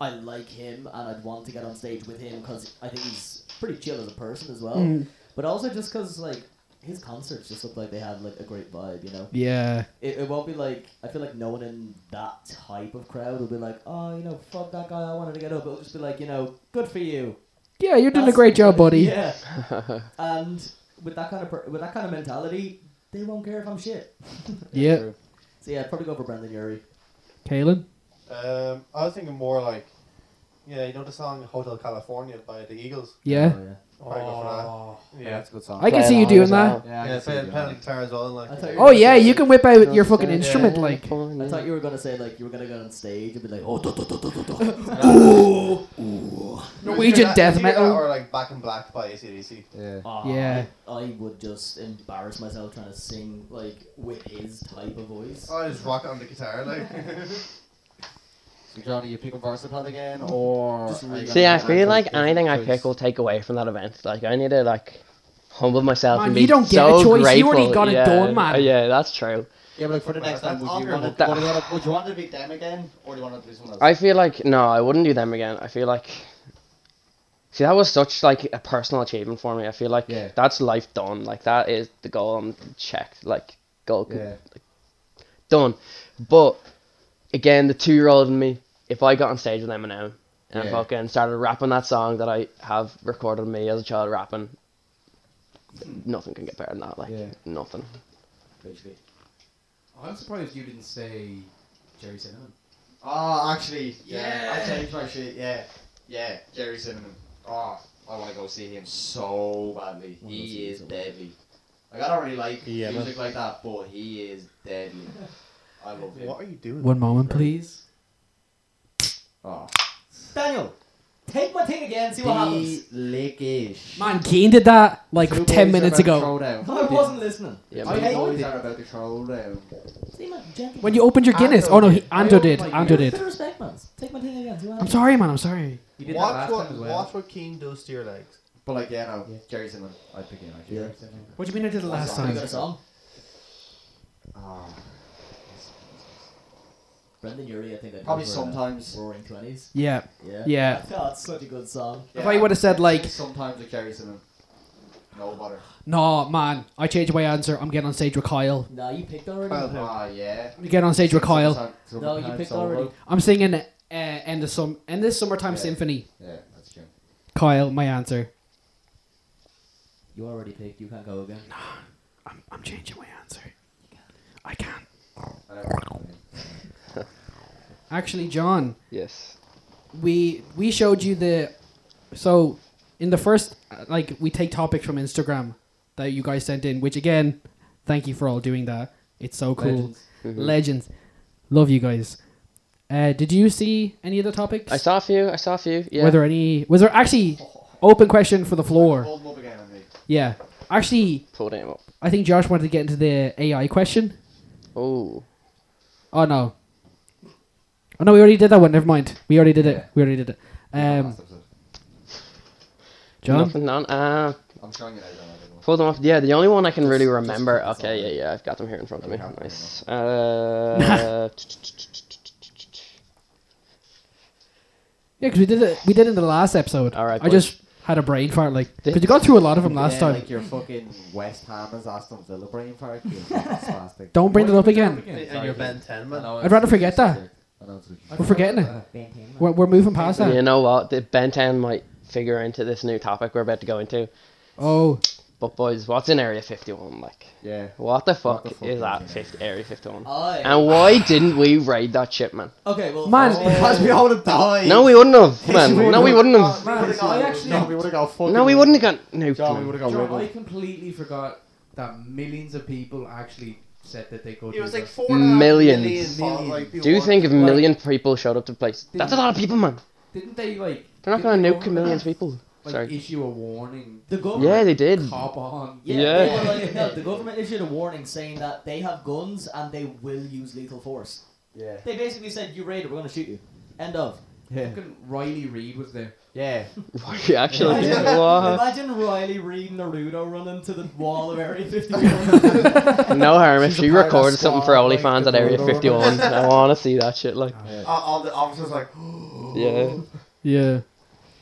Speaker 4: I like him and I'd want to get on stage with him because I think he's pretty chill as a person as well,
Speaker 2: Mm.
Speaker 4: but also just because like his concerts just look like they have like a great vibe, you know.
Speaker 2: Yeah.
Speaker 4: It, it won't be like I feel like no one in that type of crowd will be like, oh, you know, fuck that guy. I wanted to get up. It'll just be like, you know, good for you.
Speaker 2: Yeah, you're doing a
Speaker 4: That's-
Speaker 2: great job, buddy.
Speaker 4: Yeah, and with that kind of per- with that kind of mentality, they won't care if I'm shit.
Speaker 2: Yeah.
Speaker 1: True.
Speaker 4: [laughs] So yeah, I'd probably go for Brendan Urie.
Speaker 2: Kalen.
Speaker 6: Um, I was thinking more like, yeah, you know the song "Hotel California" by the Eagles.
Speaker 2: Yeah.
Speaker 1: Oh, yeah.
Speaker 6: Probably go for that.
Speaker 1: yeah,
Speaker 6: Yeah,
Speaker 1: that's a good song.
Speaker 2: I can
Speaker 3: Play
Speaker 2: see you
Speaker 3: along
Speaker 2: doing
Speaker 3: as
Speaker 2: that.
Speaker 3: well.
Speaker 1: yeah, I
Speaker 6: yeah,
Speaker 1: can see
Speaker 6: play,
Speaker 1: it,
Speaker 6: play the guitar as well. Like,
Speaker 4: I thought you were
Speaker 2: Oh
Speaker 4: gonna
Speaker 2: yeah,
Speaker 4: say-
Speaker 2: you can whip out your fucking
Speaker 3: Yeah.
Speaker 2: instrument like.
Speaker 4: I thought you were gonna say like you were gonna go on stage and be like, oh, duh, duh, duh, duh,
Speaker 2: [laughs]
Speaker 4: duh, duh."
Speaker 6: Either
Speaker 2: Norwegian
Speaker 6: that-
Speaker 2: death
Speaker 6: either that
Speaker 2: metal.
Speaker 6: or like "Back in Black" by ACDC.
Speaker 1: Yeah.
Speaker 4: Ah,
Speaker 2: Yeah.
Speaker 4: I, I would just embarrass myself trying to sing like with his type of voice.
Speaker 6: Oh,
Speaker 1: Uh,
Speaker 6: I just rock it on the guitar [laughs] like.
Speaker 1: So Johnny, you picking Versatile again, or
Speaker 4: Just
Speaker 1: are you
Speaker 4: read-
Speaker 1: gonna
Speaker 3: See, I
Speaker 1: go
Speaker 3: feel
Speaker 1: Drake?
Speaker 3: like
Speaker 1: There's
Speaker 3: anything
Speaker 1: no
Speaker 3: I
Speaker 1: choice.
Speaker 3: pick will take away from that event. Like I need to like humble myself
Speaker 2: Man,
Speaker 3: and be
Speaker 2: you don't get a
Speaker 3: so
Speaker 2: choice. You
Speaker 3: grateful.
Speaker 2: already got it
Speaker 3: yeah,
Speaker 2: done, man.
Speaker 3: uh, Yeah, that's true.
Speaker 1: Yeah, but like for the next
Speaker 6: Well,
Speaker 1: time,
Speaker 6: that's
Speaker 1: would you,
Speaker 6: honorable.
Speaker 1: want to, would, you want to, would you want to beat them again, or do you want to do someone else?
Speaker 3: I feel like no, I wouldn't do them again. I feel like see that was such like a personal achievement for me. I feel like
Speaker 1: Yeah.
Speaker 3: that's life done. Like that is the goal. I'm checked. Like goal con-
Speaker 1: yeah.
Speaker 3: done. But again, the two year old in me, if I got on stage with Eminem and
Speaker 1: Yeah.
Speaker 3: fucking started rapping that song that I have recorded me as a child rapping, nothing can get better than that. Like
Speaker 1: Yeah.
Speaker 3: nothing.
Speaker 1: Basically.
Speaker 11: Oh, I'm surprised you didn't say Jerry Cinnamon.
Speaker 1: Oh, actually, yeah, I changed my shit. Yeah, yeah, Jerry Cinnamon. Oh, I want to go see him so badly.
Speaker 4: Wanna go see
Speaker 1: He
Speaker 4: him
Speaker 1: is
Speaker 4: so badly.
Speaker 1: deadly. Like I don't really like
Speaker 6: Yeah,
Speaker 1: music like that, but he is
Speaker 11: [laughs]
Speaker 1: deadly. I love him.
Speaker 6: What are you doing?
Speaker 2: One moment, please.
Speaker 1: Oh,
Speaker 4: Daniel, take my thing again. See what happens.
Speaker 1: delish.
Speaker 2: Man, Keen did that like
Speaker 1: Two
Speaker 2: ten
Speaker 1: boys are
Speaker 2: minutes
Speaker 1: about to
Speaker 2: ago.
Speaker 1: throw
Speaker 2: [laughs]
Speaker 1: down.
Speaker 4: [laughs] I wasn't listening.
Speaker 3: Yeah,
Speaker 1: Two
Speaker 3: man.
Speaker 4: I-
Speaker 1: boys are about to throw down.
Speaker 4: See my gentle.
Speaker 2: When you opened your Guinness,
Speaker 1: Ando
Speaker 2: oh no, he,
Speaker 1: did. I
Speaker 2: Ando
Speaker 1: opened
Speaker 2: did.
Speaker 1: my
Speaker 2: Ando
Speaker 1: Guinness.
Speaker 2: did.
Speaker 4: respect, man. Take my thing again. See what
Speaker 2: I'm
Speaker 4: happens.
Speaker 2: sorry, man. I'm sorry.
Speaker 11: You did that
Speaker 6: Watch
Speaker 11: last
Speaker 6: what
Speaker 11: time as well.
Speaker 6: watch what Keane does to your legs.
Speaker 1: But like, yeah, no,
Speaker 11: Yeah.
Speaker 1: Jerry Cinnamon. I'd pick him actually.
Speaker 11: Jerry Cinnamon.
Speaker 2: What do you mean I did it last
Speaker 4: You
Speaker 2: time?
Speaker 4: got a song?
Speaker 1: Oh.
Speaker 4: Brendan Urie, I think that uh,
Speaker 1: Probably sometimes.
Speaker 4: Roaring Twenties.
Speaker 2: Yeah.
Speaker 4: Yeah. [laughs]
Speaker 2: Yeah.
Speaker 4: Oh, it's such a good song.
Speaker 2: If I would have said like,
Speaker 1: sometimes with Jerry Cinnamon. No butter.
Speaker 2: no, man, I changed my answer. I'm getting on stage with Kyle.
Speaker 4: No, you picked already.
Speaker 6: Kyle Hill.
Speaker 1: Ah, yeah.
Speaker 2: I'm getting on stage with Kyle.
Speaker 1: Sometimes-
Speaker 4: No, you
Speaker 1: sometimes
Speaker 4: picked
Speaker 1: solo.
Speaker 4: already.
Speaker 2: I'm singing uh, end of some end this summertime
Speaker 1: Yeah.
Speaker 2: symphony.
Speaker 1: Yeah, that's true.
Speaker 2: Kyle, my answer.
Speaker 4: You already picked. You can't go again.
Speaker 2: I'm, I'm changing my answer. I can't.
Speaker 1: I don't know.
Speaker 2: Actually, John,
Speaker 3: Yes.
Speaker 2: we we showed you the so in the first uh, like we take topics from Instagram that you guys sent in, which again, thank you for all doing that. It's so cool.
Speaker 1: Legends.
Speaker 3: Mm-hmm.
Speaker 2: Legends. Love you guys. Uh, did you see any of the topics?
Speaker 3: I saw a few. I saw a few. Yeah.
Speaker 2: Were there any? Was there actually open question for the floor?
Speaker 1: Hold them up again on me.
Speaker 2: Yeah. Actually,
Speaker 3: Pull him up.
Speaker 2: I think Josh wanted to get into the AI question.
Speaker 3: Oh,
Speaker 2: Oh no. Oh no, we already did that one. Never mind. We already did it. We already did it. Um, John.
Speaker 3: nothing on. Uh,
Speaker 6: I'm showing you now, John. I don't know.
Speaker 3: pull them up. Yeah, the only one I can really
Speaker 6: Just- just
Speaker 3: remember.
Speaker 6: put this
Speaker 3: okay,
Speaker 6: on.
Speaker 3: yeah, yeah, I've got them here in front of
Speaker 6: Yeah,
Speaker 3: me.
Speaker 6: we have them
Speaker 3: Nice. Uh,
Speaker 2: Yeah, because we did it. We did it in the last episode.
Speaker 3: All right,
Speaker 2: I just had a brain fart, like
Speaker 3: Did-
Speaker 2: because you got through a lot of them last
Speaker 1: yeah,
Speaker 2: time.
Speaker 1: like your fucking West Ham is Aston Villa brain
Speaker 2: [laughs]
Speaker 1: fart. You fucking spastic.
Speaker 2: Don't bring it up again.
Speaker 6: And your Ben 10, man.
Speaker 2: I'd rather forget that.
Speaker 1: I know it's-
Speaker 2: We're forgetting it. We're, we're moving past that.
Speaker 3: you know what? The Ben 10 might figure into this new topic we're about to go into.
Speaker 2: Oh,
Speaker 3: But boys, what's in Area 51 like?
Speaker 1: Yeah.
Speaker 3: What the fuck,
Speaker 1: What the fuck
Speaker 3: is
Speaker 1: is
Speaker 3: that
Speaker 1: it?
Speaker 3: 50, Area 51?
Speaker 4: Aye.
Speaker 3: And why didn't we raid that shit, man?
Speaker 4: Okay, well,
Speaker 2: Man,
Speaker 3: Oh.
Speaker 4: first of all-
Speaker 1: Because we all would have died.
Speaker 3: No, we wouldn't have, man. No, we wouldn't have.
Speaker 1: I actually. No, we would have got
Speaker 6: Oh,
Speaker 1: fucking.
Speaker 3: No, we wouldn't have got nuked.
Speaker 1: John, we
Speaker 3: man.
Speaker 1: would have got
Speaker 11: John, I
Speaker 1: riddled.
Speaker 11: completely forgot that millions of people actually said that they could.
Speaker 6: It
Speaker 11: do
Speaker 6: was
Speaker 11: that.
Speaker 6: like four and a half
Speaker 3: Millions.
Speaker 6: million follow- like, people
Speaker 3: Do you
Speaker 6: watched
Speaker 3: think if
Speaker 6: it.
Speaker 3: a million people showed up to the place?
Speaker 11: Didn't-
Speaker 3: That's a lot of people, man.
Speaker 11: Didn't they like?
Speaker 3: They're not going
Speaker 11: didn't they
Speaker 3: to nuke a million
Speaker 11: like,
Speaker 3: people.
Speaker 11: Like
Speaker 3: Sorry.
Speaker 11: issue a warning.
Speaker 4: the government.
Speaker 3: Yeah, they did. [laughs]
Speaker 11: Cop on.
Speaker 4: Yeah,
Speaker 3: Yeah.
Speaker 4: They were like, no, the government issued a warning saying that they have guns and they will use lethal force.
Speaker 1: Yeah.
Speaker 4: They basically said, "You raid it, we're gonna shoot you." End of.
Speaker 1: Yeah.
Speaker 11: Fucking Riley Reid was there.
Speaker 1: Yeah.
Speaker 3: Right, Actually,
Speaker 4: Imagine, [laughs]
Speaker 3: Wow.
Speaker 4: imagine Riley Reed Naruto running to the wall of Area [laughs] 51.
Speaker 3: no harm if
Speaker 1: She's a
Speaker 3: she
Speaker 1: part of
Speaker 3: recorded
Speaker 1: squad,
Speaker 3: something for
Speaker 1: like,
Speaker 3: OnlyFans at
Speaker 1: the
Speaker 3: Area
Speaker 1: Lord Orville.
Speaker 3: 51. I want to see that shit. Like,
Speaker 6: Uh, all the officers like, [gasps]
Speaker 3: yeah,
Speaker 2: [laughs] yeah.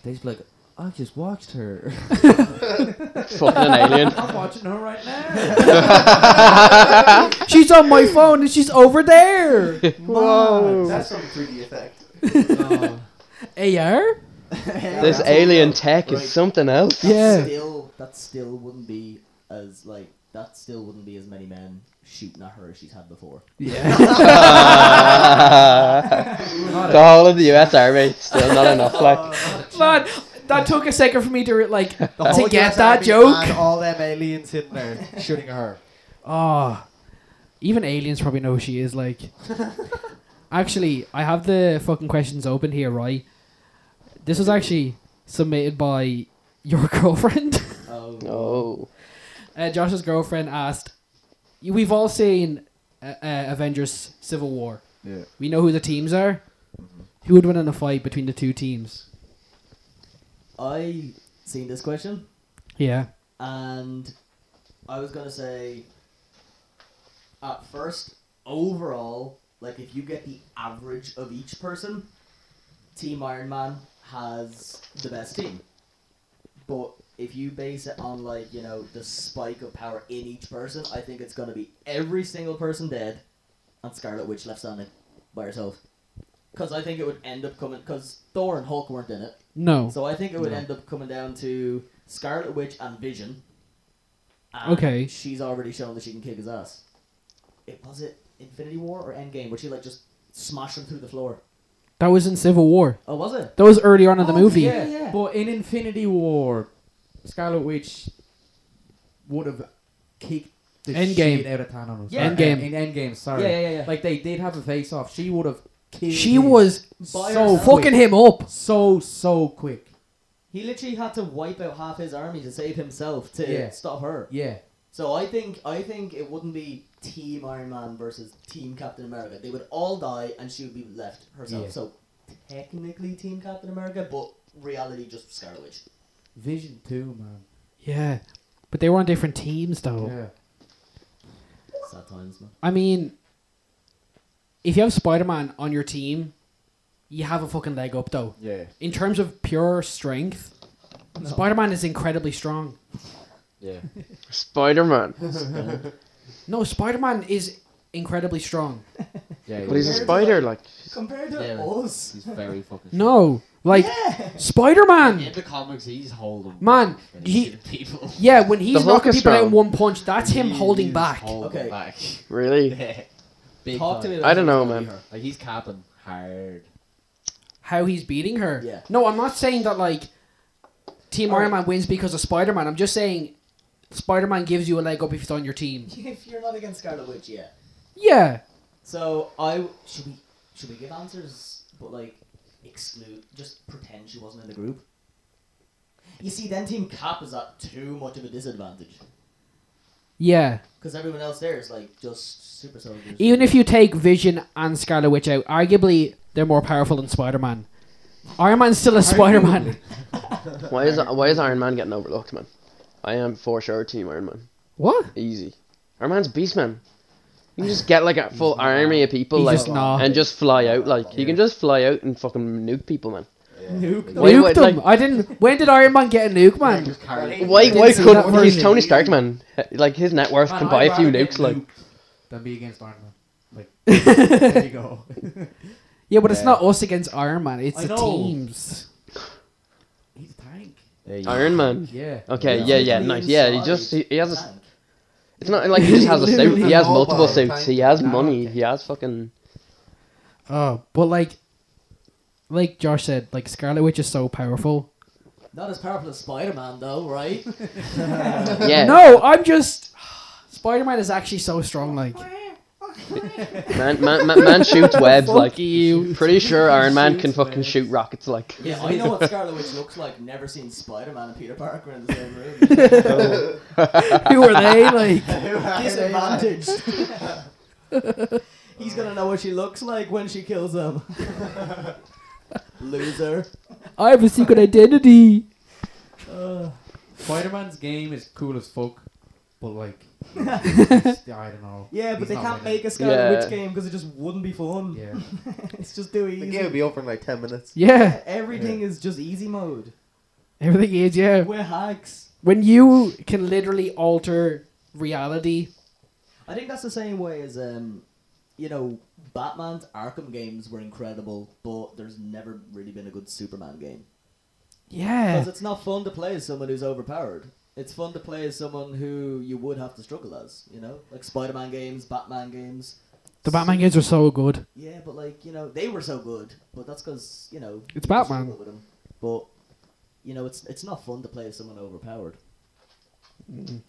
Speaker 1: They just be like, I just watched her.
Speaker 3: fucking an alien.
Speaker 11: I'm watching her right now.
Speaker 2: She's on my phone and she's over there.
Speaker 3: [laughs] Whoa.
Speaker 6: that's some 3D effect.
Speaker 2: AR?
Speaker 3: This alien [laughs] tech is something else.
Speaker 2: Yeah.
Speaker 4: Still, that still wouldn't be as like that. Still wouldn't be as many men shooting at her as she's had before.
Speaker 2: Yeah.
Speaker 3: Uh,
Speaker 2: [laughs]
Speaker 3: the whole of the US Army still not enough.
Speaker 2: [laughs]
Speaker 3: Like,
Speaker 2: Man, that took a second for me to re- like
Speaker 1: The
Speaker 2: to
Speaker 1: whole
Speaker 2: get
Speaker 1: US
Speaker 2: that
Speaker 1: Army
Speaker 2: joke.
Speaker 1: And all them aliens sitting there shooting at her.
Speaker 2: Oh, even aliens probably know who she is.
Speaker 4: [laughs]
Speaker 2: Like, actually, I have the fucking questions open here, right? This was actually submitted by your [laughs] girlfriend.
Speaker 4: Oh,
Speaker 3: no.
Speaker 2: uh, Josh's girlfriend asked, "You- "We've all seen uh, uh, Avengers: Civil War.
Speaker 1: Yeah.
Speaker 2: We know who the teams are.
Speaker 4: Mm-hmm.
Speaker 2: Who would win in a fight between the two teams?"
Speaker 4: I seen this question
Speaker 2: Yeah.
Speaker 4: and I was gonna say at first overall, like if you get the average of each person, Team Iron Man has the best team. But if you base it on like you know the spike of power in each person, I think it's gonna be every single person dead, and Scarlet Witch left standing by herself. Because I think it would end up coming. Because Thor and Hulk weren't in it.
Speaker 2: Oh. No.
Speaker 4: So I think it would end up coming down to Scarlet Witch and Vision. And
Speaker 2: Okay.
Speaker 4: She's already shown that she can kick his ass. It was it Infinity War or Endgame where she like just smashed him through the floor.
Speaker 2: That was in Civil War.
Speaker 4: Oh, was it? Oh,
Speaker 2: That was earlier on in the movie.
Speaker 11: Yeah,
Speaker 4: yeah.
Speaker 11: But in Infinity War, Scarlet Witch would have kicked the
Speaker 2: Endgame.
Speaker 11: shit out of Thanos. Uh,
Speaker 4: Yeah.
Speaker 2: Endgame.
Speaker 11: In Endgame, sorry.
Speaker 4: Yeah, yeah, yeah, yeah.
Speaker 11: Like they did have a face off. She would have killed.
Speaker 2: She
Speaker 11: him
Speaker 2: was
Speaker 4: By
Speaker 11: so
Speaker 4: herself.
Speaker 11: fucking
Speaker 2: fucking him up.
Speaker 11: so so quick.
Speaker 4: He literally had to wipe out half his army to save himself to
Speaker 11: Yeah.
Speaker 4: stop her.
Speaker 11: Yeah.
Speaker 4: So I think I think it wouldn't be Team Iron Man versus Team Captain America. They would all die and she would be left herself.
Speaker 11: Yeah.
Speaker 4: So technically Team Captain America, but reality just Scarlet Witch.
Speaker 11: Vision too, man.
Speaker 2: Yeah. But they were on different teams, though.
Speaker 11: Yeah.
Speaker 4: Sad times, man.
Speaker 2: I mean, if you have Spider Man on your team, you have a fucking leg up, though.
Speaker 1: Yeah.
Speaker 2: In terms of pure strength, Spider Man is incredibly strong.
Speaker 1: Yeah.
Speaker 3: Spider Man.
Speaker 2: No, Spider Man is incredibly strong.
Speaker 1: Yeah.
Speaker 3: But he's a spider, like.
Speaker 4: Compared to
Speaker 1: Yeah.
Speaker 4: us.
Speaker 1: He's very fucking.
Speaker 2: No, like
Speaker 4: yeah.
Speaker 2: Spider Man.
Speaker 1: the comics, he's holding.
Speaker 2: Man, he-
Speaker 1: people.
Speaker 2: Yeah, when he's
Speaker 3: The Hulk
Speaker 2: knocking
Speaker 3: is
Speaker 2: people out in
Speaker 3: strong.
Speaker 2: one punch, [laughs] that's him holding back.
Speaker 4: Okay.
Speaker 1: Back. [laughs]
Speaker 3: Really?
Speaker 1: Yeah. Big
Speaker 4: Talk to
Speaker 1: time.
Speaker 4: me.
Speaker 3: I don't know,
Speaker 4: about
Speaker 3: man.
Speaker 1: Like he's capping hard.
Speaker 2: How he's beating her.
Speaker 4: Yeah.
Speaker 2: No, I'm not saying that like Team
Speaker 4: Alright.
Speaker 2: Iron Man wins because of Spider Man. I'm just saying Spider Man gives you a leg up if it's on your team.
Speaker 4: [laughs] If you're not against Scarlet Witch, yeah.
Speaker 2: Yeah.
Speaker 4: So I should we should we give answers, but like exclude, just pretend she wasn't in the group. You see, then Team Cap is at too much of a disadvantage.
Speaker 2: Yeah.
Speaker 16: Because everyone else there is like just super soldiers.
Speaker 2: Even if you take Vision and Scarlet Witch out, arguably they're more powerful than Spider Man. Iron Man's still a Spider Man.
Speaker 3: Why is why is Iron Man getting overlooked, man? I am for sure Team Iron Man.
Speaker 2: What?
Speaker 3: Easy. Iron Man's beast man. You can just get like a full army of people,
Speaker 2: He's
Speaker 3: like,
Speaker 2: just not.
Speaker 3: and just fly out. Like you can just fly out and fucking nuke people, man.
Speaker 2: Nuke
Speaker 3: Why- why-
Speaker 2: Nuked them.
Speaker 3: like-
Speaker 2: I didn't. When did Iron Man get a nuke, man?
Speaker 3: Why?
Speaker 2: didn't
Speaker 3: Why
Speaker 2: see
Speaker 3: could
Speaker 2: that version.
Speaker 3: he's Tony Stark, man? Like his net worth
Speaker 11: Man,
Speaker 3: can
Speaker 11: I'd
Speaker 3: buy a few
Speaker 11: rather get
Speaker 3: nukes. Like
Speaker 11: nuked Than be against Iron Man. Like, there you go.
Speaker 2: Yeah, but it's
Speaker 1: Yeah.
Speaker 2: not us against Iron Man. It's
Speaker 11: I
Speaker 2: the
Speaker 11: know.
Speaker 2: teams.
Speaker 11: He's a tank.
Speaker 1: There you
Speaker 3: Iron Man.
Speaker 11: Yeah.
Speaker 3: Okay,
Speaker 1: Yeah.
Speaker 3: yeah, yeah, nice, yeah. He
Speaker 4: Inside
Speaker 3: just he, he has. A,
Speaker 4: tank.
Speaker 3: it's not like he just
Speaker 2: [laughs]
Speaker 3: has a suit. He has
Speaker 6: Mobile
Speaker 3: multiple
Speaker 6: tank.
Speaker 3: suits. He has
Speaker 2: Ah,
Speaker 3: money. He has
Speaker 2: [laughs]
Speaker 3: fucking.
Speaker 2: Oh, but like, like Josh said, like Scarlet Witch is so powerful.
Speaker 16: Not as powerful as Spider Man though, right?
Speaker 3: Yeah.
Speaker 2: No, I'm just. [sighs] Spider Man is actually so strong. Like, [laughs]
Speaker 3: Man, man, man, man shoots webs.
Speaker 2: Fuck
Speaker 3: like
Speaker 2: you.
Speaker 3: pretty sure Iron Man can
Speaker 11: Shoots
Speaker 3: fucking
Speaker 11: webs.
Speaker 3: shoot rockets. Like
Speaker 4: Yeah, I know what Scarlet Witch looks like. Never seen Spider Man and Peter Parker in the same
Speaker 2: [laughs]
Speaker 4: room.
Speaker 2: who are they? Like,
Speaker 4: Disadvantaged. He's gonna know what she looks like when she kills him. Loser.
Speaker 2: I have a secret identity.
Speaker 4: Uh,
Speaker 11: Spider Man's game is cool as fuck, but
Speaker 3: [laughs]
Speaker 11: like, it's- I don't know.
Speaker 4: yeah, but
Speaker 11: He's
Speaker 4: they
Speaker 11: not
Speaker 4: can't
Speaker 11: winning.
Speaker 4: make a Scarlet
Speaker 3: Yeah.
Speaker 4: Witch game because it just wouldn't be fun.
Speaker 11: Yeah.
Speaker 4: [laughs] it's just too
Speaker 6: The
Speaker 4: easy.
Speaker 6: game will be over in like 10 minutes.
Speaker 2: Yeah,
Speaker 4: Everything is just easy mode.
Speaker 2: everything is yeah.
Speaker 4: We're hacks.
Speaker 2: When you can literally alter reality.
Speaker 4: I think that's the same way as um, you know, Batman's Arkham games were incredible, but there's never really been a good Superman game.
Speaker 2: Yeah. Eh.
Speaker 4: Because it's not fun to play as someone who's overpowered. It's fun to play as someone who you would have to struggle as, you know? Like Spider Man games, Batman games.
Speaker 2: The Batman games are so good.
Speaker 4: Yeah, but like, you know, they were so good. But that's because, you know.
Speaker 2: It's
Speaker 4: you
Speaker 2: Batman.
Speaker 4: struggle with 'em. But, you know, it's it's not fun to play as someone overpowered.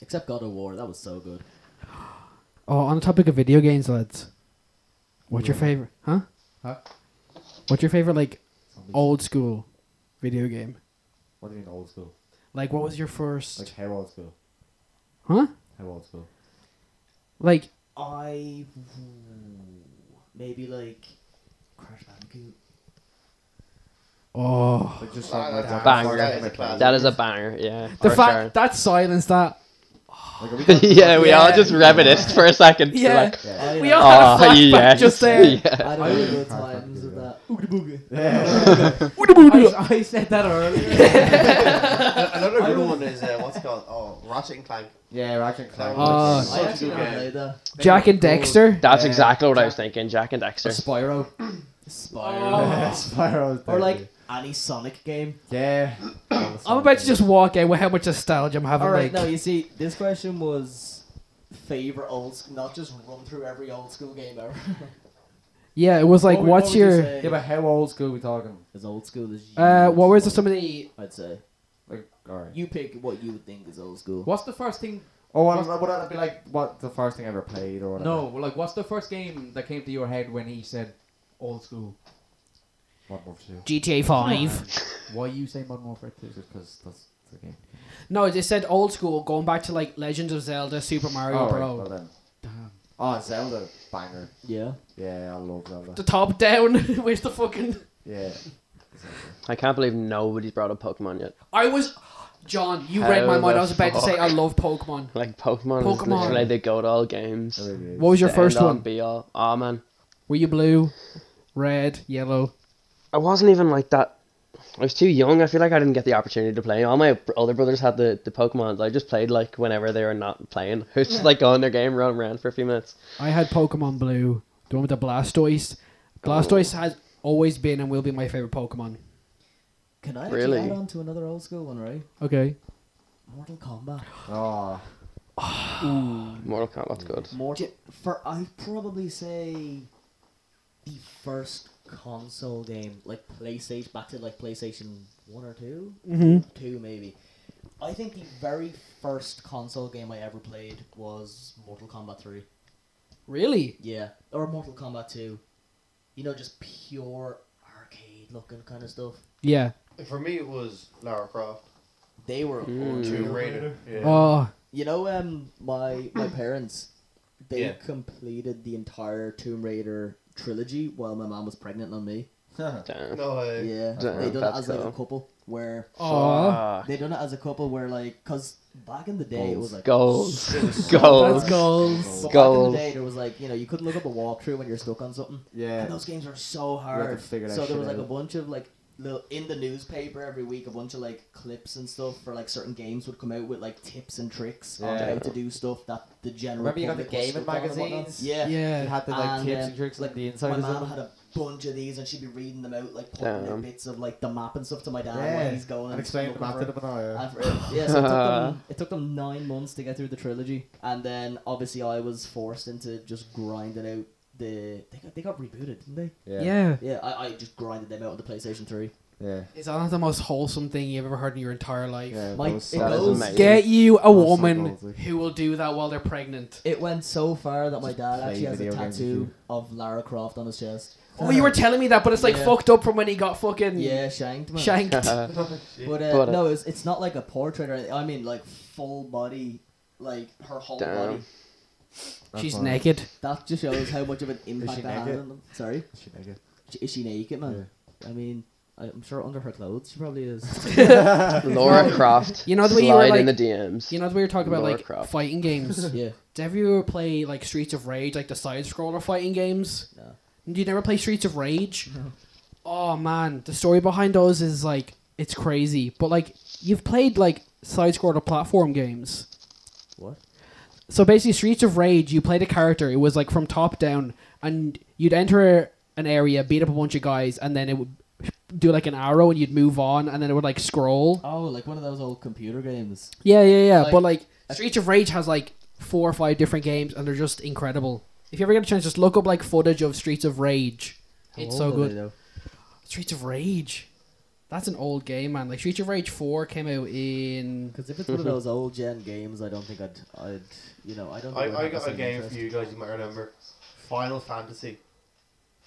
Speaker 4: Except God of War, that was so good.
Speaker 2: Oh, on the topic of video games, lads. What's your favorite? Huh?
Speaker 11: Huh?
Speaker 2: What's your favorite like old school video game?
Speaker 1: What do you mean old school?
Speaker 2: Like, what was your first?
Speaker 1: Like how old school?
Speaker 2: huh?
Speaker 1: How old school?
Speaker 2: Like,
Speaker 4: I. Maybe like. Crash Bandicoot.
Speaker 2: oh,
Speaker 1: Like just
Speaker 6: Ah,
Speaker 1: something like that.
Speaker 6: that's
Speaker 3: bang.
Speaker 1: Like,
Speaker 6: That is
Speaker 1: like,
Speaker 6: a classic.
Speaker 3: that is a banger. Yeah.
Speaker 2: the
Speaker 3: for
Speaker 2: fact
Speaker 3: sure.
Speaker 2: that silence that
Speaker 1: are
Speaker 3: [laughs]
Speaker 1: we talking-
Speaker 3: yeah, we all
Speaker 2: Yeah.
Speaker 3: just reminisced for a second.
Speaker 2: Yeah.
Speaker 3: Yeah. Like,
Speaker 2: [laughs]
Speaker 1: Yeah.
Speaker 2: we all had a
Speaker 3: oh,
Speaker 2: flashback
Speaker 3: yeah. [laughs]
Speaker 2: just there.
Speaker 4: I
Speaker 3: Yeah.
Speaker 4: had
Speaker 11: I
Speaker 4: really
Speaker 11: would-
Speaker 4: good times with that.
Speaker 11: I, I said that earlier.
Speaker 6: Another good one is, uh, what's it called? Oh, Ratchet and Clank.
Speaker 1: Yeah, Ratchet and Clank. [laughs]
Speaker 2: Oh,
Speaker 1: Like,
Speaker 4: I
Speaker 6: Such a
Speaker 4: actually
Speaker 6: good
Speaker 4: never
Speaker 6: game.
Speaker 4: played that.
Speaker 2: Jack and Dexter.
Speaker 3: That's
Speaker 1: Yeah.
Speaker 3: exactly what I was thinking. Jack and Dexter.
Speaker 1: Spyro.
Speaker 4: Spyro.
Speaker 1: Spyro's
Speaker 4: Or
Speaker 1: deadly.
Speaker 4: like any Sonic game.
Speaker 1: Yeah.
Speaker 2: I'm about to just walk out with how much nostalgia I'm having.
Speaker 4: All right,
Speaker 2: like,
Speaker 4: no, you see, this question was favorite old, sc- not just run through every old school game ever.
Speaker 2: yeah, it was [laughs] like,
Speaker 4: What would-
Speaker 2: what's
Speaker 4: what would you
Speaker 2: your?
Speaker 4: say
Speaker 1: Yeah, but how old school are we talking?
Speaker 4: As old school as you.
Speaker 2: Uh, what
Speaker 4: was
Speaker 2: was some of the?
Speaker 4: I'd say
Speaker 1: Like, alright.
Speaker 4: you pick what you would think is old school.
Speaker 11: What's the first thing?
Speaker 1: Oh, well, would that be like what the first thing I ever played or whatever?
Speaker 11: No, like, what's the first game that came to your head when he said old school?
Speaker 1: Modern Warfare Two.
Speaker 2: GTA Five.
Speaker 11: Why you say Modern Warfare 2?
Speaker 1: Just because that's the game.
Speaker 2: No, they said old school, going back to like Legends of Zelda, Super Mario
Speaker 1: Alright,
Speaker 2: Bros.
Speaker 1: well then.
Speaker 11: Damn.
Speaker 1: Oh, Zelda banger.
Speaker 4: Yeah.
Speaker 1: Yeah, I love Zelda.
Speaker 2: The top down. [laughs] Where's the fucking?
Speaker 1: Yeah.
Speaker 3: I can't believe nobody's brought up Pokemon yet.
Speaker 2: I was, John. You read my
Speaker 3: How
Speaker 2: mind. I
Speaker 3: the
Speaker 2: was about to say I love Pokemon.
Speaker 3: Like Pokemon, is
Speaker 2: Pokemon.
Speaker 3: literally the go to all games.
Speaker 1: it really is.
Speaker 2: What was your
Speaker 3: The
Speaker 2: first
Speaker 3: end-all
Speaker 2: one?
Speaker 3: Be all. Oh man,
Speaker 2: Were you blue, red, yellow?
Speaker 3: I wasn't even like that. I was too young. I feel like I didn't get the opportunity to play. All my br- older brothers had the the Pokemon. I just played like whenever they were not playing. [laughs] It was just like on their game, run around for a few minutes.
Speaker 2: I had Pokemon Blue, the one with the Blastoise. Blastoise has always been and will be my favorite Pokemon.
Speaker 4: Can I actually
Speaker 3: Really?
Speaker 4: add on to another old school one, right?
Speaker 2: Okay.
Speaker 4: Mortal Kombat.
Speaker 1: Oh,
Speaker 3: Mortal Kombat's good.
Speaker 4: Mortal. For I probably say the first console game, like PlayStation, back to like PlayStation One or two.
Speaker 2: Mm-hmm.
Speaker 4: two maybe. I think the very first console game I ever played was Mortal Kombat three.
Speaker 2: Really?
Speaker 4: Yeah, or Mortal Kombat two. You know, just pure arcade looking kind of stuff.
Speaker 2: Yeah.
Speaker 6: For me, it was Lara Croft.
Speaker 4: They were
Speaker 3: Mm.
Speaker 4: unreal.
Speaker 6: Tomb Raider. Yeah.
Speaker 2: Oh,
Speaker 4: You know, um, my
Speaker 3: [laughs]
Speaker 4: my parents, they
Speaker 12: Yeah.
Speaker 4: completed the entire Tomb Raider trilogy while my mom was pregnant on me.
Speaker 3: Damn.
Speaker 6: No, uh,
Speaker 4: Yeah,
Speaker 3: Damn,
Speaker 4: they done it
Speaker 3: that's
Speaker 4: as like a
Speaker 3: cool.
Speaker 4: couple where
Speaker 2: Aw.
Speaker 3: Fuck.
Speaker 4: they done it as a couple where like because back in the day it was like
Speaker 3: Goals. [laughs]
Speaker 4: Goals.
Speaker 3: Goals.
Speaker 2: goals.
Speaker 4: But back in
Speaker 3: Goals.
Speaker 4: the day, there was like you know you couldn't look up a walkthrough when you're stuck on something.
Speaker 1: Yeah.
Speaker 4: And those games were so
Speaker 1: to
Speaker 4: hard.
Speaker 1: figure that
Speaker 4: so there
Speaker 1: shit
Speaker 4: was like a
Speaker 1: out.
Speaker 4: bunch of like little in the newspaper every week, a bunch of like clips and stuff for like certain games would come out with like tips and tricks on
Speaker 1: Yeah.
Speaker 4: how to do stuff that the general.
Speaker 1: Remember you got the
Speaker 4: public was
Speaker 1: gaming
Speaker 4: stuck on and whatnot?
Speaker 1: magazines?
Speaker 4: Yeah.
Speaker 1: You
Speaker 2: Yeah.
Speaker 1: had the like
Speaker 4: And,
Speaker 1: tips
Speaker 4: um,
Speaker 1: and tricks
Speaker 4: like,
Speaker 1: like the inside
Speaker 4: My
Speaker 1: of
Speaker 4: mom
Speaker 1: them.
Speaker 4: had a bunch of these, and she'd be reading them out, like putting
Speaker 3: Damn.
Speaker 4: out bits of like the map and stuff to my dad
Speaker 1: Yeah.
Speaker 4: while he's going
Speaker 1: And explained
Speaker 4: looking
Speaker 1: them
Speaker 4: for
Speaker 1: after the banana.
Speaker 4: and for- yeah, so it
Speaker 1: [laughs]
Speaker 4: took, them, it took them nine months to get through the trilogy, and then obviously I was forced into just grinding out the. They got, they got rebooted, didn't they?
Speaker 2: Yeah.
Speaker 4: Yeah, I, I just grinded them out on the PlayStation Three.
Speaker 1: Yeah.
Speaker 2: Is that not the most wholesome thing you've ever heard in your entire life?
Speaker 1: Yeah.
Speaker 4: Mike,
Speaker 1: those-
Speaker 4: it
Speaker 1: that is
Speaker 4: goes-
Speaker 1: amazing.
Speaker 2: Get you a
Speaker 1: so
Speaker 2: woman
Speaker 1: ballsy.
Speaker 2: who will do that while they're pregnant.
Speaker 4: It went so far that my
Speaker 1: Just
Speaker 4: dad
Speaker 1: play
Speaker 4: actually has a
Speaker 1: video games with
Speaker 4: tattoo
Speaker 1: you.
Speaker 4: of Lara Croft on his chest.
Speaker 2: Oh, you were telling me that, but it's like
Speaker 4: Yeah.
Speaker 2: fucked up from when he got fucking
Speaker 1: Mm.
Speaker 4: Yeah, shanked man. [laughs]
Speaker 2: shanked.
Speaker 3: [laughs]
Speaker 4: But, uh,
Speaker 3: But, uh,
Speaker 4: no, it's, it's not like a portrait or anything. I mean, like full body, like her whole
Speaker 3: Damn.
Speaker 4: body.
Speaker 1: That's
Speaker 2: She's
Speaker 1: fine.
Speaker 2: naked.
Speaker 4: That just shows how much of an impact that had
Speaker 1: naked?
Speaker 4: on them. Sorry.
Speaker 1: She naked.
Speaker 4: Is she naked, man? I mean, I- I'm sure under her clothes, she probably is.
Speaker 2: [laughs]
Speaker 3: Laura Croft.
Speaker 2: You know the way
Speaker 3: slide
Speaker 2: you were like-
Speaker 3: in the DMs.
Speaker 2: You know, we were talking about
Speaker 3: Lara
Speaker 2: like
Speaker 3: Croft.
Speaker 2: fighting
Speaker 4: [laughs]
Speaker 2: games.
Speaker 4: yeah.
Speaker 2: Did ever you ever play like Streets of Rage, like the side scroller fighting games?
Speaker 4: No.
Speaker 2: Do you never play Streets of Rage? Oh man, the story behind those is like it's crazy. But like you've played like side scroller platform games.
Speaker 4: What?
Speaker 2: So basically Streets of Rage, you played a character, it was like from top down and you'd enter an area, beat up a bunch of guys, and then it would do like an arrow and you'd move on and then it would like scroll.
Speaker 4: Oh, like one of those old computer games.
Speaker 2: Yeah, yeah, yeah.
Speaker 4: Like-
Speaker 2: but like Streets of Rage has like four or five different games, and they're just incredible. If you ever get a chance, just look up like footage of Streets of Rage. It's so good. Streets of Rage. That's an old game, man. Like Streets of Rage Four came out in.
Speaker 4: Because if it's [laughs] one of those old gen games, I don't think I'd, I'd you know, I don't.
Speaker 6: I,
Speaker 4: think I'd
Speaker 6: I
Speaker 4: have the
Speaker 6: got a
Speaker 4: same
Speaker 6: game
Speaker 4: interest.
Speaker 6: for you guys you might remember. Final Fantasy.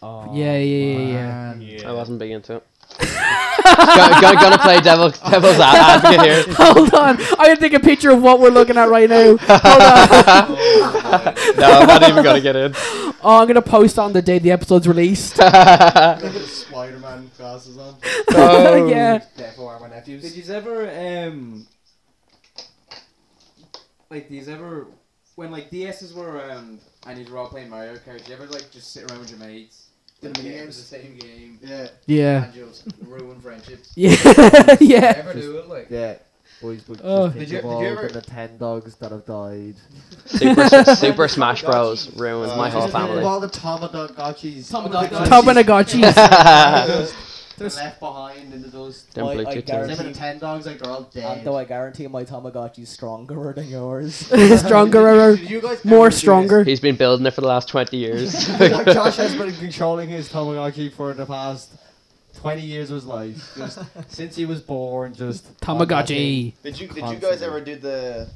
Speaker 2: Oh, yeah, yeah, yeah, yeah.
Speaker 6: [laughs] Yeah.
Speaker 3: I wasn't big
Speaker 2: [laughs]
Speaker 3: into it. go, go, gonna play devil, devil's advocate here.
Speaker 2: [laughs] Hold on, I can take a picture of what we're looking at right now. Hold
Speaker 6: [laughs]
Speaker 2: on.
Speaker 6: Oh,
Speaker 3: [laughs] No, I'm not even gonna
Speaker 2: [laughs]
Speaker 3: get in. [laughs]
Speaker 2: Oh, I'm gonna post on the day the episode's released. [laughs]
Speaker 6: Spider Man glasses on.
Speaker 3: No.
Speaker 2: Oh, yeah.
Speaker 6: Defo are my nephews.
Speaker 5: Did you ever um like these ever when like DSs were around and you were all playing Mario Kart? Did you ever like just sit around with your mates? The
Speaker 6: Like
Speaker 5: mini
Speaker 6: games?
Speaker 5: games the same game
Speaker 6: Yeah.
Speaker 2: Yeah.
Speaker 5: and just ruin friendships.
Speaker 2: [laughs] Yeah.
Speaker 5: Did
Speaker 3: Eh.
Speaker 5: you
Speaker 2: yeah.
Speaker 5: ever do it like?
Speaker 1: Yeah. Boys would
Speaker 2: Oh.
Speaker 1: just
Speaker 6: Did
Speaker 1: think
Speaker 6: you-
Speaker 1: of
Speaker 6: did you
Speaker 1: all
Speaker 6: ever-
Speaker 1: the ten dogs that have died. Uh,
Speaker 3: Super, Super Smash Bros. ruined my whole
Speaker 6: Just think of
Speaker 3: family.
Speaker 6: All the Tamagotchis.
Speaker 4: Tamagotchis.
Speaker 3: [laughs]
Speaker 1: [laughs]
Speaker 2: Tamagotchis.
Speaker 6: They're left behind into those.
Speaker 3: Them
Speaker 4: I-
Speaker 3: blue
Speaker 4: I
Speaker 3: chickens.
Speaker 4: guarantee-
Speaker 6: Seven to ten dogs, like they're all
Speaker 4: And
Speaker 1: [laughs]
Speaker 6: dead.
Speaker 4: though I guarantee my Tamagotchi's stronger [laughs] than yours.
Speaker 2: Stronger.
Speaker 6: Did you guys
Speaker 2: More
Speaker 6: ever do
Speaker 2: stronger.
Speaker 3: He's been building it for the last 20 years. [laughs]
Speaker 1: Josh has been controlling his Tamagotchi for the past twenty years of his life. Just since he was born, just
Speaker 2: Tamagotchi.
Speaker 6: this? Did you Did you guys
Speaker 1: Constantly.
Speaker 6: ever do the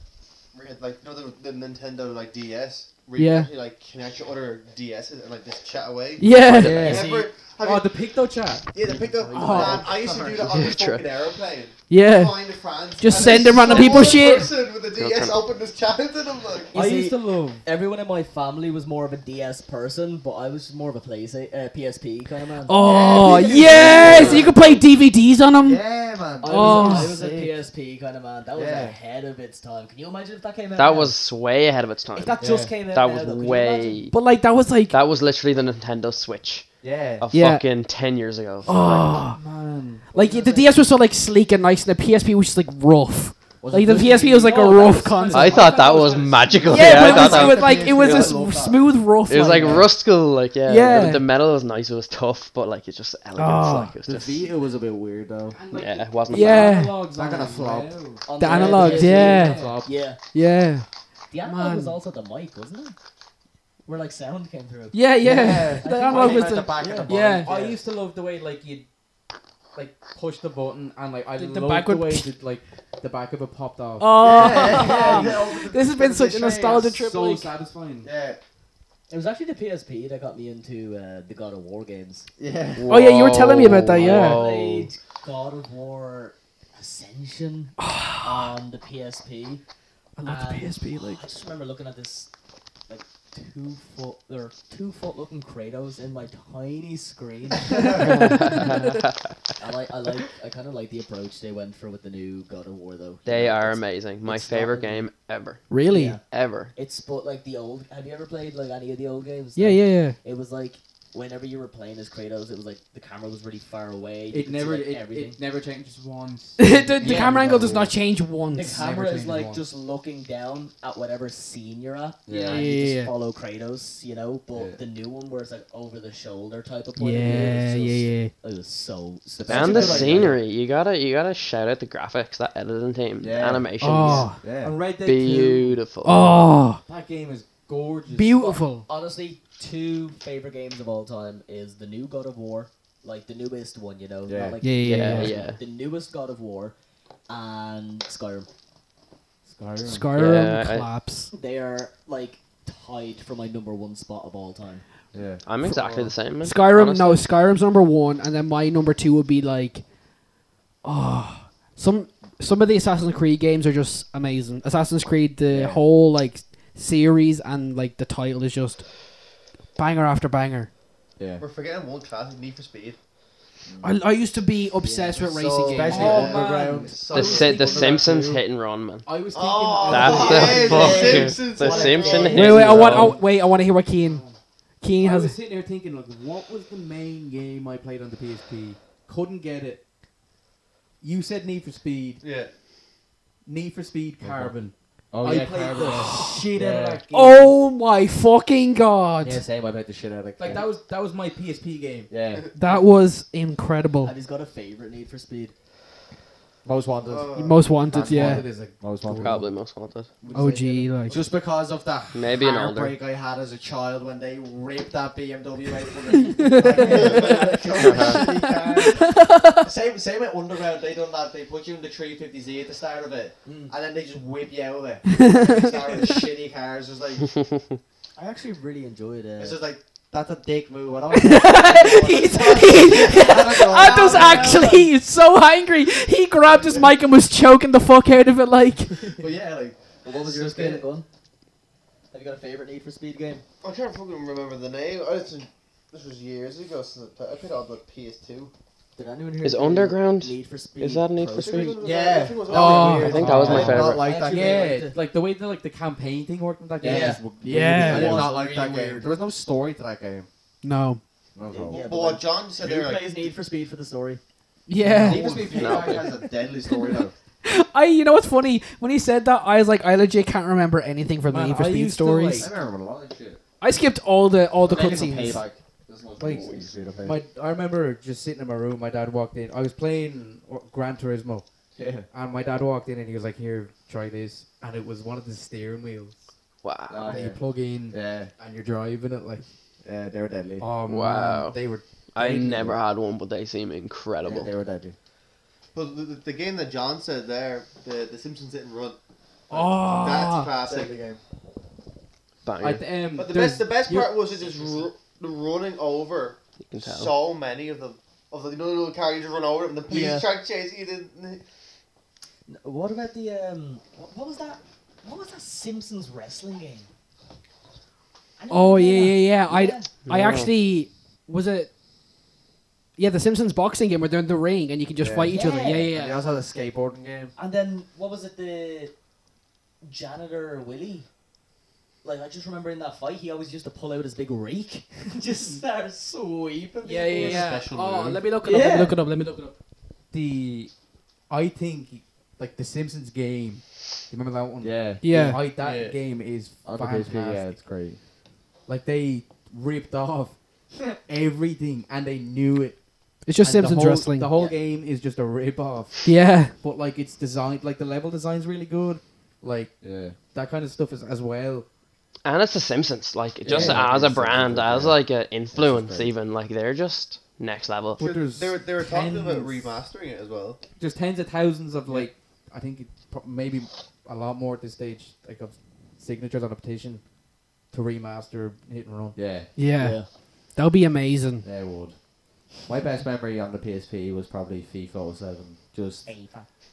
Speaker 6: re- like you know the, the Nintendo like DS? Where
Speaker 2: Yeah.
Speaker 6: You actually, like connect your other DSs and like just chat away.
Speaker 2: Yeah.
Speaker 6: You
Speaker 1: Yeah.
Speaker 6: ever- have
Speaker 5: Oh,
Speaker 6: you-
Speaker 5: the Picto chat.
Speaker 6: yeah, they picked up. man, I used to do that on the
Speaker 3: True.
Speaker 6: fucking airplane.
Speaker 2: Yeah.
Speaker 6: Find a friend.
Speaker 2: Eh. Just
Speaker 6: and
Speaker 2: send
Speaker 6: then
Speaker 2: them around the
Speaker 6: some
Speaker 2: people
Speaker 6: other
Speaker 2: shit.
Speaker 6: person with the
Speaker 3: Girl
Speaker 6: DS
Speaker 3: turn.
Speaker 6: open this chat into them like.
Speaker 4: You
Speaker 5: I
Speaker 4: see,
Speaker 5: used to love.
Speaker 4: Everyone in my family was more of a DS person, but I was more of a PlayStation, uh, PSP kind of man.
Speaker 2: Oh yes, you can play DVDs on them.
Speaker 1: Yeah, man.
Speaker 4: I was,
Speaker 2: Oh.
Speaker 4: I was a
Speaker 1: Sick.
Speaker 4: PSP kind of man. That was
Speaker 1: Yeah.
Speaker 4: ahead of its time. Can you imagine if that came out?
Speaker 3: that
Speaker 4: now?
Speaker 3: was way ahead of its time.
Speaker 4: If that just came out.
Speaker 3: That
Speaker 4: now,
Speaker 3: was
Speaker 4: though, could you imagine?
Speaker 3: way.
Speaker 2: But like that was like
Speaker 3: That was literally the Nintendo Switch
Speaker 1: Yeah.
Speaker 3: of
Speaker 2: Yeah.
Speaker 3: fucking 10 years ago.
Speaker 2: oh,
Speaker 1: man.
Speaker 2: like the DS was so like sleek and nice, and the PSP was just like rough.
Speaker 1: Was
Speaker 2: Like
Speaker 1: it Oh,
Speaker 2: the
Speaker 1: good?
Speaker 2: PSP was like a
Speaker 5: No, that
Speaker 2: rough
Speaker 5: was-
Speaker 2: console.
Speaker 3: I thought that was magical.
Speaker 2: Yeah, but
Speaker 3: I
Speaker 2: it
Speaker 3: thought
Speaker 2: was,
Speaker 3: that
Speaker 2: it was like it was
Speaker 1: Yeah,
Speaker 2: a
Speaker 1: I
Speaker 2: s-
Speaker 1: love that.
Speaker 2: smooth rough.
Speaker 3: It was like
Speaker 2: that.
Speaker 3: rustical, like yeah.
Speaker 2: Yeah.
Speaker 3: The, the metal was nice. It was tough, but like it's just elegance.
Speaker 2: Oh.
Speaker 3: like it was
Speaker 1: The
Speaker 3: just
Speaker 1: Vita was a bit weird though.
Speaker 3: yeah. It wasn't.
Speaker 2: Yeah.
Speaker 5: Analogs
Speaker 1: Not
Speaker 5: on
Speaker 1: gonna
Speaker 5: it,
Speaker 1: flop.
Speaker 3: Eh.
Speaker 5: wow.
Speaker 4: On
Speaker 2: The
Speaker 4: the
Speaker 2: analogs,
Speaker 4: PSP.
Speaker 2: yeah,
Speaker 4: Yeah.
Speaker 2: yeah,
Speaker 4: The analog was
Speaker 2: Man.
Speaker 4: also the mic, wasn't it? Where like sound came through.
Speaker 2: yeah, yeah.
Speaker 1: Yeah.
Speaker 2: The analog was
Speaker 1: At
Speaker 2: the-
Speaker 1: the back of the
Speaker 2: yeah.
Speaker 1: bottom.
Speaker 5: I
Speaker 6: [laughs]
Speaker 5: used to love the way like you like push the button and like I
Speaker 2: The- the
Speaker 5: loved
Speaker 2: back
Speaker 5: the
Speaker 2: would-
Speaker 5: way that like the back of it popped off.
Speaker 2: [laughs] Oh, this has been
Speaker 1: It was a
Speaker 2: such a nostalgia
Speaker 5: so
Speaker 2: trip. like-
Speaker 5: satisfying.
Speaker 1: Yeah.
Speaker 4: It was actually the PSP that got me into uh, the God of War games.
Speaker 1: Yeah.
Speaker 2: Oh, yeah, you were telling me about that,
Speaker 3: Whoa,
Speaker 2: yeah. Oh.
Speaker 4: I
Speaker 3: whoa.
Speaker 4: played
Speaker 2: [sighs]
Speaker 4: God of War Ascension on the PSP.
Speaker 2: I love the
Speaker 4: Um,
Speaker 2: PSP. Like,
Speaker 4: [sighs] I just remember looking at this like two foot or two foot looking Kratos in my
Speaker 2: [laughs]
Speaker 4: tiny screen. [laughs] I like I like I kind of like the approach they went for with the new God of War though.
Speaker 3: They
Speaker 4: You know,
Speaker 3: are
Speaker 4: it's-
Speaker 3: amazing. My
Speaker 4: it's not
Speaker 3: favorite
Speaker 4: really-
Speaker 3: game ever.
Speaker 2: really?
Speaker 4: Yeah.
Speaker 3: Ever.
Speaker 4: It's but like the old. Have you ever played like any of the old games?
Speaker 2: Yeah,
Speaker 4: Like,
Speaker 2: yeah, yeah.
Speaker 4: It was like whenever you were playing as Kratos, it was like the camera was really far away. you could
Speaker 5: It
Speaker 4: see,
Speaker 5: never
Speaker 4: like,
Speaker 5: it,
Speaker 4: everything.
Speaker 5: it never changes once.
Speaker 11: [laughs]
Speaker 2: [laughs] the the
Speaker 4: Yeah,
Speaker 2: camera angle does
Speaker 5: yeah.
Speaker 2: not change
Speaker 4: the
Speaker 2: once.
Speaker 5: never
Speaker 4: camera is
Speaker 5: changes
Speaker 4: like
Speaker 5: once.
Speaker 4: just looking down at whatever scene you're at.
Speaker 5: Yeah.
Speaker 4: and you
Speaker 2: Yeah,
Speaker 4: just
Speaker 2: yeah.
Speaker 4: follow Kratos, you know. But
Speaker 5: Yeah.
Speaker 4: the new one where it's like over the shoulder type of point of view.
Speaker 2: Yeah, yeah,
Speaker 4: it's just-
Speaker 2: yeah.
Speaker 4: It was so. so
Speaker 3: And the scenery, you gotta you gotta shout out the graphics, that editing team, the
Speaker 5: Yeah.
Speaker 3: animations,
Speaker 2: Oh,
Speaker 1: Yeah.
Speaker 5: And Red Dead
Speaker 3: beautiful.
Speaker 2: oh,
Speaker 5: 2, that game is gorgeous.
Speaker 2: beautiful.
Speaker 4: Honestly, two favorite games of all time is the new God of War, like the newest one, you know. not
Speaker 1: Yeah.
Speaker 4: like
Speaker 2: Yeah, yeah,
Speaker 4: the
Speaker 2: yeah,
Speaker 4: newest
Speaker 3: yeah.
Speaker 4: one, The newest God of War, and Skyrim.
Speaker 11: Skyrim.
Speaker 2: Skyrim
Speaker 3: Yeah, I-
Speaker 2: collapse.
Speaker 4: They are like tied for my number one spot of all time.
Speaker 1: Yeah.
Speaker 3: I'm exactly the same. man,
Speaker 2: Skyrim,
Speaker 3: honestly.
Speaker 2: no, Skyrim's number one, and then my number two would be like, oh, some some of the Assassin's Creed games are just amazing. Assassin's Creed, the
Speaker 1: Yeah.
Speaker 2: whole like series and like the title is just banger after banger.
Speaker 1: Yeah.
Speaker 6: We're forgetting one classic, Need for Speed.
Speaker 2: I, I used to be obsessed with racing
Speaker 6: So-
Speaker 2: games.
Speaker 1: Especially
Speaker 5: Oh, man.
Speaker 1: underground.
Speaker 6: So
Speaker 3: The,
Speaker 6: good.
Speaker 3: si- the
Speaker 1: Underground
Speaker 3: Simpsons
Speaker 1: two.
Speaker 3: hit and run, man.
Speaker 11: I was thinking.
Speaker 6: Oh,
Speaker 11: of-
Speaker 3: That's
Speaker 6: yeah,
Speaker 3: the
Speaker 6: the
Speaker 3: fucking
Speaker 6: Simpsons,
Speaker 3: the
Speaker 6: what a
Speaker 3: Simpson hit
Speaker 6: game.
Speaker 2: Wait, wait, I
Speaker 3: and
Speaker 2: want,
Speaker 3: run.
Speaker 2: oh, wait, I want to hear what Keen. Keen
Speaker 11: I
Speaker 2: has.
Speaker 11: was sitting there thinking, like, what was the main game I played on the PSP? Couldn't get it. You said Need for Speed.
Speaker 6: Yeah.
Speaker 11: Need for Speed Carbon.
Speaker 1: Oh
Speaker 11: I
Speaker 1: yeah.
Speaker 11: played
Speaker 1: Carbon.
Speaker 11: the shit out of
Speaker 1: Yeah.
Speaker 11: that game.
Speaker 2: Oh my fucking god!
Speaker 1: Yeah, same. I bet the shit out of it.
Speaker 11: Like that was that was my PSP game.
Speaker 1: Yeah.
Speaker 2: That was incredible.
Speaker 4: Have you got a favorite Need for Speed?
Speaker 1: Most wanted.
Speaker 6: Uh, [laughs]
Speaker 2: Most wanted, yeah.
Speaker 11: Wanted is like
Speaker 1: Most wanted.
Speaker 3: Probably most wanted.
Speaker 2: OG, like. [laughs]
Speaker 1: Just because of the
Speaker 3: Maybe an older.
Speaker 1: heartbreak I had as a child when they ripped that BMW out
Speaker 6: [laughs]
Speaker 1: from me.
Speaker 6: Same, same at Underground, they done that. They put you in the 350Z at the start of it, and then they just whip you out of it. Started
Speaker 1: [laughs]
Speaker 6: with shitty cars. It's like,
Speaker 4: I actually really enjoyed uh, it.
Speaker 6: it's just like that's a dick move. I don't. know.
Speaker 2: He's- he- [laughs] Ando's actually he's so angry. He grabbed his mic and was choking the fuck out of it. Like,
Speaker 6: But yeah, like
Speaker 4: what was your
Speaker 6: Just get
Speaker 4: favorite
Speaker 6: it.
Speaker 4: one? Have you got a favorite Need for Speed game?
Speaker 6: I can't fucking remember the name. I just, this was years ago since I played. I played it on the PS2.
Speaker 4: Did anyone hear?
Speaker 3: Is
Speaker 4: the
Speaker 3: Underground-
Speaker 4: Need for Speed?
Speaker 3: Is that a Need
Speaker 4: Pro
Speaker 3: for
Speaker 4: Street?
Speaker 3: Speed?
Speaker 1: Yeah.
Speaker 2: Oh,
Speaker 3: I think that was my
Speaker 1: I did not
Speaker 3: favorite.
Speaker 1: like that
Speaker 4: Yeah.
Speaker 1: game.
Speaker 11: yeah,
Speaker 4: liked it.
Speaker 11: like the way that like the campaign thing worked in that game.
Speaker 4: Yeah.
Speaker 11: was w-
Speaker 2: Yeah.
Speaker 1: I
Speaker 11: really
Speaker 1: did
Speaker 11: good.
Speaker 1: not like that game. There was no story to that game.
Speaker 2: no.
Speaker 1: No,
Speaker 4: Yeah,
Speaker 1: no.
Speaker 6: But
Speaker 4: but
Speaker 6: what
Speaker 4: like,
Speaker 6: John said
Speaker 4: who
Speaker 6: there, like,
Speaker 4: plays Need for Speed for the story?
Speaker 2: Yeah.
Speaker 6: Need for Speed
Speaker 3: No.
Speaker 6: Payback has a deadly story though.
Speaker 2: I, you know what's funny? When he said that, I was like, I legit can't remember anything from the
Speaker 11: Man,
Speaker 2: Need for
Speaker 11: I
Speaker 2: Speed
Speaker 11: used to,
Speaker 2: stories.
Speaker 1: [laughs] I
Speaker 11: like-
Speaker 1: remember a lot of shit.
Speaker 2: I skipped all the all the
Speaker 6: But then it's a
Speaker 2: cutscenes.
Speaker 6: Payback. There's no
Speaker 11: Like-
Speaker 6: story.
Speaker 11: My, I remember just sitting in my room. My dad walked in. I was playing Gran Turismo,
Speaker 1: Yeah.
Speaker 11: and my dad walked in and he was like, "Here, try this." And it was one of the steering wheels,
Speaker 3: Wow.
Speaker 1: Oh,
Speaker 11: and you
Speaker 1: yeah.
Speaker 11: plug in
Speaker 1: Yeah.
Speaker 11: and you're driving it. Like,
Speaker 1: Yeah, they were deadly.
Speaker 11: oh man,
Speaker 3: Wow.
Speaker 11: they were
Speaker 3: I
Speaker 11: They-
Speaker 3: never had one, but they seem
Speaker 1: Yeah,
Speaker 3: incredible.
Speaker 1: they were deadly.
Speaker 6: But the, the, the game that John said there, the, the Simpsons hit and run.
Speaker 2: Oh.
Speaker 6: That's classic.
Speaker 1: game.
Speaker 11: I,
Speaker 3: Bang.
Speaker 11: th- um,
Speaker 6: But the
Speaker 11: there's-
Speaker 6: best, the best
Speaker 11: you-
Speaker 6: part was it just ru- the running over
Speaker 3: You can tell.
Speaker 6: so many of them. Of the you know, the little car you just run over them, and the police
Speaker 4: Yeah.
Speaker 6: try to chase you. Didn't
Speaker 4: N- What about the um? What, what was that? What was that Simpsons wrestling game? I don't
Speaker 2: Oh
Speaker 4: remember
Speaker 2: yeah, yeah, yeah.
Speaker 4: that.
Speaker 2: I
Speaker 4: Yeah.
Speaker 2: I
Speaker 3: Yeah.
Speaker 2: actually was it. Yeah, the Simpsons boxing game where they're in the ring and you can just
Speaker 1: Yeah.
Speaker 2: fight each other. Yeah,
Speaker 4: Yeah.
Speaker 1: And they
Speaker 2: yeah,
Speaker 1: also had a skateboarding game.
Speaker 4: And then what was it? The janitor Willie. Like I just remember in that fight, he always used to pull out his big rake, [laughs] and just start sweeping.
Speaker 2: yeah, yeah,
Speaker 4: people.
Speaker 2: yeah. yeah.
Speaker 6: special
Speaker 2: Oh,
Speaker 6: move.
Speaker 2: let me look it up. Let me
Speaker 4: Yeah.
Speaker 2: look it up. Let me look it up.
Speaker 11: the I think like the Simpsons game. You remember that one?
Speaker 1: Yeah.
Speaker 2: Yeah.
Speaker 11: I, that
Speaker 6: Yeah.
Speaker 11: game is
Speaker 1: On the PSP,
Speaker 11: fantastic.
Speaker 1: yeah, it's great.
Speaker 11: Like they ripped off everything and they knew it.
Speaker 2: It's just
Speaker 11: And the
Speaker 2: Simpsons
Speaker 11: whole,
Speaker 2: wrestling.
Speaker 11: The whole game is just a rip off.
Speaker 2: yeah.
Speaker 11: But like it's designed like the level design's really good. Like
Speaker 1: Yeah.
Speaker 11: that kind of stuff is as well.
Speaker 3: And it's the Simpsons. Like just
Speaker 1: Yeah,
Speaker 3: as
Speaker 1: the
Speaker 3: a brand,
Speaker 1: Simpsons,
Speaker 3: as
Speaker 1: yeah.
Speaker 3: like an influence,
Speaker 1: great.
Speaker 3: even like they're just next level.
Speaker 11: But there's
Speaker 6: they were they were talking about
Speaker 11: tens-
Speaker 6: remastering it as well.
Speaker 11: There's tens of thousands of like I think it, pro- maybe a lot more at this stage like of signatures on a petition to remaster hit and run.
Speaker 1: Yeah.
Speaker 2: Yeah.
Speaker 4: Yeah.
Speaker 2: That would be amazing.
Speaker 1: They would. My best memory on the PSP was probably FIFA 07. Just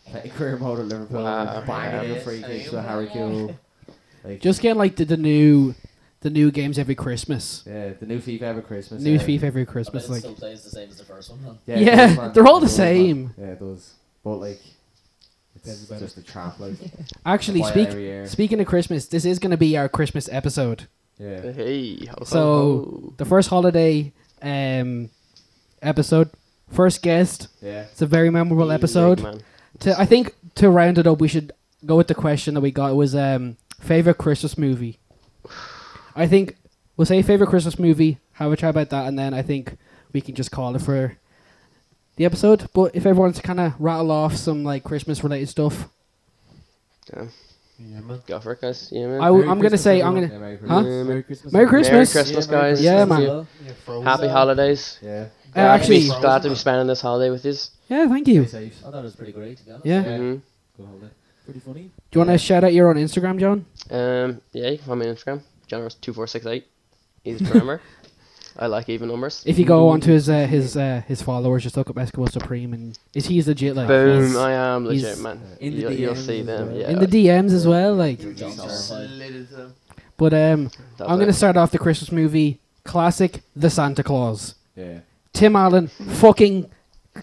Speaker 1: play career mode at Liverpool,
Speaker 3: Wow,
Speaker 1: banging
Speaker 3: yeah.
Speaker 1: in free kicks with Harry
Speaker 2: [laughs]
Speaker 1: Kewell. Like,
Speaker 2: Just get like the, the new, the new games every Christmas.
Speaker 1: yeah, the new FIFA every Christmas.
Speaker 2: New
Speaker 1: yeah.
Speaker 2: FIFA every
Speaker 4: I bet
Speaker 2: Christmas.
Speaker 4: it
Speaker 2: Like
Speaker 4: still plays the same as the first one. Huh?
Speaker 1: it
Speaker 2: Yeah,
Speaker 1: does, man.
Speaker 2: they're all
Speaker 1: It
Speaker 2: the
Speaker 1: does, man.
Speaker 2: same.
Speaker 1: Yeah, it does. But like, it's
Speaker 11: That's better.
Speaker 1: just a trap. Like,
Speaker 2: [laughs] actually,
Speaker 1: buy it
Speaker 2: speak
Speaker 1: every year.
Speaker 2: speaking of Christmas, this is gonna be our Christmas episode.
Speaker 1: Yeah.
Speaker 3: Hey, ho, ho,
Speaker 2: So-
Speaker 3: ho.
Speaker 2: The first holiday, um, episode, first guest.
Speaker 1: Yeah.
Speaker 2: It's a very memorable
Speaker 3: Easy,
Speaker 2: episode.
Speaker 3: man.
Speaker 2: To I think to round it up, we should go with the question that we got. It was um favorite Christmas movie. I think we'll say favorite Christmas movie. Have a chat about that, and then I think we can just call it for the episode. But if everyone's kind of rattle off some like Christmas related stuff,
Speaker 11: Yeah, man.
Speaker 3: Go for it, guys. Yeah, man.
Speaker 2: I w- I'm gonna say I'm gonna
Speaker 1: Yeah, Merry
Speaker 2: huh?
Speaker 1: Christmas.
Speaker 11: Merry Christmas.
Speaker 2: Merry Christmas.
Speaker 3: Merry Christmas,
Speaker 1: Yeah, Merry
Speaker 3: guys.
Speaker 2: Yeah,
Speaker 3: Thank
Speaker 2: man.
Speaker 3: you. Happy holidays.
Speaker 1: Yeah.
Speaker 2: uh,
Speaker 3: Glad to be-
Speaker 2: actually
Speaker 3: glad to be spending this holiday with you.
Speaker 2: yeah, thank you.
Speaker 1: Be safe.
Speaker 4: I thought it was pretty great, to be honest.
Speaker 2: Yeah,
Speaker 3: hmm
Speaker 1: Good holiday.
Speaker 11: Pretty funny.
Speaker 2: do you want to shout out your own Instagram, John?
Speaker 3: Um, yeah, you can find me on Instagram, generous2468.
Speaker 2: [laughs]
Speaker 3: He's a drummer. I like even numbers.
Speaker 2: If you go onto his uh, his uh, his followers, just look up Eskimo Supreme, and is he's legit like
Speaker 3: Boom,
Speaker 2: he's
Speaker 3: I am legit,
Speaker 2: he's-
Speaker 3: man.
Speaker 11: In the
Speaker 3: you'll, you'll see
Speaker 11: DMs as
Speaker 3: them.
Speaker 11: well.
Speaker 3: Yeah,
Speaker 2: in the DMs as well, like.
Speaker 4: John's terrified.
Speaker 2: But um,
Speaker 3: that's
Speaker 2: I'm
Speaker 3: it.
Speaker 2: going to start off the Christmas movie classic, The Santa Claus.
Speaker 1: Yeah.
Speaker 2: Tim Allen, fucking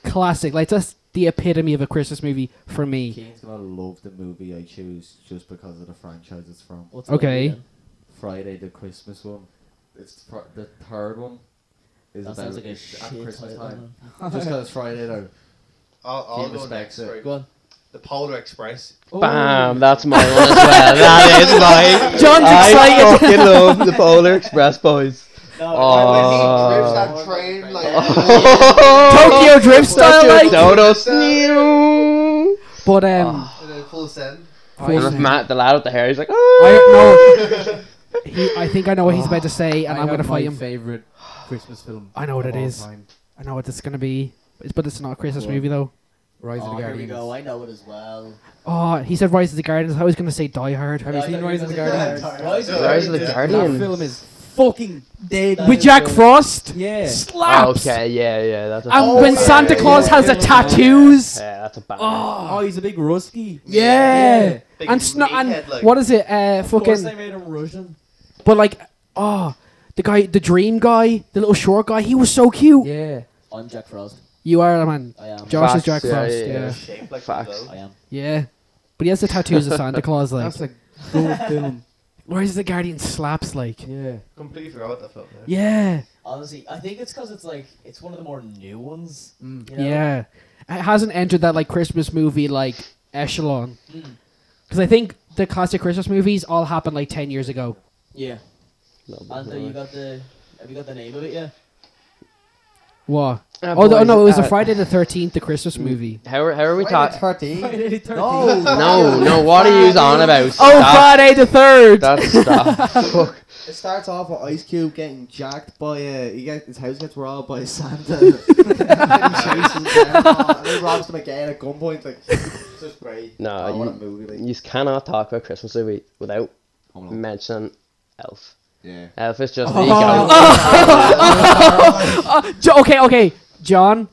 Speaker 2: classic. Like, that's the epitome of a Christmas movie for me.
Speaker 1: Keen's gonna love the movie I choose just because of the franchise it's from.
Speaker 4: What's it
Speaker 2: Okay.
Speaker 4: like, man?
Speaker 1: Friday the Christmas one. It's the, fr- the third one. Is
Speaker 4: That
Speaker 1: about
Speaker 4: sounds like a
Speaker 1: at
Speaker 4: shit
Speaker 1: Christmas
Speaker 4: title,
Speaker 1: time. Just 'cause it's Friday though.
Speaker 6: I'll, [laughs] I'll
Speaker 1: Team
Speaker 6: go
Speaker 1: respects
Speaker 6: next.
Speaker 1: it.
Speaker 6: right?
Speaker 11: Go on.
Speaker 6: The Polar Express.
Speaker 3: Bam, that's my one as
Speaker 2: [laughs]
Speaker 3: well. That is mine.
Speaker 2: John's
Speaker 3: I
Speaker 2: excited. [laughs]
Speaker 3: fucking love the Polar Express boys.
Speaker 4: [laughs] No,
Speaker 2: Oh.
Speaker 6: When he drives
Speaker 3: Oh.
Speaker 6: that train, [laughs] like,
Speaker 2: [laughs] Tokyo Drift style, like.
Speaker 3: Donuts.
Speaker 2: But, um,
Speaker 6: in a uh, full send. [laughs]
Speaker 2: full-
Speaker 3: And Matt, the lad with the hair, he's like,
Speaker 2: I
Speaker 3: oh.
Speaker 2: know. He, I think I know what he's about to say, and
Speaker 11: I
Speaker 2: I'm
Speaker 11: have
Speaker 2: going to fight
Speaker 11: my
Speaker 2: him.
Speaker 11: favorite Christmas film.
Speaker 2: I know what
Speaker 11: of
Speaker 2: it
Speaker 3: Oh
Speaker 11: all
Speaker 2: is.
Speaker 11: time.
Speaker 2: I know what it's going to be. It's, but it's not a Christmas movie, though.
Speaker 11: Rise of
Speaker 4: Oh,
Speaker 11: the
Speaker 4: here we
Speaker 11: Guardians.
Speaker 4: go. I know it as well.
Speaker 2: Oh, he said Rise of the Guardians. I was going to say Die Hard.
Speaker 11: Have you
Speaker 4: Yeah, I
Speaker 11: seen
Speaker 4: thought
Speaker 11: Rise
Speaker 4: you
Speaker 11: of the
Speaker 4: were gonna
Speaker 11: Guardians?
Speaker 4: say
Speaker 1: [laughs]
Speaker 6: Rise of the
Speaker 3: Rise of the
Speaker 6: Guardians.
Speaker 11: That
Speaker 3: Guardian.
Speaker 11: film is fucking dead.
Speaker 4: That
Speaker 2: With
Speaker 4: is
Speaker 2: Jack
Speaker 4: good.
Speaker 2: Frost.
Speaker 11: Yeah.
Speaker 2: Slaps.
Speaker 3: "Oh." Okay, yeah, yeah. That's a
Speaker 2: And
Speaker 3: oh,
Speaker 2: when
Speaker 3: yeah,
Speaker 2: Santa
Speaker 3: yeah,
Speaker 2: Claus
Speaker 3: yeah.
Speaker 2: has the tattoos.
Speaker 3: Yeah, that's a bad.
Speaker 11: Oh, he's a big Rusky.
Speaker 2: Yeah. and
Speaker 6: it's
Speaker 2: sno- and
Speaker 6: like,
Speaker 2: what is it? Uh,
Speaker 11: Of course they
Speaker 2: fucking.
Speaker 11: made him Russian.
Speaker 2: But like, oh, the guy, the dream guy, the little short guy. He was so cute.
Speaker 11: Yeah.
Speaker 4: I'm Jack Frost.
Speaker 2: You are a man.
Speaker 4: I am.
Speaker 2: Josh is
Speaker 3: Facts,
Speaker 2: Jack
Speaker 3: yeah,
Speaker 2: Frost. Yeah,
Speaker 3: yeah, yeah.
Speaker 6: shaped like
Speaker 3: Facts.
Speaker 6: a bow.
Speaker 4: I am.
Speaker 2: Yeah. But he has the tattoos of Santa Claus. Like,
Speaker 11: That's a good film.
Speaker 2: where is the Guardian slaps? Like,
Speaker 11: Yeah.
Speaker 6: Completely forgot that film. man.
Speaker 2: yeah,
Speaker 4: Honestly, I think it's because it's like it's one of the more new ones.
Speaker 11: Mm.
Speaker 4: You know?
Speaker 2: yeah. It hasn't entered that like Christmas movie like echelon.
Speaker 4: Mm.
Speaker 2: Because I think the classic Christmas movies all happened like ten years ago.
Speaker 4: Yeah.
Speaker 3: Love
Speaker 4: And uh,
Speaker 3: it.
Speaker 4: you got the have you got the name of it? Yeah.
Speaker 2: What?
Speaker 3: Ah,
Speaker 2: Oh, no,
Speaker 3: boys,
Speaker 2: no, it was a
Speaker 3: ah,
Speaker 2: Friday the Thirteenth, the Christmas
Speaker 3: [laughs]
Speaker 2: movie.
Speaker 3: How are, how are we
Speaker 6: [laughs]
Speaker 3: talking?
Speaker 11: No.
Speaker 3: No, no, what are you on about?
Speaker 2: Oh,
Speaker 3: Stop.
Speaker 2: Friday the Third.
Speaker 3: That [laughs] stuff. Fuck.
Speaker 6: It starts off with Ice Cube getting jacked
Speaker 1: Oh,
Speaker 6: by uh, he gets his house gets
Speaker 1: [laughs]
Speaker 6: robbed by Santa. and he chases him down, and he robs him again at gunpoint. Like, it's just great.
Speaker 3: No,
Speaker 6: oh, what a
Speaker 3: you-
Speaker 6: movie! Like,
Speaker 3: You cannot talk about Christmas movie without
Speaker 1: Home Alone.
Speaker 3: mentioning Elf.
Speaker 1: Yeah.
Speaker 3: Elf is just the [laughs] goat.
Speaker 2: Jo- okay, okay, John.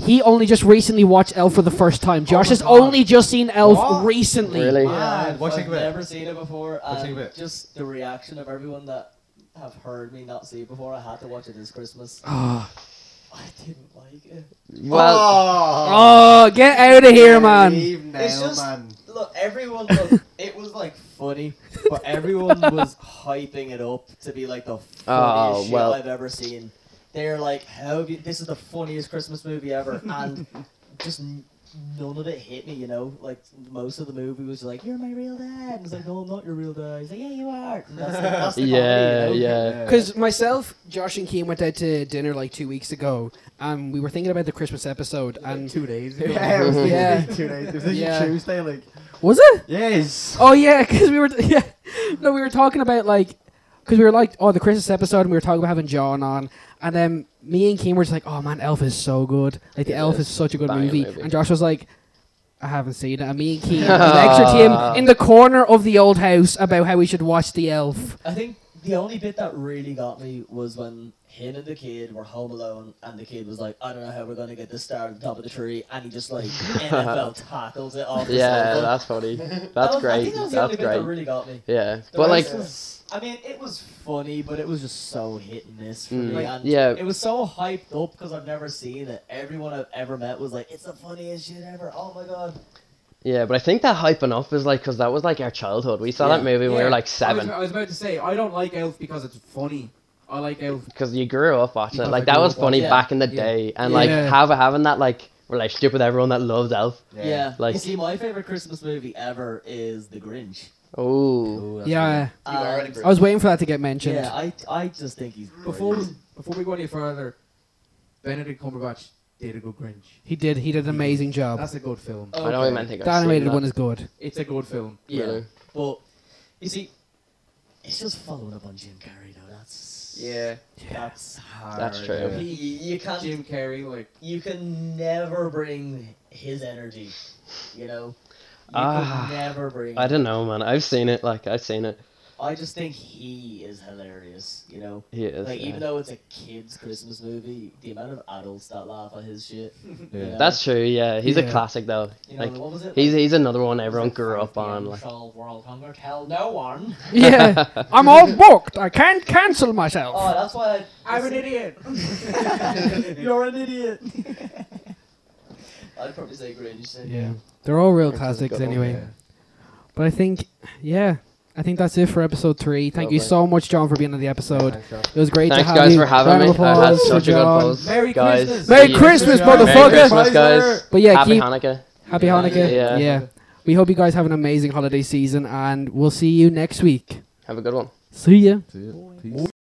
Speaker 2: He only just recently watched Elf for the first time. Josh has only just seen Elf recently.
Speaker 3: Really?
Speaker 4: Yeah,
Speaker 1: Uh, what do you
Speaker 4: I've
Speaker 1: think of it?
Speaker 4: never seen it before,
Speaker 1: do you
Speaker 4: and
Speaker 1: think of it?
Speaker 4: just the reaction of everyone that have heard me not see it before. I had to watch it this Christmas. I didn't like it.
Speaker 3: Well,
Speaker 2: Oh, get out of here, man!
Speaker 6: Leave now,
Speaker 4: It's just-
Speaker 6: man.
Speaker 4: Look, everyone was. it was like funny, but everyone was hyping it up to be like the funniest
Speaker 3: Oh,
Speaker 4: shit
Speaker 3: well.
Speaker 4: I've ever seen. They're like, "How have you, this is the funniest Christmas movie ever," and just n- none of it hit me. You know, like most of the movie was like, "You're my real dad." And it's like, "No, I'm not your real dad." He's like, "Yeah, you are." And that's, that's the
Speaker 3: yeah,
Speaker 4: comedy, you know?
Speaker 3: yeah.
Speaker 2: Because myself, Josh, and Keen went out to dinner like two weeks ago, and we were thinking about the Christmas episode. And
Speaker 11: Two days. ago. [laughs]
Speaker 6: Yeah, it was literally
Speaker 2: Yeah.
Speaker 6: two days. It was literally
Speaker 2: Yeah.
Speaker 6: Tuesday. Like,
Speaker 2: was it?
Speaker 6: yes.
Speaker 2: Oh yeah, [laughs] because we were yeah, no, we were talking about like, because we were like, oh, the Christmas episode, and we were talking about having John on, and then me and Keem were just like, oh man, Elf is so good, like the
Speaker 3: It
Speaker 2: Elf
Speaker 3: is.
Speaker 2: is such a good
Speaker 3: Banging
Speaker 2: movie.
Speaker 3: movie.
Speaker 2: and Josh was like, I haven't seen it, and me and Keem lectured him in the corner of the old house about how we should watch the Elf.
Speaker 4: I think the only bit that really got me was when him and the kid were home alone, and the kid was like, "I don't know how we're gonna get this star on top of the tree," and
Speaker 3: [laughs]
Speaker 4: he just like NFL tackles it off. The
Speaker 3: Yeah,
Speaker 4: sofa.
Speaker 3: that's funny.
Speaker 4: That
Speaker 3: That's
Speaker 4: was- I
Speaker 3: great.
Speaker 4: think that was the
Speaker 3: That's
Speaker 4: only bit that
Speaker 3: great.
Speaker 4: really got me.
Speaker 3: Yeah,
Speaker 4: The
Speaker 3: but like,
Speaker 4: rest was- I mean, it was funny, but it was just so hit and miss for
Speaker 3: Mm,
Speaker 4: me. And
Speaker 3: yeah.
Speaker 4: it was so hyped up because I've never seen it. Everyone I've ever met was like, "It's the funniest shit ever!" Oh my god!
Speaker 3: yeah, but I think that hyping up is like because that was like our childhood. We saw
Speaker 5: Yeah.
Speaker 3: that movie when we
Speaker 5: Yeah.
Speaker 3: were
Speaker 5: I
Speaker 3: like
Speaker 5: was,
Speaker 11: uh,
Speaker 3: seven
Speaker 5: I was about to say I don't like Elf because it's funny. I like Elf.
Speaker 3: because you grew up watching
Speaker 5: Because
Speaker 3: it.
Speaker 5: I
Speaker 3: Like that
Speaker 5: grew
Speaker 3: was
Speaker 5: up watching
Speaker 3: funny
Speaker 4: it.
Speaker 3: back in the
Speaker 5: Yeah.
Speaker 3: day, and like
Speaker 2: Yeah.
Speaker 3: have, having that like relationship with everyone that loved Elf.
Speaker 4: Yeah.
Speaker 3: Like-
Speaker 4: you see, my favorite Christmas movie ever is The Grinch.
Speaker 3: Oh,
Speaker 2: yeah,
Speaker 4: Um,
Speaker 2: I was waiting for that to get mentioned.
Speaker 4: yeah, I, I just think he's
Speaker 5: Before
Speaker 4: brilliant.
Speaker 5: before we go any further, Benedict Cumberbatch did a good Grinch.
Speaker 2: He did. He did an amazing job.
Speaker 5: That's a good film.
Speaker 3: I know I meant to go.
Speaker 2: The animated one is good.
Speaker 5: It's a good film.
Speaker 4: yeah,
Speaker 3: really.
Speaker 4: but you see, it's just following up on Jim Carrey though. That's that's hard.
Speaker 3: That's true.
Speaker 4: You, you can't
Speaker 5: Jim Carrey, like
Speaker 4: you can never bring his energy. You know, you
Speaker 3: Ah,
Speaker 4: can never bring.
Speaker 3: I don't know, man. I've seen it. Like I've seen it.
Speaker 4: I just think he is hilarious. You know,
Speaker 3: He is.
Speaker 4: like
Speaker 3: yeah.
Speaker 4: even though it's a kids' Christmas movie, the amount of adults that laugh at his shit. you know?
Speaker 3: That's true. Yeah, he's
Speaker 2: Yeah.
Speaker 3: a classic though.
Speaker 4: you know,
Speaker 3: like,
Speaker 4: what was it?
Speaker 3: He's
Speaker 4: Like,
Speaker 3: he's another one everyone
Speaker 4: like,
Speaker 3: grew up
Speaker 4: 5 p.m.
Speaker 3: on. Like
Speaker 4: Solve world hunger. Tell
Speaker 3: [laughs]
Speaker 4: no one.
Speaker 2: Yeah, I'm all booked. I can't cancel myself.
Speaker 4: Oh, that's why. I,
Speaker 5: I'm an idiot.
Speaker 3: [laughs]
Speaker 4: You're an idiot. I'd probably say Grinch. then,
Speaker 2: Yeah, they're all real
Speaker 3: Grinch is a
Speaker 2: classics
Speaker 3: good one,
Speaker 2: anyway. But I think, yeah, I think that's it for episode three. Thank you
Speaker 3: Lovely.
Speaker 2: so much, John, for being on the episode. It was great
Speaker 3: Thanks
Speaker 2: to have
Speaker 3: guys
Speaker 2: you.
Speaker 3: for having
Speaker 2: Round
Speaker 3: me.
Speaker 2: of
Speaker 3: I had
Speaker 2: applause for
Speaker 3: such a good
Speaker 2: John.
Speaker 3: buzz.
Speaker 5: Merry
Speaker 3: guys,
Speaker 5: Christmas.
Speaker 3: see
Speaker 2: Merry
Speaker 3: you.
Speaker 2: Christmas,
Speaker 3: Merry
Speaker 2: motherfucker!
Speaker 3: Christmas, guys.
Speaker 2: But yeah,
Speaker 3: Happy
Speaker 2: keep
Speaker 3: Hanukkah.
Speaker 2: happy Hanukkah.
Speaker 3: Yeah.
Speaker 2: yeah, we hope you guys have an amazing holiday season, and we'll see you next week.
Speaker 3: Have a good one.
Speaker 2: See ya.
Speaker 1: Peace.